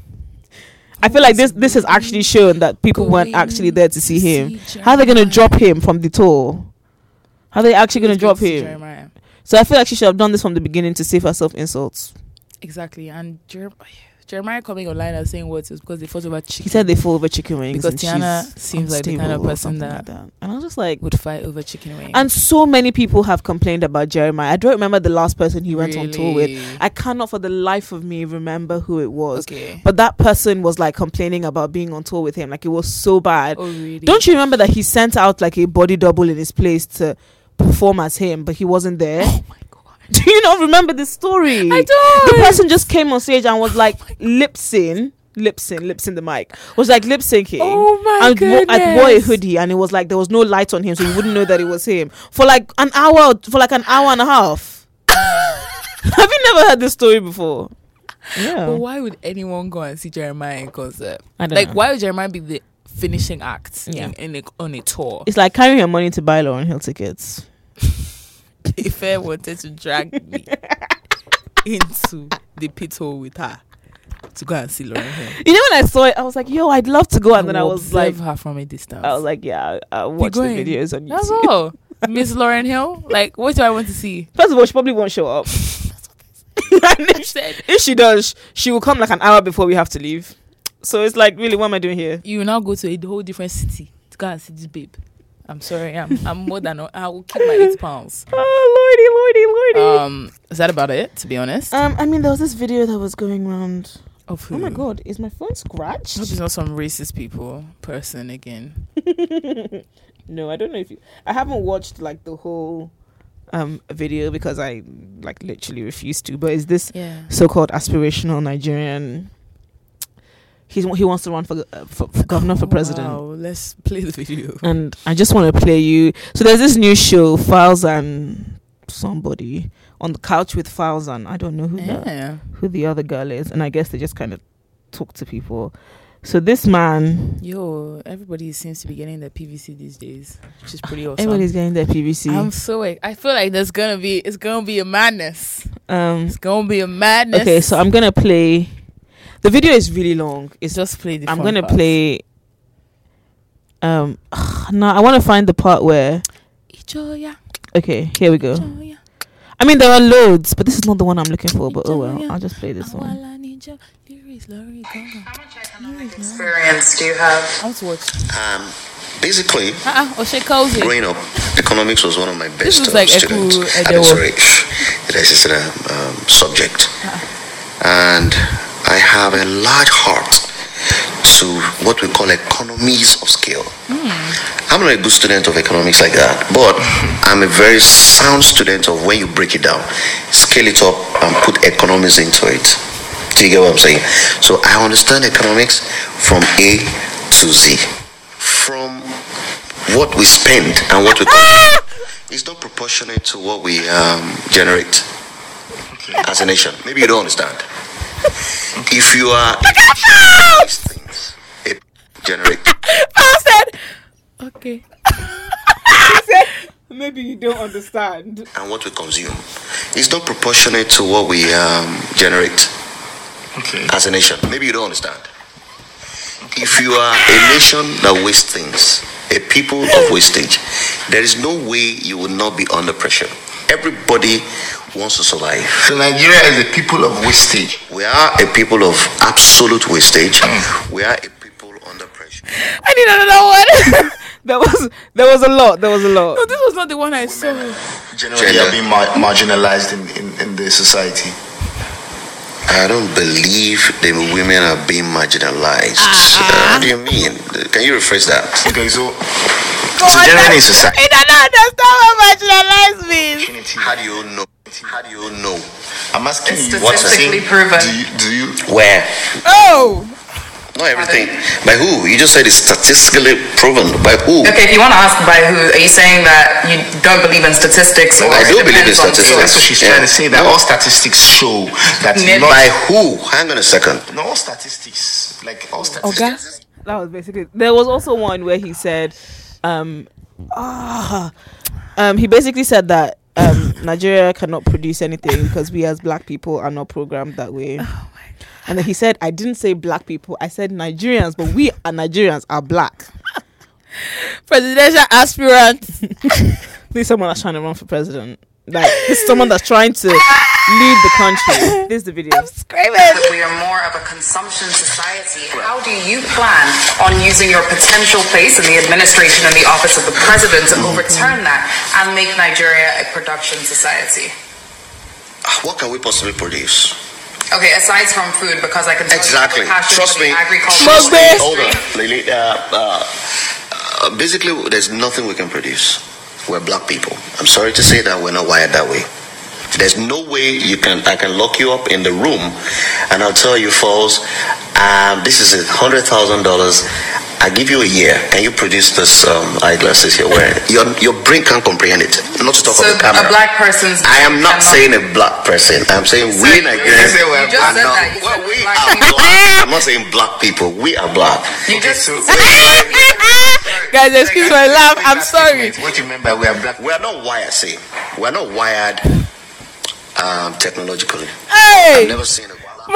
[SPEAKER 3] I feel like this this has actually shown that people weren't actually there to see him. How are they going to drop him from the tour? How are they actually going to drop him?
[SPEAKER 2] Jeremiah.
[SPEAKER 3] So I feel like she should have done this from the beginning to save herself insults.
[SPEAKER 2] Exactly, and Jer- Jeremiah coming online and saying words was because they fought about
[SPEAKER 3] He
[SPEAKER 2] chicken.
[SPEAKER 3] said they fall over chicken wings
[SPEAKER 2] Because
[SPEAKER 3] and
[SPEAKER 2] Tiana
[SPEAKER 3] she's
[SPEAKER 2] seems like the kind
[SPEAKER 3] unstable
[SPEAKER 2] of
[SPEAKER 3] or
[SPEAKER 2] person
[SPEAKER 3] something
[SPEAKER 2] that-
[SPEAKER 3] like And I was just like,
[SPEAKER 2] would fight over chicken wings.
[SPEAKER 3] and so many people have complained about Jeremiah. I don't remember the last person he went on tour with.
[SPEAKER 2] Really?
[SPEAKER 3] I cannot for the life of me remember who it was.
[SPEAKER 2] okay.
[SPEAKER 3] But that person was like complaining about being on tour with him. Like it was so bad.
[SPEAKER 2] Oh really?
[SPEAKER 3] Don't you remember that he sent out like a body double in his place to perform as him, but he wasn't there?
[SPEAKER 2] Oh my god!
[SPEAKER 3] Do you not remember this story?
[SPEAKER 2] I don't. Oh
[SPEAKER 3] the person just came on stage and was like lip sync, lip sync, lip sync the mic. Was like lip syncing.
[SPEAKER 2] Oh my
[SPEAKER 3] and wo- I'd wore a
[SPEAKER 2] goodness.
[SPEAKER 3] hoodie and it was like there was no light on him, so you wouldn't know that it was him for like an hour, for like an hour and a half. Have you never heard this story before? Yeah.
[SPEAKER 2] But why would anyone go and see Jeremiah in concert?
[SPEAKER 3] I don't
[SPEAKER 2] Like,
[SPEAKER 3] know.
[SPEAKER 2] why would Jeremiah be the finishing act
[SPEAKER 3] Yeah.
[SPEAKER 2] in, in a, on a tour?
[SPEAKER 3] It's like carrying your money to buy Lauren Hill tickets.
[SPEAKER 2] if I wanted to drag me into the pit hole with her to go and see Lauren Hill,
[SPEAKER 3] You know when I saw it, I was like, "Yo, I'd love to go," and then I
[SPEAKER 2] will
[SPEAKER 3] was like,
[SPEAKER 2] observe her from a distance.
[SPEAKER 3] "I was like, yeah, I- I'll watch the
[SPEAKER 2] going.
[SPEAKER 3] videos on
[SPEAKER 2] that's
[SPEAKER 3] YouTube."
[SPEAKER 2] all. Miss Lauren Hill, like, what do I want to see?
[SPEAKER 3] First of all, she probably won't show up. And if, she,
[SPEAKER 2] Said-
[SPEAKER 3] if she does, she will come like an hour before we have to leave. So it's like, really, what am I doing here?
[SPEAKER 2] You will now go to a whole different city to go and see this babe. I'm sorry, I'm, I'm more than I will keep my eight pounds.
[SPEAKER 3] Oh, lordy, lordy, lordy.
[SPEAKER 2] Um, is that about it? To be honest,
[SPEAKER 3] Um, I mean, there was this video that was going around.
[SPEAKER 2] Of
[SPEAKER 3] Oh my
[SPEAKER 2] who?
[SPEAKER 3] god, is my phone
[SPEAKER 2] I hope
[SPEAKER 3] scratched?
[SPEAKER 2] it's not some racist people person again.
[SPEAKER 3] no, I don't know if you. I haven't watched like the whole um video because I like literally refuse to. But is this
[SPEAKER 2] Yeah.
[SPEAKER 3] so-called aspirational Nigerian? He's he wants to run for uh, for, for governor for president.
[SPEAKER 2] Wow, let's play the video.
[SPEAKER 3] and I just want to play you. So there's this new show, Files and somebody on the couch with Files and I don't know who the,
[SPEAKER 2] Yeah.
[SPEAKER 3] who the other girl is, and I guess they just kind of talk to people. So this man,
[SPEAKER 2] Yo, everybody seems to be getting their PVC these days, which is pretty awesome.
[SPEAKER 3] everybody's getting their PVC.
[SPEAKER 2] I'm so like, I feel like there's gonna be it's gonna be a madness.
[SPEAKER 3] Um,
[SPEAKER 2] It's gonna be a madness.
[SPEAKER 3] okay, so I'm gonna play. The video is really long. It's
[SPEAKER 2] just play the.
[SPEAKER 3] I'm
[SPEAKER 2] fun
[SPEAKER 3] gonna
[SPEAKER 2] part.
[SPEAKER 3] play. Um, no, I want to find the part where.
[SPEAKER 2] Ijoya,
[SPEAKER 3] Okay, here we go.
[SPEAKER 2] Ijoya,
[SPEAKER 3] I mean, there are loads, but this is not the one I'm looking for. But oh
[SPEAKER 2] Yeah.
[SPEAKER 3] well, I'll just play this one.
[SPEAKER 2] Awala Ninja, Lyris, Lori, Gaga.
[SPEAKER 11] experience do you have?
[SPEAKER 2] I want to watch.
[SPEAKER 12] Um, basically,
[SPEAKER 2] Uh-uh, Oshay Cozy.
[SPEAKER 12] growing up, economics was one of my best
[SPEAKER 2] looks
[SPEAKER 12] um,
[SPEAKER 2] like Eku
[SPEAKER 12] students. I mean,
[SPEAKER 2] Edewo.
[SPEAKER 12] sorry, it is a um, subject, and I have a large heart to what we call economies of scale. I'm not a good student of economics like that, but I'm a very sound student of when you break it down, scale it up, and put economies into it. Do you get what I'm saying? So I understand economics from A to Z. From what we spend and what we consume is not proportionate to what we um, generate as a nation. Maybe you don't understand. If you are these things, it generate.
[SPEAKER 2] Okay.
[SPEAKER 3] Maybe you don't understand.
[SPEAKER 12] and what we consume is not proportionate to what we um, generate as a nation. Maybe you don't understand. If you are a nation that wastes things, a people of wastage. There is no way you will not be under pressure. Everybody wants to survive.
[SPEAKER 13] So Nigeria is a people of wastage.
[SPEAKER 12] We are a people of absolute wastage. We are a people under pressure.
[SPEAKER 14] I need another one.
[SPEAKER 3] There was there was a lot. There was a lot.
[SPEAKER 14] no, this was not the one I saw.
[SPEAKER 15] Generally,
[SPEAKER 12] Gender.
[SPEAKER 15] are being mar- marginalized in, in, in the society.
[SPEAKER 12] I don't believe the women are being marginalized. Uh, what do you mean? Can you rephrase that?
[SPEAKER 15] Okay, so, so generally in society,
[SPEAKER 14] I don't understand what marginalized means.
[SPEAKER 12] How do you know? How do you know?
[SPEAKER 15] I'm asking
[SPEAKER 12] It's
[SPEAKER 15] you,
[SPEAKER 12] What's
[SPEAKER 15] I'm saying,
[SPEAKER 4] statistically proven.
[SPEAKER 15] Do you, do you
[SPEAKER 12] Where?
[SPEAKER 14] Oh,
[SPEAKER 12] Not everything. By who? You just said it's statistically proven. By who?
[SPEAKER 4] Okay, if you want to ask by who, are you saying that you don't believe in statistics?
[SPEAKER 12] I
[SPEAKER 4] it
[SPEAKER 12] do believe
[SPEAKER 4] depends
[SPEAKER 12] in
[SPEAKER 4] on
[SPEAKER 12] statistics.
[SPEAKER 4] who?
[SPEAKER 15] that's what she's
[SPEAKER 12] Yeah.
[SPEAKER 15] trying to say. That all statistics show that
[SPEAKER 4] Maybe.
[SPEAKER 15] not
[SPEAKER 12] By who? Hang on a second.
[SPEAKER 15] No, all statistics, like all statistics.
[SPEAKER 3] Okay. That was basically. There was also one where he said, um, ah, um, he basically said that um, Nigeria cannot produce anything because we as black people are not programmed that way.
[SPEAKER 14] Oh
[SPEAKER 3] And then he said, I didn't say black people, I said Nigerians, but we are Nigerians are black.
[SPEAKER 14] presidential aspirant.
[SPEAKER 3] This is someone that's trying to run for president. Like, this is someone that's trying to lead the country. This is the video.
[SPEAKER 4] that we are more of a consumption society. How do you plan on using your potential place in the administration and the office of the president to overturn that and make Nigeria a production society?
[SPEAKER 12] What can we possibly produce?
[SPEAKER 4] Okay, aside from food, because I can tell
[SPEAKER 12] Exactly.
[SPEAKER 4] you have a passion
[SPEAKER 12] Trust
[SPEAKER 4] for the
[SPEAKER 12] me.
[SPEAKER 4] agriculture.
[SPEAKER 12] Trust me.
[SPEAKER 4] industry.
[SPEAKER 12] Hold on. Lily, uh, uh, uh, basically, there's nothing we can produce. We're black people. I'm sorry to say that we're not wired that way. There's no way you can. I can lock you up in the room, and I'll tell you, falls. Um, this is a hundred thousand dollars. I give you a year, and you produce this um, eyeglasses you're wearing. Your your brain can't comprehend it. Not to talk
[SPEAKER 4] So
[SPEAKER 12] of the camera.
[SPEAKER 4] a black person's.
[SPEAKER 12] I am not
[SPEAKER 4] cannot-
[SPEAKER 12] saying a black person. I'm saying
[SPEAKER 4] Sir,
[SPEAKER 12] we Nigerians.
[SPEAKER 4] you just
[SPEAKER 12] are
[SPEAKER 4] said
[SPEAKER 12] not-
[SPEAKER 4] that. You
[SPEAKER 12] well,
[SPEAKER 4] said
[SPEAKER 12] we
[SPEAKER 4] black
[SPEAKER 12] are
[SPEAKER 4] people.
[SPEAKER 12] black. I'm not saying black people. We are black.
[SPEAKER 4] You just.
[SPEAKER 14] Guys, excuse my laugh. I'm sorry.
[SPEAKER 15] What you mean by we are black?
[SPEAKER 12] We are not wired. See, we are not wired um, technologically. I've
[SPEAKER 14] Hey,
[SPEAKER 12] never seen a black.
[SPEAKER 14] Margaret!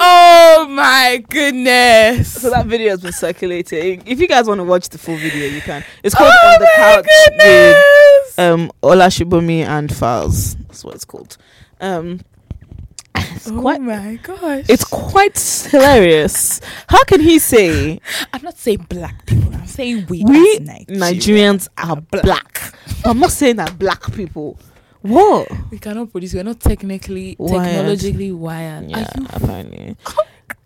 [SPEAKER 14] Oh my goodness.
[SPEAKER 3] So that video has been circulating. If you guys want to watch the full video, you can. It's called
[SPEAKER 14] Oh
[SPEAKER 3] On the
[SPEAKER 14] my
[SPEAKER 3] Couch with
[SPEAKER 14] goodness.
[SPEAKER 2] Oh
[SPEAKER 3] um Ola Shibomi and Files. That's what it's called. Um it's
[SPEAKER 14] Oh
[SPEAKER 3] quite
[SPEAKER 14] my gosh.
[SPEAKER 3] it's quite hilarious. How can he say
[SPEAKER 14] I'm not saying black people. I'm saying we,
[SPEAKER 3] we
[SPEAKER 14] as Nigerians.
[SPEAKER 3] Nigerians are black? I'm not saying that black people. What?
[SPEAKER 2] We cannot produce. We're not technically,
[SPEAKER 3] Wired.
[SPEAKER 2] technologically wired.
[SPEAKER 3] Yeah,
[SPEAKER 2] Are you
[SPEAKER 3] apparently.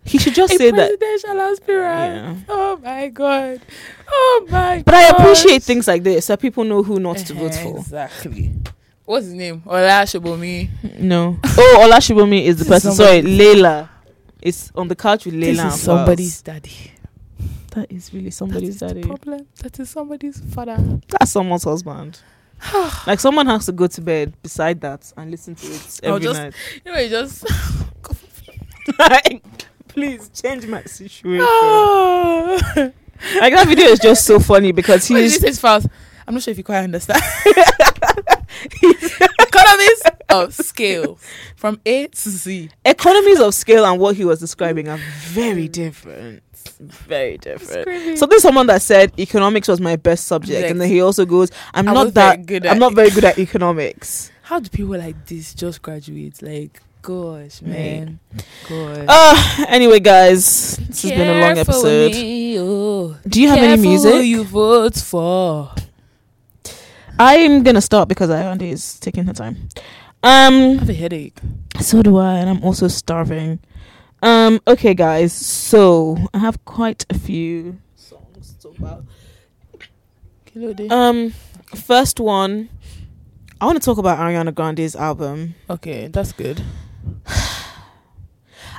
[SPEAKER 3] He should just
[SPEAKER 2] a
[SPEAKER 3] say that.
[SPEAKER 2] presidential aspirant?
[SPEAKER 3] Yeah.
[SPEAKER 2] Oh my god. Oh my.
[SPEAKER 3] But I
[SPEAKER 2] gosh.
[SPEAKER 3] appreciate things like this so people know who not to vote for.
[SPEAKER 14] Exactly.
[SPEAKER 2] What's his name? Ola Shobomi.
[SPEAKER 3] No. Oh, Ola Shibomi is the
[SPEAKER 2] This is
[SPEAKER 3] person. Sorry, Layla. It's on the couch with Layla.
[SPEAKER 2] This
[SPEAKER 3] and
[SPEAKER 2] is
[SPEAKER 3] Faz.
[SPEAKER 2] somebody's daddy.
[SPEAKER 3] That is really
[SPEAKER 2] That
[SPEAKER 3] somebody's
[SPEAKER 2] is the
[SPEAKER 3] daddy.
[SPEAKER 2] problem. That is somebody's father.
[SPEAKER 3] That's someone's husband. like someone has to go to bed beside that and listen to it
[SPEAKER 2] I'll
[SPEAKER 3] every
[SPEAKER 2] just-
[SPEAKER 3] night.
[SPEAKER 2] You know, it just.
[SPEAKER 3] Like, please change my situation.
[SPEAKER 2] oh.
[SPEAKER 3] like that video is just so funny because
[SPEAKER 2] What is
[SPEAKER 3] he's
[SPEAKER 2] this fast? I'm not sure if you quite understand. Economies of scale Oh, from A to Z.
[SPEAKER 3] economies of scale and what he was describing Um, are very different. Very
[SPEAKER 2] Mm.
[SPEAKER 3] different. So there's someone that said economics was my best subject, and then he also goes, "I'm
[SPEAKER 2] I
[SPEAKER 3] not
[SPEAKER 2] was very
[SPEAKER 3] that
[SPEAKER 2] good
[SPEAKER 3] I'm
[SPEAKER 2] at
[SPEAKER 3] not very good at economics."
[SPEAKER 2] How do people like this just graduate? Like, gosh, man. Gosh.
[SPEAKER 3] Uh anyway, guys, this has been a long
[SPEAKER 2] Careful
[SPEAKER 3] episode.
[SPEAKER 2] me, oh.
[SPEAKER 3] Do you have any
[SPEAKER 2] Careful Who
[SPEAKER 3] music?
[SPEAKER 2] you vote for?
[SPEAKER 3] I'm gonna stop because Ayande is taking her time.
[SPEAKER 2] I
[SPEAKER 3] Um,
[SPEAKER 2] have a headache.
[SPEAKER 3] so do I, and I'm also starving. Um, okay, guys. So I have quite a few songs to talk about.
[SPEAKER 2] Kilo day.
[SPEAKER 3] Um, first one, I want to talk about Ariana Grande's album.
[SPEAKER 2] okay, that's good.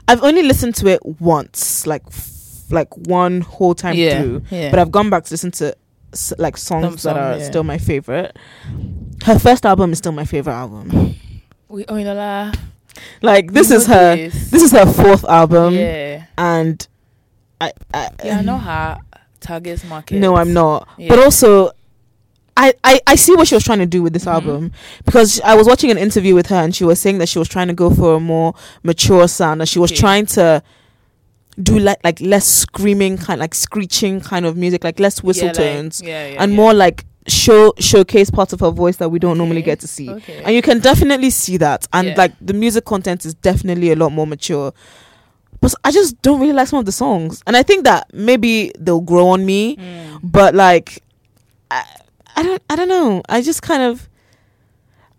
[SPEAKER 3] I've only listened to it once, like f- like one whole time
[SPEAKER 2] yeah,
[SPEAKER 3] through.
[SPEAKER 2] yeah.
[SPEAKER 3] But I've gone back to listen to s- like songs
[SPEAKER 2] Some song,
[SPEAKER 3] that are
[SPEAKER 2] yeah.
[SPEAKER 3] still my favorite. Her first album is still my favorite album.
[SPEAKER 2] we oh, you know, la,
[SPEAKER 3] Like this
[SPEAKER 2] you
[SPEAKER 3] is
[SPEAKER 2] know
[SPEAKER 3] her.
[SPEAKER 2] this.
[SPEAKER 3] This is her fourth album.
[SPEAKER 2] yeah,
[SPEAKER 3] and I, I
[SPEAKER 2] yeah. I know her target market.
[SPEAKER 3] Mm-hmm. no, I'm not.
[SPEAKER 2] Yeah.
[SPEAKER 3] But also, I, I I see what she was trying to do with this
[SPEAKER 5] Mm-hmm.
[SPEAKER 3] album because I was watching an interview with her and she was saying that she was trying to go for a more mature sound. That she was
[SPEAKER 2] Okay.
[SPEAKER 3] trying to do like like less screaming kind, like screeching kind of music, like less whistle
[SPEAKER 5] like-
[SPEAKER 3] tones,
[SPEAKER 5] yeah, yeah,
[SPEAKER 3] and
[SPEAKER 5] yeah.
[SPEAKER 3] more like show showcase parts of her voice that we don't normally get to see.
[SPEAKER 5] okay.
[SPEAKER 3] And you can definitely see that, and
[SPEAKER 5] Yeah.
[SPEAKER 3] like the music content is definitely a lot more mature. But I just don't really like some of the songs, and I think that maybe they'll grow on me.
[SPEAKER 5] Mm.
[SPEAKER 2] Mm.
[SPEAKER 3] But like, I, I don't, I don't know. I just kind of.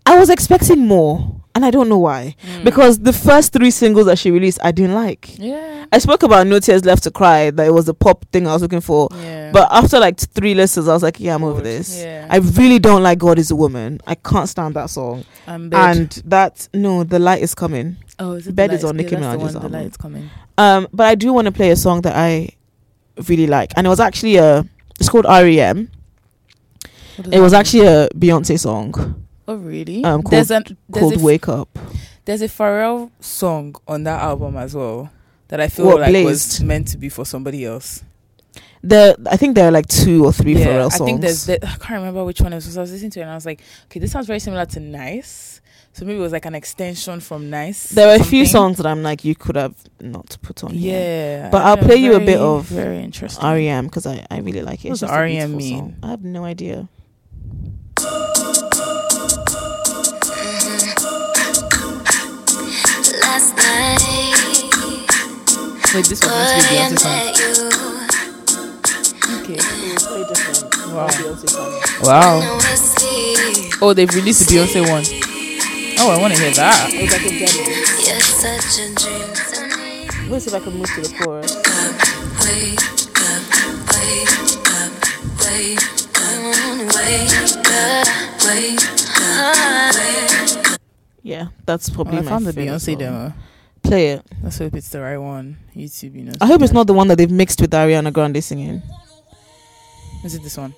[SPEAKER 3] I was expecting more, and I don't know why. Because the first three singles that she released, I didn't like.
[SPEAKER 5] Mm. Yeah.
[SPEAKER 3] I spoke about No Tears Left to Cry, that it was the pop thing I was looking for.
[SPEAKER 5] Yeah.
[SPEAKER 3] But after like three listens, I was like, yeah, I'm over this.
[SPEAKER 5] Yeah.
[SPEAKER 3] I really don't like God is a Woman. I can't stand that song.
[SPEAKER 5] and,
[SPEAKER 3] And that, no, The Light is Coming.
[SPEAKER 5] oh, is it The
[SPEAKER 3] Bed
[SPEAKER 5] Lights?
[SPEAKER 3] is on
[SPEAKER 5] Yeah,
[SPEAKER 3] Nicki
[SPEAKER 5] that's the
[SPEAKER 3] Minaj's
[SPEAKER 5] one, The
[SPEAKER 3] album.
[SPEAKER 5] Lights coming.
[SPEAKER 3] Um, but I do want to play a song that I really like. And it was actually a, it's called E REM.
[SPEAKER 5] What does that
[SPEAKER 3] It was
[SPEAKER 2] Mm.
[SPEAKER 5] mean?
[SPEAKER 3] actually a Beyonce song
[SPEAKER 5] Oh really?
[SPEAKER 3] um, called,
[SPEAKER 2] There's an there's
[SPEAKER 3] called
[SPEAKER 2] a,
[SPEAKER 3] Wake Up.
[SPEAKER 2] there's a Pharrell song on that album as well that I feel
[SPEAKER 3] What,
[SPEAKER 2] like was
[SPEAKER 3] Blazed?
[SPEAKER 2] meant to be for somebody else.
[SPEAKER 3] There, I think there are like two or three
[SPEAKER 2] yeah,
[SPEAKER 3] Pharrell
[SPEAKER 2] I
[SPEAKER 3] songs.
[SPEAKER 2] think there's the, I can't remember which one it was. I was listening to it and I was like, okay, this sounds very similar to Nice. So maybe it was like an extension from Nice.
[SPEAKER 3] There are a few
[SPEAKER 2] something.
[SPEAKER 3] songs that I'm like, you could have not put on. here.
[SPEAKER 2] Yeah,
[SPEAKER 3] But I'll
[SPEAKER 2] they're
[SPEAKER 3] play you a bit
[SPEAKER 2] very,
[SPEAKER 3] of E
[SPEAKER 2] very interesting.
[SPEAKER 3] REM because I, I really like it.
[SPEAKER 2] What
[SPEAKER 3] It's
[SPEAKER 2] does
[SPEAKER 3] just a
[SPEAKER 2] R.E.M.
[SPEAKER 3] beautiful
[SPEAKER 2] mean?
[SPEAKER 3] song. I have no idea.
[SPEAKER 6] Last night,
[SPEAKER 2] Wait, this was meant to be
[SPEAKER 6] I
[SPEAKER 2] Beyonce song.
[SPEAKER 6] met you.
[SPEAKER 2] Wow.
[SPEAKER 6] No whiskey.
[SPEAKER 2] Oh, they've released the Beyonce one. Oh, I want to hear that.
[SPEAKER 6] You're such a dream to me.
[SPEAKER 3] Let's see if I can move to the chorus.
[SPEAKER 6] Wake up, wake up, wake up, wake up, wake up.
[SPEAKER 3] Yeah, that's probably
[SPEAKER 2] Oh, I
[SPEAKER 3] my
[SPEAKER 2] found the
[SPEAKER 3] favorite
[SPEAKER 2] Beyonce
[SPEAKER 3] song.
[SPEAKER 2] demo.
[SPEAKER 3] Play it.
[SPEAKER 2] Let's hope it's the right one. YouTube, you know.
[SPEAKER 3] I hope it's not the one that they've mixed with Ariana Grande singing.
[SPEAKER 2] Is it this one?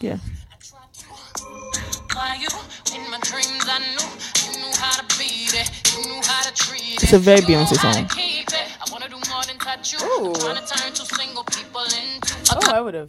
[SPEAKER 3] Yeah.
[SPEAKER 6] Why you in my dreams? I knew you knew how to beat it, you knew how to treat
[SPEAKER 3] It's
[SPEAKER 6] it.
[SPEAKER 3] a very
[SPEAKER 6] you knew
[SPEAKER 3] Beyonce
[SPEAKER 6] how to
[SPEAKER 3] song.
[SPEAKER 6] keep it. I wanna do more than touch you. I'm trying to turn two single people into a
[SPEAKER 2] Oh, I would have.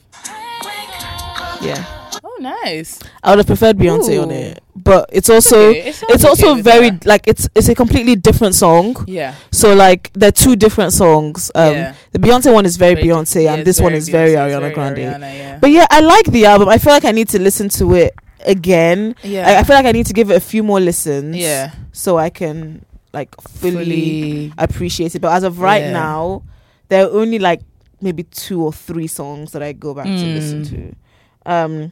[SPEAKER 3] Yeah.
[SPEAKER 2] Oh, nice.
[SPEAKER 3] I would have preferred Beyonce on
[SPEAKER 2] Ooh.
[SPEAKER 3] it. But it's also
[SPEAKER 2] okay. It
[SPEAKER 3] it's,
[SPEAKER 2] sounds okay
[SPEAKER 3] also
[SPEAKER 2] with
[SPEAKER 3] very
[SPEAKER 2] her.
[SPEAKER 3] like it's it's a completely different song.
[SPEAKER 2] Yeah.
[SPEAKER 3] So like they're two different songs. Um
[SPEAKER 2] Yeah.
[SPEAKER 3] the Beyonce one is very
[SPEAKER 2] Very-
[SPEAKER 3] Beyonce
[SPEAKER 2] yeah,
[SPEAKER 3] and
[SPEAKER 2] it's
[SPEAKER 3] this one
[SPEAKER 2] very
[SPEAKER 3] is
[SPEAKER 2] Beyonce,
[SPEAKER 3] very
[SPEAKER 2] it's
[SPEAKER 3] Ariana
[SPEAKER 2] very
[SPEAKER 3] Grande.
[SPEAKER 2] Ariana, yeah.
[SPEAKER 3] But yeah, I like the album. I feel like I need to listen to it again.
[SPEAKER 2] Yeah.
[SPEAKER 3] I, I feel like I need to give it a few more listens.
[SPEAKER 2] Yeah.
[SPEAKER 3] So I can like fully,
[SPEAKER 2] Fully-
[SPEAKER 3] appreciate it. But as of right
[SPEAKER 2] Yeah.
[SPEAKER 3] now, there are only like maybe two or three songs that I go back to listen
[SPEAKER 2] Mm.
[SPEAKER 3] to. Um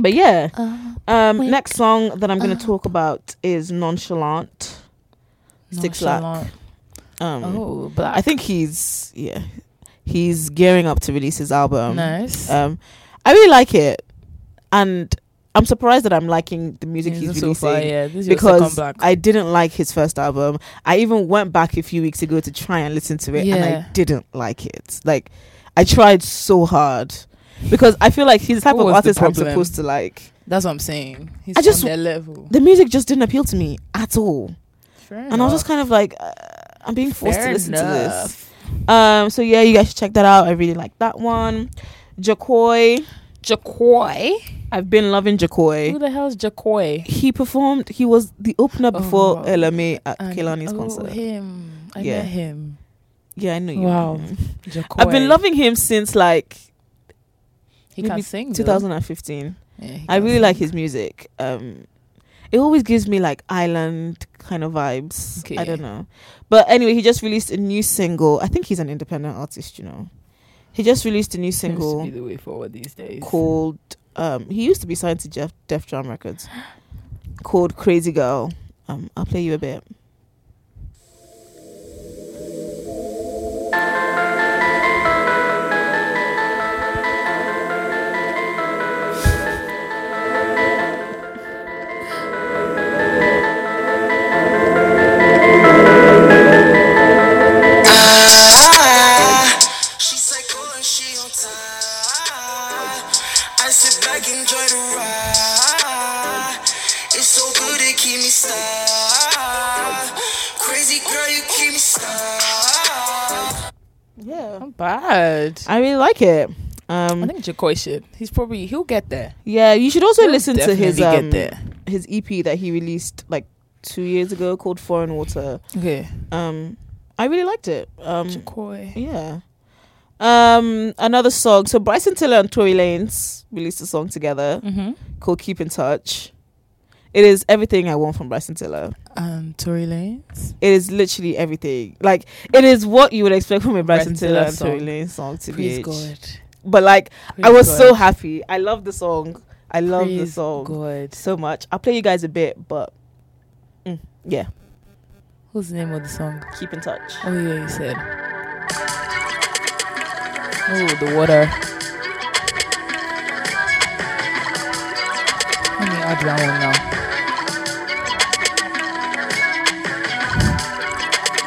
[SPEAKER 3] but yeah. Um next song that I'm gonna talk about is Nonchalant. Six Lack.
[SPEAKER 2] Nonchalant.
[SPEAKER 3] Um
[SPEAKER 5] Oh, black.
[SPEAKER 3] I think he's yeah. He's gearing up to release his album.
[SPEAKER 5] nice.
[SPEAKER 3] Um, I really like it, and I'm surprised that I'm liking the music he's
[SPEAKER 5] so
[SPEAKER 3] releasing
[SPEAKER 5] far, yeah. This is your second
[SPEAKER 3] because
[SPEAKER 5] black.
[SPEAKER 3] I didn't like his first album. I even went back a few weeks ago to try and listen to it, and
[SPEAKER 5] Yeah.
[SPEAKER 3] I didn't like it. Like, I tried so hard because I feel like he's the type
[SPEAKER 2] What
[SPEAKER 3] of
[SPEAKER 2] was the
[SPEAKER 3] artist I'm
[SPEAKER 2] problem?
[SPEAKER 3] supposed to like.
[SPEAKER 2] That's what I'm saying. He's
[SPEAKER 3] I just-
[SPEAKER 2] on their level.
[SPEAKER 3] The music just didn't appeal to me at all,
[SPEAKER 2] Fair
[SPEAKER 3] and I was just kind of like, uh, I'm being forced
[SPEAKER 2] Fair
[SPEAKER 3] to listen to this.
[SPEAKER 2] enough.
[SPEAKER 3] Um, so yeah, you guys should check that out. I really like that one. Jacoi,
[SPEAKER 5] Jacoy.
[SPEAKER 3] I've been loving Jacoi.
[SPEAKER 5] Who the hell's Jacoy?
[SPEAKER 3] he performed he was the opener before
[SPEAKER 5] Oh,
[SPEAKER 3] LMA at
[SPEAKER 5] And-
[SPEAKER 3] Kehlani's
[SPEAKER 5] oh,
[SPEAKER 3] concert.
[SPEAKER 5] him. I
[SPEAKER 3] Yeah.
[SPEAKER 5] met him.
[SPEAKER 3] Yeah, I know you.
[SPEAKER 5] Wow.
[SPEAKER 3] know him.
[SPEAKER 5] Jacoy.
[SPEAKER 3] I've been loving him since like
[SPEAKER 5] He
[SPEAKER 3] maybe
[SPEAKER 5] can sing. though.
[SPEAKER 3] 2015.
[SPEAKER 5] Yeah, he
[SPEAKER 3] I
[SPEAKER 5] can
[SPEAKER 3] really
[SPEAKER 5] sing.
[SPEAKER 3] like his music. Um it always gives me like island kind of vibes. I
[SPEAKER 5] Okay.
[SPEAKER 3] don't know. But anyway, he just released a new single. I think he's an independent artist, you know. He just released a new
[SPEAKER 5] Seems to be
[SPEAKER 3] single
[SPEAKER 5] the way forward these days.
[SPEAKER 3] called um he used to be signed to Jeff Def Jam Records called Crazy Girl. Um I'll play you a bit.
[SPEAKER 16] She's psycho and she on time. I sit back, enjoy the ride. It's so good it keep me stuck. Crazy girl, you keep me stuck.
[SPEAKER 3] Yeah.
[SPEAKER 5] Not bad.
[SPEAKER 3] I really like it.
[SPEAKER 5] I
[SPEAKER 3] Um,
[SPEAKER 5] think Jacoy should. He's probably he'll get there.
[SPEAKER 3] yeah, you should also
[SPEAKER 5] He'll
[SPEAKER 3] listen to his
[SPEAKER 5] definitely get
[SPEAKER 3] um,
[SPEAKER 5] there.
[SPEAKER 3] his EP that he released like two years ago called Foreign Water.
[SPEAKER 2] Okay.
[SPEAKER 3] Um, I really liked it. Um,
[SPEAKER 2] Chicoy.
[SPEAKER 3] Yeah. Um, another song. So Bryson Tiller and Tory Lanez released a song together
[SPEAKER 5] Mm-hmm.
[SPEAKER 2] Mhm.
[SPEAKER 3] called "Keep in Touch." It is everything I want from Bryson Tiller.
[SPEAKER 2] Um, Tory Lanez.
[SPEAKER 3] It is literally everything. Like it is what you would expect from a Bryson,
[SPEAKER 2] Bryson
[SPEAKER 3] Tiller
[SPEAKER 2] Tiller
[SPEAKER 3] and Tory
[SPEAKER 2] song.
[SPEAKER 3] Lanez song to
[SPEAKER 2] Praise
[SPEAKER 3] be.
[SPEAKER 2] God.
[SPEAKER 3] But like I
[SPEAKER 2] Praise
[SPEAKER 3] was so
[SPEAKER 2] God.
[SPEAKER 3] happy. I love the song. I love the
[SPEAKER 2] Praise
[SPEAKER 3] song so much. I'll play you guys a bit, but mm, yeah.
[SPEAKER 2] What's the name of the song?
[SPEAKER 3] Keep in touch.
[SPEAKER 2] Oh yeah, you said. Oh, the water. Let me add that one now.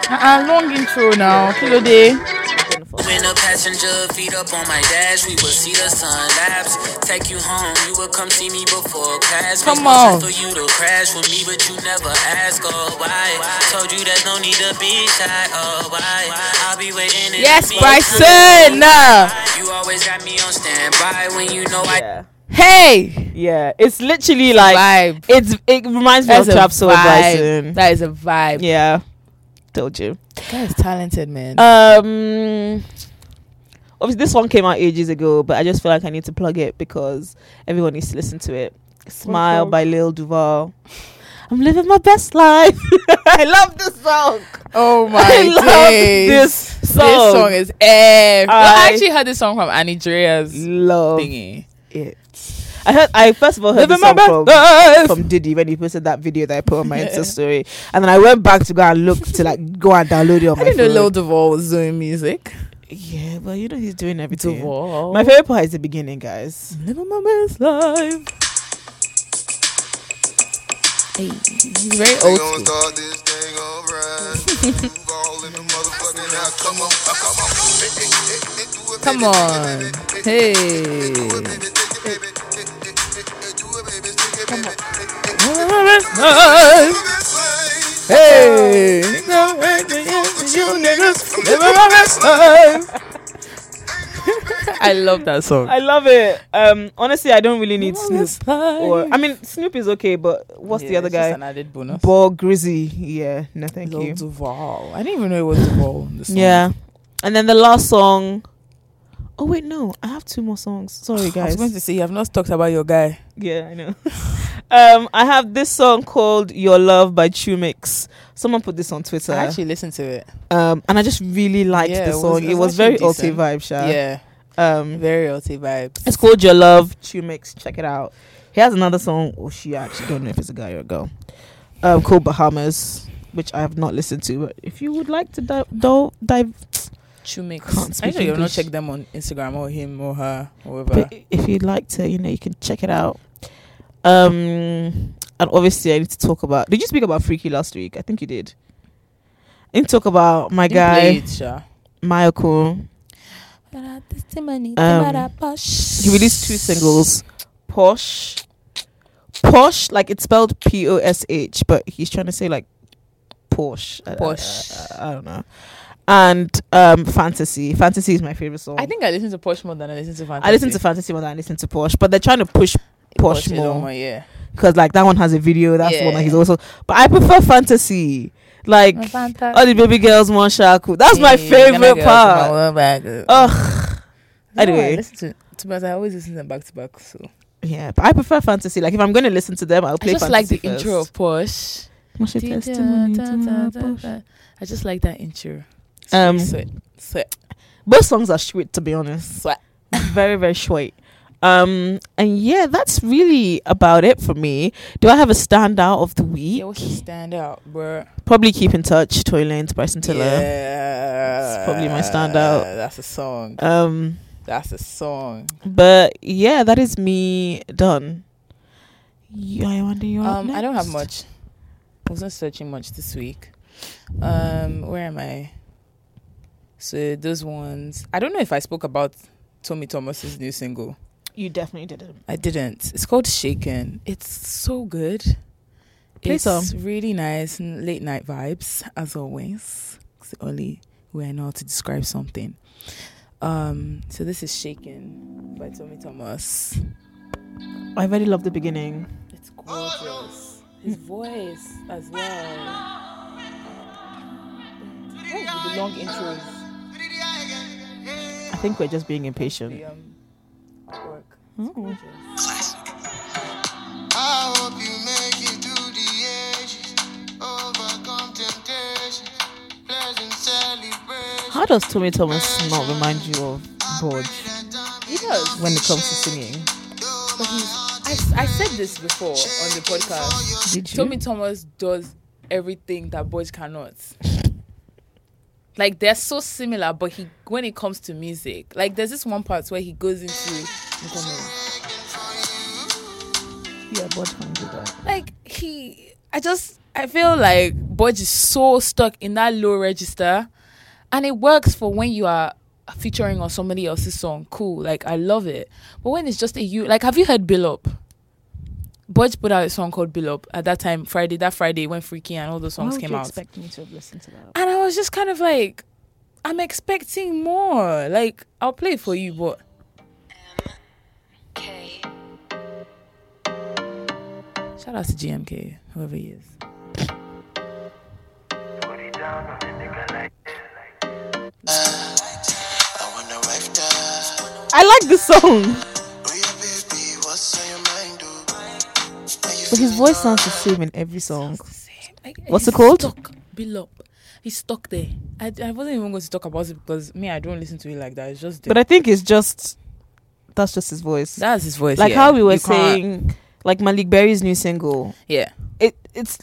[SPEAKER 2] Uh-uh, long intro now. Kilo day.
[SPEAKER 17] When a passenger, feet up on my dash, we will see the sun lapse. Take you home, you will come see me before class.
[SPEAKER 2] Come
[SPEAKER 17] Makes no
[SPEAKER 2] on.
[SPEAKER 17] sense For you to crash with me, but you never ask, oh why? Told you there's no need to be shy, oh why? I'll be waiting. in
[SPEAKER 2] Yes,
[SPEAKER 17] the
[SPEAKER 2] Bryson.
[SPEAKER 17] You always got me on standby when you know I.
[SPEAKER 2] Hey.
[SPEAKER 3] Yeah, it's literally like it's it reminds me
[SPEAKER 2] That's
[SPEAKER 3] of
[SPEAKER 2] a
[SPEAKER 3] Trap Soul
[SPEAKER 2] vibe.
[SPEAKER 3] Bryson.
[SPEAKER 2] That is a vibe.
[SPEAKER 3] Yeah, told you.
[SPEAKER 2] That is talented, man.
[SPEAKER 3] Um, obviously this one came out ages ago, but I just feel like I need to plug it because everyone needs to listen to it. Smile
[SPEAKER 2] song?
[SPEAKER 3] by Lil Duval. I'm living my best life. I love this song.
[SPEAKER 2] Oh my
[SPEAKER 3] I love
[SPEAKER 2] days.
[SPEAKER 3] this song.
[SPEAKER 2] This song is every. I,
[SPEAKER 3] I
[SPEAKER 2] actually heard this song from Annie Drea's
[SPEAKER 3] love
[SPEAKER 2] thingy.
[SPEAKER 3] it. I heard. I first of all heard
[SPEAKER 2] Living
[SPEAKER 3] this
[SPEAKER 2] my
[SPEAKER 3] song
[SPEAKER 2] best
[SPEAKER 3] from, from Diddy when he posted that video that I put on my Insta story, and then I went back to go and look to like go and download it on
[SPEAKER 2] I
[SPEAKER 3] my
[SPEAKER 2] didn't know
[SPEAKER 3] phone.
[SPEAKER 2] Lil Duval was doing music.
[SPEAKER 3] yeah, but you know he's doing everything.
[SPEAKER 2] Duval.
[SPEAKER 3] My favorite part is the beginning, guys.
[SPEAKER 2] Living my best life. Hey, he's very old school. Come on. Hey. Hey. I love that song.
[SPEAKER 3] I love it. Um, honestly, I don't really need Snoop. Or I mean, Snoop is okay, but what's the
[SPEAKER 2] Yeah,
[SPEAKER 3] other
[SPEAKER 2] it's just
[SPEAKER 3] guy?
[SPEAKER 2] an added bonus.
[SPEAKER 3] Ball Grizzy. Yeah, no, thank
[SPEAKER 2] Lil
[SPEAKER 3] you.
[SPEAKER 2] Duval. I didn't even know it was Duval. in the song.
[SPEAKER 3] Yeah, and then the last song. Oh wait, no, I have two more songs. Sorry,
[SPEAKER 2] I was
[SPEAKER 3] guys.
[SPEAKER 2] going to say, you have not talked about your guy.
[SPEAKER 3] Yeah, I know. um, I have this song called "Your Love" by Chumix. Someone put this on Twitter.
[SPEAKER 2] I actually listened to it.
[SPEAKER 3] um, and I just really liked
[SPEAKER 2] Yeah,
[SPEAKER 3] the
[SPEAKER 2] it was-
[SPEAKER 3] song.
[SPEAKER 2] it
[SPEAKER 3] it
[SPEAKER 2] was
[SPEAKER 3] was very
[SPEAKER 2] actually
[SPEAKER 3] Ulti
[SPEAKER 2] decent.
[SPEAKER 3] vibe, Sha.
[SPEAKER 2] Yeah.
[SPEAKER 3] Um,
[SPEAKER 2] very Ulti vibe.
[SPEAKER 3] It's called Your Love. Chumix, check it out. He has another song. Oh, she actually don't know if it's a guy or a girl. Um, called Bahamas, which I have not listened to. But if you would like to dive, dive, dive Can't
[SPEAKER 2] Chumix. I
[SPEAKER 3] speak
[SPEAKER 2] know you've not
[SPEAKER 3] English.
[SPEAKER 2] checked them on Instagram or him or her or whoever.
[SPEAKER 3] but if you'd like to, you know, you can check it out. Um, and obviously, I need to talk about. Did you speak about Freaky last week? I think you did. I need to talk about my
[SPEAKER 2] You play
[SPEAKER 3] guy,
[SPEAKER 2] it, Sha.
[SPEAKER 3] Michael. Um, he released two singles, Posh, Posh, like it's spelled P O S H, but he's trying to say like Porsche. I- I-
[SPEAKER 2] Posh.
[SPEAKER 3] I, I don't know. And um, Fantasy. Fantasy is my favorite song.
[SPEAKER 2] I think I listen to Posh more than I listen to Fantasy.
[SPEAKER 3] I listen to Fantasy more than I listen to Porsche, but they're trying to push Porsche
[SPEAKER 2] Posh
[SPEAKER 3] more.
[SPEAKER 2] more, yeah.
[SPEAKER 3] Because like that one has a video, that's the one that he's
[SPEAKER 2] Yeah.
[SPEAKER 3] also. But I prefer Fantasy. Like
[SPEAKER 2] Fantasy.
[SPEAKER 3] all the baby girls want Shaku. Oh, That's my
[SPEAKER 2] Yeah, Ghana
[SPEAKER 3] favorite
[SPEAKER 2] girls, my
[SPEAKER 3] part.
[SPEAKER 2] love bag.
[SPEAKER 3] Ugh.
[SPEAKER 2] No, I
[SPEAKER 3] Anyway,
[SPEAKER 2] listen to, to be honest, I always listen to them back to back. So
[SPEAKER 3] yeah, but I prefer Fantasy. Like if I'm going to listen to them, I'll
[SPEAKER 5] I
[SPEAKER 3] play.
[SPEAKER 5] just like
[SPEAKER 3] fantasy
[SPEAKER 5] the intro
[SPEAKER 3] first.
[SPEAKER 5] of Posh.
[SPEAKER 3] What's your
[SPEAKER 5] Da-
[SPEAKER 3] testimony
[SPEAKER 5] da-
[SPEAKER 3] to
[SPEAKER 5] da-
[SPEAKER 3] my
[SPEAKER 5] da- da. I just like that intro.
[SPEAKER 3] Um,
[SPEAKER 5] Sweet,
[SPEAKER 2] sweat.
[SPEAKER 3] Both songs are sweet, to be honest.
[SPEAKER 2] Sweat.
[SPEAKER 3] Very, very sweet. Um, and yeah, that's really about it for me. Do I have a standout of the week?
[SPEAKER 2] yeah, what's the standout, bro?
[SPEAKER 3] Probably keep in touch, Toy Lanes, Bryson Tiller.
[SPEAKER 2] Yeah,
[SPEAKER 3] It's probably my standout.
[SPEAKER 2] That's a song.
[SPEAKER 3] Um,
[SPEAKER 2] that's a song.
[SPEAKER 3] But yeah, that is me done. Yeah, I wonder you.
[SPEAKER 2] Um, I don't have much. I wasn't searching much this week. Um, where am I? So those ones. I don't know if I spoke about Tommy Thomas's new single.
[SPEAKER 3] You definitely didn't.
[SPEAKER 2] I didn't. It's called Shaken. It's so good.
[SPEAKER 3] Play
[SPEAKER 2] it's
[SPEAKER 3] some.
[SPEAKER 2] really nice and late night vibes as always. It's the only way I know how to describe something. Um, so this is Shaken by Tommy Thomas.
[SPEAKER 3] I really love the beginning.
[SPEAKER 2] It's gorgeous.
[SPEAKER 5] his voice as well. What with the long intros?
[SPEAKER 3] I think we're just being impatient.
[SPEAKER 2] Um,
[SPEAKER 3] Mm.
[SPEAKER 16] I hope you make it through the ages, overcome temptation, pleasant celebration.
[SPEAKER 3] How does Tommy Thomas not remind you of Borge
[SPEAKER 2] He does.
[SPEAKER 3] when it comes to singing?
[SPEAKER 2] But he's, I, I said this before on the podcast.
[SPEAKER 3] Did you?
[SPEAKER 2] Tommy Thomas does everything that boys cannot. like they're so similar, but he when it comes to music, like there's this one part where he goes into
[SPEAKER 3] Yeah, Borge can do that.
[SPEAKER 2] like he I just I feel like Bodge is so stuck in that low register and it works for when you are featuring on somebody else's song. Cool. Like I love it. But when it's just a you like have you heard Bill Up? Bodge put out a song called Bill Up at that time, Friday, that Friday when Freaky and all those songs
[SPEAKER 5] Why would
[SPEAKER 2] came
[SPEAKER 5] you
[SPEAKER 2] out.
[SPEAKER 5] expect me to have listened to that?
[SPEAKER 2] And I was just kind of like, I'm expecting more. Like, I'll play it for you, but. Shout out to GMK, whoever he is.
[SPEAKER 3] I like this song. But his voice sounds the same in every song.
[SPEAKER 2] Like,
[SPEAKER 3] What's
[SPEAKER 2] he's
[SPEAKER 3] it called?
[SPEAKER 2] Stuck below. He's stuck there. I, I wasn't even going to talk about it because me, I don't listen to it like that. It's just there.
[SPEAKER 3] But I think it's just that's just his voice.
[SPEAKER 2] That's his voice,
[SPEAKER 3] Like
[SPEAKER 2] yeah.
[SPEAKER 3] how we were
[SPEAKER 2] You can't-
[SPEAKER 3] saying, like Malik Berry's new single.
[SPEAKER 2] Yeah.
[SPEAKER 3] It it's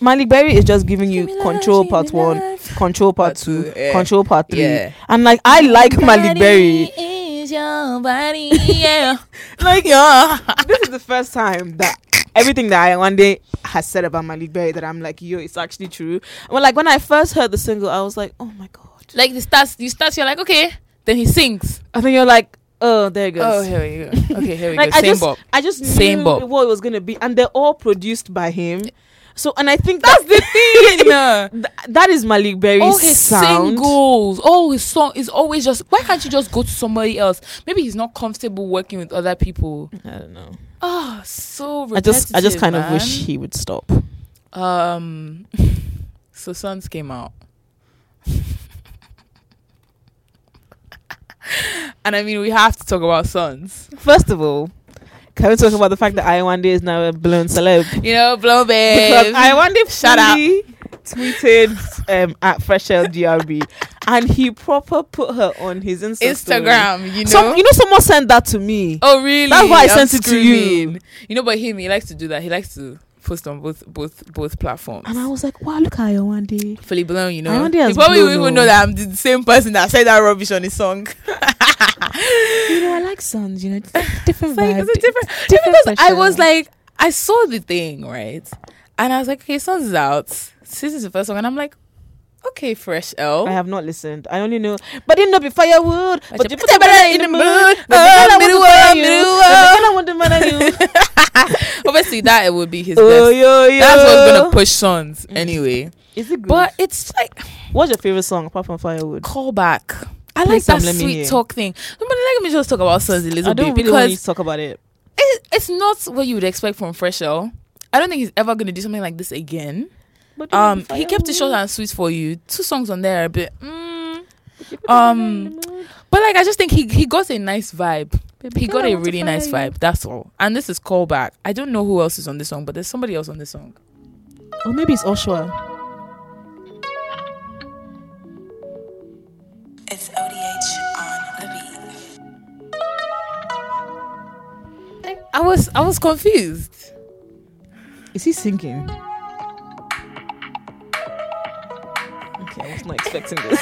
[SPEAKER 3] Malik Berry is just giving you control part one, control part two,
[SPEAKER 2] yeah.
[SPEAKER 3] control part three,
[SPEAKER 2] Yeah.
[SPEAKER 3] and like I like Malik Berry.
[SPEAKER 2] Is your body, yeah.
[SPEAKER 3] like yeah, this is the first time that everything that I one day has said about Malik Berry that I'm like, yo, it's actually true. Well, like when I first heard the single, I was like, oh my god.
[SPEAKER 2] like the starts, you starts, you're like, okay. Then he sings.
[SPEAKER 3] And then you're like, oh, there it goes.
[SPEAKER 2] Oh, here we go. Okay, here we
[SPEAKER 3] like
[SPEAKER 2] go.
[SPEAKER 3] I
[SPEAKER 2] Same
[SPEAKER 3] just,
[SPEAKER 2] bop.
[SPEAKER 3] I just
[SPEAKER 2] Same
[SPEAKER 3] knew
[SPEAKER 2] bop.
[SPEAKER 3] what it was gonna be, and they're all produced by him. So, and I think that's the thing. Oh, Th- that is Malik Berry's
[SPEAKER 2] Oh,
[SPEAKER 5] all his
[SPEAKER 3] sound.
[SPEAKER 5] singles, all his song is always just. Why can't you just go to somebody else? Maybe he's not comfortable working with other people.
[SPEAKER 3] I don't know.
[SPEAKER 2] Ah,
[SPEAKER 5] Oh, so
[SPEAKER 3] I just, I just
[SPEAKER 5] repetitive,
[SPEAKER 3] kind
[SPEAKER 5] man.
[SPEAKER 3] of wish he would stop.
[SPEAKER 2] Um, so Sons came out. and I mean, we have to talk about Sons.
[SPEAKER 3] First of all, can we talk about the fact that Iwande is now a blown celeb?
[SPEAKER 2] You know, blow babe.
[SPEAKER 3] Because Iwande
[SPEAKER 2] Um, Shout out.
[SPEAKER 3] fully tweeted um, at Fresh LGRB, and he proper put her on his Insta
[SPEAKER 2] Instagram,
[SPEAKER 3] story.
[SPEAKER 2] you know?
[SPEAKER 3] Some, you know, someone sent that to me.
[SPEAKER 2] Oh, really?
[SPEAKER 3] That's why I
[SPEAKER 2] I'm
[SPEAKER 3] sent it to you.
[SPEAKER 2] screaming. You know, but him, he likes to do that. He likes to post on both both both platforms.
[SPEAKER 3] And I was like, wow, look at Iwande.
[SPEAKER 2] Fully blown, you know.
[SPEAKER 3] Iwande
[SPEAKER 2] You
[SPEAKER 3] has
[SPEAKER 2] probably won't
[SPEAKER 3] blown,
[SPEAKER 2] even
[SPEAKER 3] oh.
[SPEAKER 2] know that I'm the same person that said that rubbish on his song.
[SPEAKER 3] you know, I like sons, you know, it's like different
[SPEAKER 2] like,
[SPEAKER 3] vibe.
[SPEAKER 2] is it different?
[SPEAKER 3] It's
[SPEAKER 2] Yeah,
[SPEAKER 3] different
[SPEAKER 2] because I
[SPEAKER 3] pressure.
[SPEAKER 2] was like, I saw the thing, right? And I was like, okay, Sons is out. This is the first one. And I'm like, okay, Fresh L.
[SPEAKER 3] I have not listened. I only know, but didn't know be firewood. But you put
[SPEAKER 2] the
[SPEAKER 3] the
[SPEAKER 2] banana in
[SPEAKER 3] banana in the
[SPEAKER 2] the
[SPEAKER 3] mood.
[SPEAKER 2] mood.
[SPEAKER 3] But
[SPEAKER 2] Oh,
[SPEAKER 3] the
[SPEAKER 2] middle world,
[SPEAKER 3] middle world,
[SPEAKER 2] middle
[SPEAKER 3] middle
[SPEAKER 2] world.
[SPEAKER 3] I want the man on you.
[SPEAKER 2] Ah, Obviously, that it would be his
[SPEAKER 3] Oh,
[SPEAKER 2] best.
[SPEAKER 3] yo, yo.
[SPEAKER 2] That's what's going to push Sons anyway.
[SPEAKER 3] Is it good?
[SPEAKER 2] But it's like,
[SPEAKER 3] What's your favorite song apart from firewood?
[SPEAKER 2] call back. I
[SPEAKER 3] Please,
[SPEAKER 2] like that
[SPEAKER 3] Sam, let me
[SPEAKER 2] sweet
[SPEAKER 3] hear.
[SPEAKER 2] talk thing. But let me just talk about Sons a little
[SPEAKER 3] I don't
[SPEAKER 2] bit
[SPEAKER 3] really want you
[SPEAKER 2] because
[SPEAKER 3] to talk about it.
[SPEAKER 2] it, it's not what you would expect from Fresh L. I don't think he's ever going to do something like this again.
[SPEAKER 3] But you
[SPEAKER 2] Um,
[SPEAKER 3] want the
[SPEAKER 2] he kept it short
[SPEAKER 3] firewood.
[SPEAKER 2] and sweet for you. Two songs on there, but mm, um, but like I just think he he got a nice vibe. he
[SPEAKER 3] girl,
[SPEAKER 2] got
[SPEAKER 3] I
[SPEAKER 2] a
[SPEAKER 3] want to
[SPEAKER 2] really nice
[SPEAKER 3] fire you.
[SPEAKER 2] vibe. That's all. And this is callback. I don't know who else is on this song, but there's somebody else on this song.
[SPEAKER 3] Or Oh, maybe it's Oshua.
[SPEAKER 16] It's ODH on the beat.
[SPEAKER 2] I was I was confused.
[SPEAKER 3] Is he singing? Okay, I was not expecting this.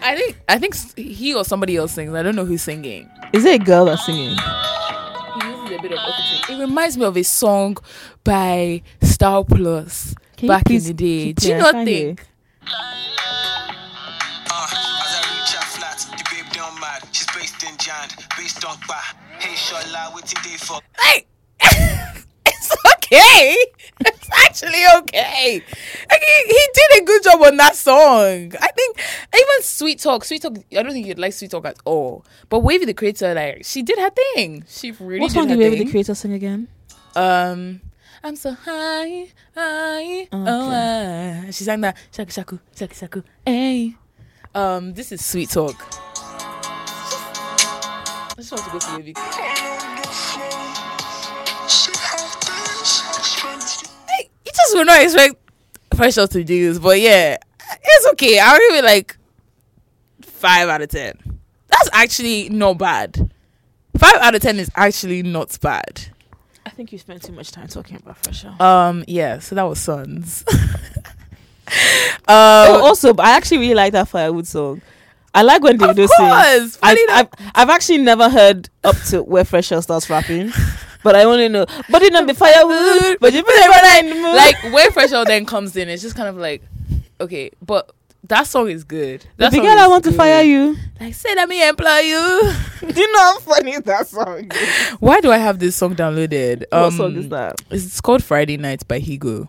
[SPEAKER 2] I think I think s- he or somebody else sings. I don't know who's singing.
[SPEAKER 3] Is it a girl that's singing?
[SPEAKER 2] He uses a bit of auto-tune. It reminds me of a song by Star Plus
[SPEAKER 3] Can you
[SPEAKER 2] back in
[SPEAKER 3] please
[SPEAKER 2] the day.
[SPEAKER 3] keep
[SPEAKER 2] Do you
[SPEAKER 3] playing? I
[SPEAKER 2] not
[SPEAKER 3] can't hear.
[SPEAKER 2] think?
[SPEAKER 16] As I reach her flat, the babe done mad. She's based in Jan, based on Kwa. Hey, Shola, what you day for?
[SPEAKER 2] Hey, it's okay. It's actually okay. Like he, he did a good job on that song. I think even Sweet Talk, Sweet Talk. I don't think you'd like Sweet Talk at all. But Wavy the creator, like she did her thing. She really
[SPEAKER 3] What
[SPEAKER 2] did
[SPEAKER 3] song
[SPEAKER 2] her
[SPEAKER 3] did Wavy
[SPEAKER 2] thing.
[SPEAKER 3] the Creator sing again?
[SPEAKER 2] um, I'm so high, high, oh
[SPEAKER 6] Okay.
[SPEAKER 2] I. She sang that shaku shaku shaku shaku. Hey, um, this is sweet talk. I just want to go to the Vic.
[SPEAKER 6] Like, you just would not expect Fresh Off to do this, but yeah, it's okay. I'll give it like five out of ten. That's actually not bad. Five out of ten is actually not bad.
[SPEAKER 3] I think you spent too much time talking about fresher.
[SPEAKER 6] Um, yeah. So that was Sons. Um,
[SPEAKER 3] oh, also, but I actually really like that firewood song. I like when Davido
[SPEAKER 6] course,
[SPEAKER 3] sings. I've,
[SPEAKER 6] funny
[SPEAKER 3] I've, I've actually never heard up to where Fresher starts rapping, but I only know. But in the firewood, but you put it in the moon.
[SPEAKER 2] Like when Fresh Out then comes in, it's just kind of like, okay, but that song is good. That
[SPEAKER 3] the
[SPEAKER 2] song
[SPEAKER 3] girl I
[SPEAKER 2] is
[SPEAKER 3] want to fire
[SPEAKER 2] good.
[SPEAKER 3] you.
[SPEAKER 2] Like say let me employ you.
[SPEAKER 3] Do you know how funny that song is?
[SPEAKER 6] Why do I have this song downloaded?
[SPEAKER 3] What song
[SPEAKER 2] Um,
[SPEAKER 3] is that?
[SPEAKER 6] It's called Friday Night by Higo.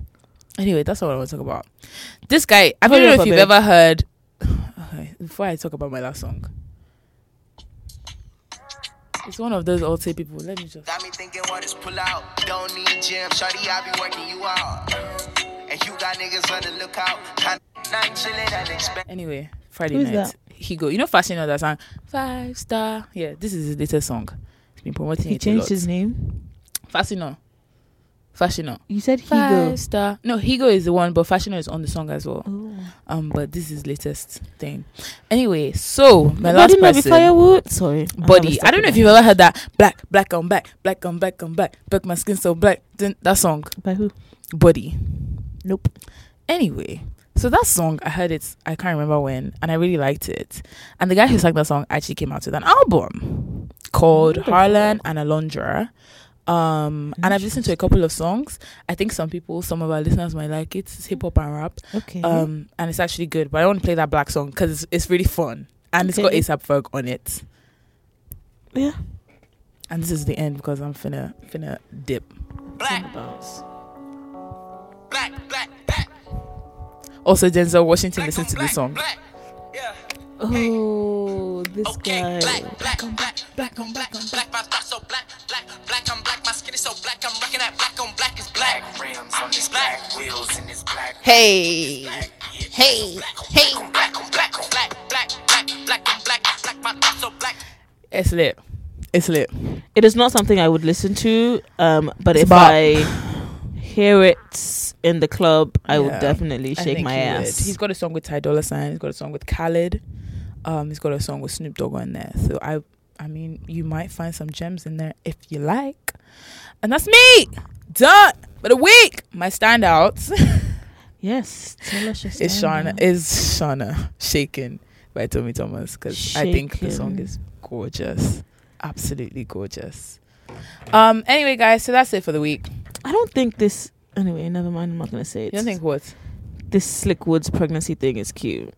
[SPEAKER 6] Anyway, that's not what I want to talk about. This guy, I don't
[SPEAKER 2] Hurry
[SPEAKER 6] know
[SPEAKER 2] up a
[SPEAKER 6] if you've
[SPEAKER 2] bit.
[SPEAKER 6] ever heard. Okay, before I talk about my last song,
[SPEAKER 2] It's one of those old tape people. Let me just.
[SPEAKER 12] Got me thinking what is pull out. Don't need gym, shawty, I be working you out. And you got niggas on the lookout. Kinda not chillin' and expect.
[SPEAKER 2] Anyway, Friday
[SPEAKER 6] Who's
[SPEAKER 2] night. He go. You know, fashion on that song. Five star. Yeah, this is his latest song. He's been promoting
[SPEAKER 3] He
[SPEAKER 2] it
[SPEAKER 3] changed
[SPEAKER 2] a lot.
[SPEAKER 3] his name.
[SPEAKER 2] Fashion. Fashion.
[SPEAKER 3] You said
[SPEAKER 2] Five
[SPEAKER 3] Higo. Oh.
[SPEAKER 2] star. No, Higo is the one, but Fashion is on the song as well. Um, but this is latest thing. Anyway, so my
[SPEAKER 3] Body
[SPEAKER 2] last
[SPEAKER 3] might be
[SPEAKER 2] person.
[SPEAKER 3] firewood. Sorry, I'm
[SPEAKER 2] Body. I don't
[SPEAKER 3] mistaken.
[SPEAKER 2] know if you've ever heard that black, black on black, black on black on black, black my skin so black. Then that song.
[SPEAKER 3] By who?
[SPEAKER 2] Body.
[SPEAKER 3] Nope.
[SPEAKER 2] Anyway, so that song I heard it. I can't remember when, and I really liked it. And the guy who sang that song actually came out with an album called Harlan and Alondra. Um, and I've listened to a couple of songs. I think some people, some of our listeners might like it. It's hip hop and rap.
[SPEAKER 3] Okay.
[SPEAKER 2] Um, and it's actually good. But I want to play that black song because it's, it's really fun and it's got
[SPEAKER 3] Okay.
[SPEAKER 2] ASAP Ferg on it.
[SPEAKER 3] Yeah.
[SPEAKER 2] And this is the end because I'm finna finna dip.
[SPEAKER 12] Black. Black, black, black.
[SPEAKER 2] Also, Denzel Washington listen to this song.
[SPEAKER 3] Oh, this guy.
[SPEAKER 12] Black on black, black on black on black. My thoughts so black, black, black on black. My skin is so black, I'm rocking that black on black is black. Rims on these black wheels in this black.
[SPEAKER 6] Hey, hey,
[SPEAKER 12] Hey, black on black on black, black, black, black on black, black. My thoughts so black.
[SPEAKER 2] It's lit. It's lit.
[SPEAKER 3] It is not something I would listen to, um, but
[SPEAKER 2] It's
[SPEAKER 3] if
[SPEAKER 2] bop.
[SPEAKER 3] I hear it in the club, I would definitely
[SPEAKER 2] I
[SPEAKER 3] shake
[SPEAKER 2] think
[SPEAKER 3] my
[SPEAKER 2] he would.
[SPEAKER 3] ass.
[SPEAKER 2] He's got a song with Ty Dolla Sign. He's got a song with Khaled. Um, he's got a song with Snoop Dogg on there. So I, I mean, you might find some gems in there if you like. And that's me done for the week. My standouts
[SPEAKER 3] yes, tell us your
[SPEAKER 2] is Shauna
[SPEAKER 3] standout.
[SPEAKER 2] is Shauna shaken by Tommy Thomas because I think the song
[SPEAKER 3] Shaken.
[SPEAKER 2] is gorgeous, absolutely gorgeous. Um. Anyway, guys, so that's it for the week.
[SPEAKER 3] I don't think this. Anyway, never mind. I'm not gonna say it.
[SPEAKER 2] You don't think what?
[SPEAKER 3] this Slick Woods pregnancy thing is cute?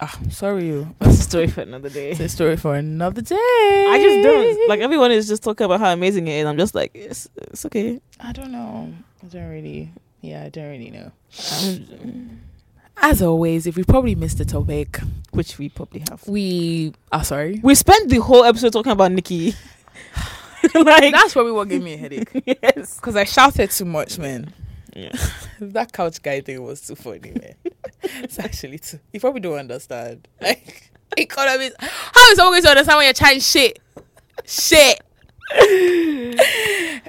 [SPEAKER 2] Ah, sorry, you.
[SPEAKER 3] That's a story for another day.
[SPEAKER 2] It's a story for another day.
[SPEAKER 3] I
[SPEAKER 2] I
[SPEAKER 3] just don't like everyone is just talking about how amazing it is. I'm just like, it's, it's okay.
[SPEAKER 2] I don't know. I don't really. Yeah, I don't really know.
[SPEAKER 3] Um,
[SPEAKER 2] As always, if we probably missed a topic,
[SPEAKER 3] which we probably have.
[SPEAKER 2] we are sorry.
[SPEAKER 3] We spent the whole episode talking about Nikki. like
[SPEAKER 2] That's probably what gave me a headache
[SPEAKER 3] yes.
[SPEAKER 6] because I shouted too much, man.
[SPEAKER 3] Yeah.
[SPEAKER 6] that couch guy thing was too funny, man. it's actually too. You probably don't understand. Like economies.
[SPEAKER 2] How is someone going to understand when you're trying shit? Shit.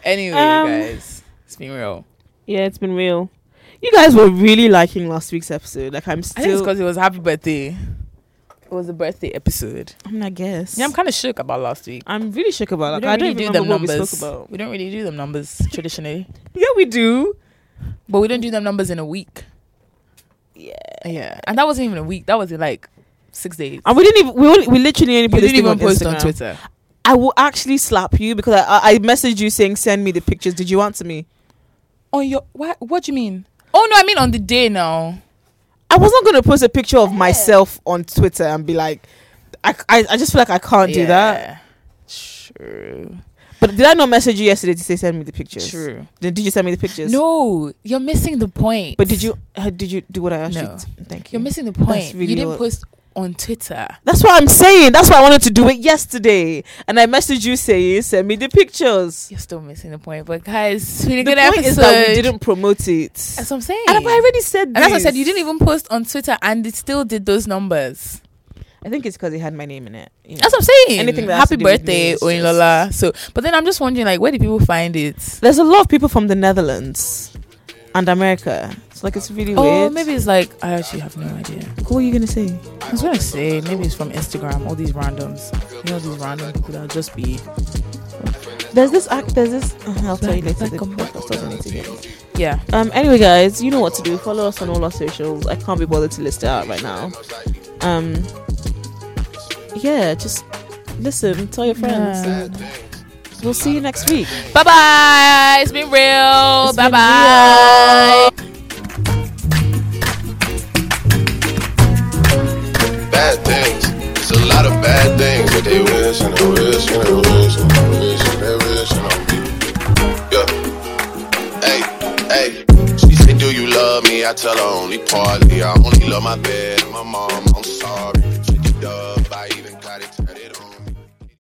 [SPEAKER 6] Anyway,
[SPEAKER 3] Um,
[SPEAKER 6] guys, it's been real.
[SPEAKER 3] Yeah, it's been real. You guys were really liking last week's episode. Like I'm
[SPEAKER 6] I think it's
[SPEAKER 3] still.
[SPEAKER 6] because it was happy birthday. It was a birthday episode.
[SPEAKER 3] I mean, I guess.
[SPEAKER 6] Yeah, I'm kind of shook about last week.
[SPEAKER 3] I'm really shook about.
[SPEAKER 6] We
[SPEAKER 3] Like,
[SPEAKER 6] don't
[SPEAKER 3] I
[SPEAKER 6] really
[SPEAKER 3] don't
[SPEAKER 6] do
[SPEAKER 3] even
[SPEAKER 6] them
[SPEAKER 3] remember what
[SPEAKER 6] numbers.
[SPEAKER 3] we spoke about.
[SPEAKER 6] We don't really do them numbers traditionally,
[SPEAKER 3] Yeah, we do.
[SPEAKER 2] But we don't do them numbers in a week.
[SPEAKER 3] Yeah.
[SPEAKER 2] Yeah. And that wasn't even a week. That was in like six days.
[SPEAKER 3] And we didn't even. We, only, we literally only
[SPEAKER 2] You
[SPEAKER 3] put this
[SPEAKER 2] didn't
[SPEAKER 3] thing
[SPEAKER 2] even post
[SPEAKER 3] Instagram.
[SPEAKER 2] on Twitter.
[SPEAKER 3] I will actually slap you because I, I I messaged you saying send me the pictures. Did you answer me?
[SPEAKER 2] On your what? What do you mean? Oh no, I mean on the day now.
[SPEAKER 3] I was not gonna post a picture of myself on Twitter and be like, I I, I just feel like I can't do that.
[SPEAKER 2] True.
[SPEAKER 3] But did I not message you yesterday to say send me the pictures?
[SPEAKER 2] True.
[SPEAKER 3] Then did you send me the pictures?
[SPEAKER 2] No, you're missing the point.
[SPEAKER 3] But did you uh, did you do what I asked
[SPEAKER 2] No.
[SPEAKER 3] you? To? Thank you.
[SPEAKER 2] You're missing the point.
[SPEAKER 3] really
[SPEAKER 2] you didn't
[SPEAKER 3] what-
[SPEAKER 2] post on Twitter.
[SPEAKER 3] That's what I'm saying. That's why I wanted to do it yesterday. And I messaged you saying, send me the pictures.
[SPEAKER 2] You're still missing the point. But guys, it's been a
[SPEAKER 3] the
[SPEAKER 2] good
[SPEAKER 3] point
[SPEAKER 2] episode.
[SPEAKER 3] is that we didn't promote it.
[SPEAKER 2] That's what I'm saying.
[SPEAKER 3] And I already said
[SPEAKER 2] And that's what I
[SPEAKER 3] this.
[SPEAKER 2] said. You didn't even post on Twitter, and it still did those numbers.
[SPEAKER 3] I think it's because it had my name in it. you know.
[SPEAKER 2] That's what I'm saying.
[SPEAKER 3] Anything that has
[SPEAKER 2] Happy
[SPEAKER 3] to do with me
[SPEAKER 2] birthday,
[SPEAKER 3] is
[SPEAKER 2] Oinlola. So, but then I'm just wondering, like, where do people find it?
[SPEAKER 3] There's a lot of people from the Netherlands and America. It's like it's really
[SPEAKER 2] Or
[SPEAKER 3] weird.
[SPEAKER 2] Oh, maybe it's like I actually have no idea.
[SPEAKER 3] What are you gonna say?
[SPEAKER 2] I was gonna say maybe it's from Instagram. All these randoms, you know, these random people that'll just be
[SPEAKER 3] There's this act. There's this. uh, I'll tell you later. The podcast doesn't need to get into.
[SPEAKER 2] Yeah.
[SPEAKER 3] Um. Anyway, guys, you know what to do. Follow us on all our socials. I can't be bothered to list it out right now. Um. Yeah. Just listen. Tell your friends. and We'll see you next week.
[SPEAKER 2] Bye bye. It's been real. Bye bye.
[SPEAKER 1] Bad things. It's a lot of bad things that they wish and they wish and they wish and they wish and they wish and on me. Yeah. Hey, hey. She said, Do you love me? I tell her only partly. I only love my bed and my mom. I'm sorry.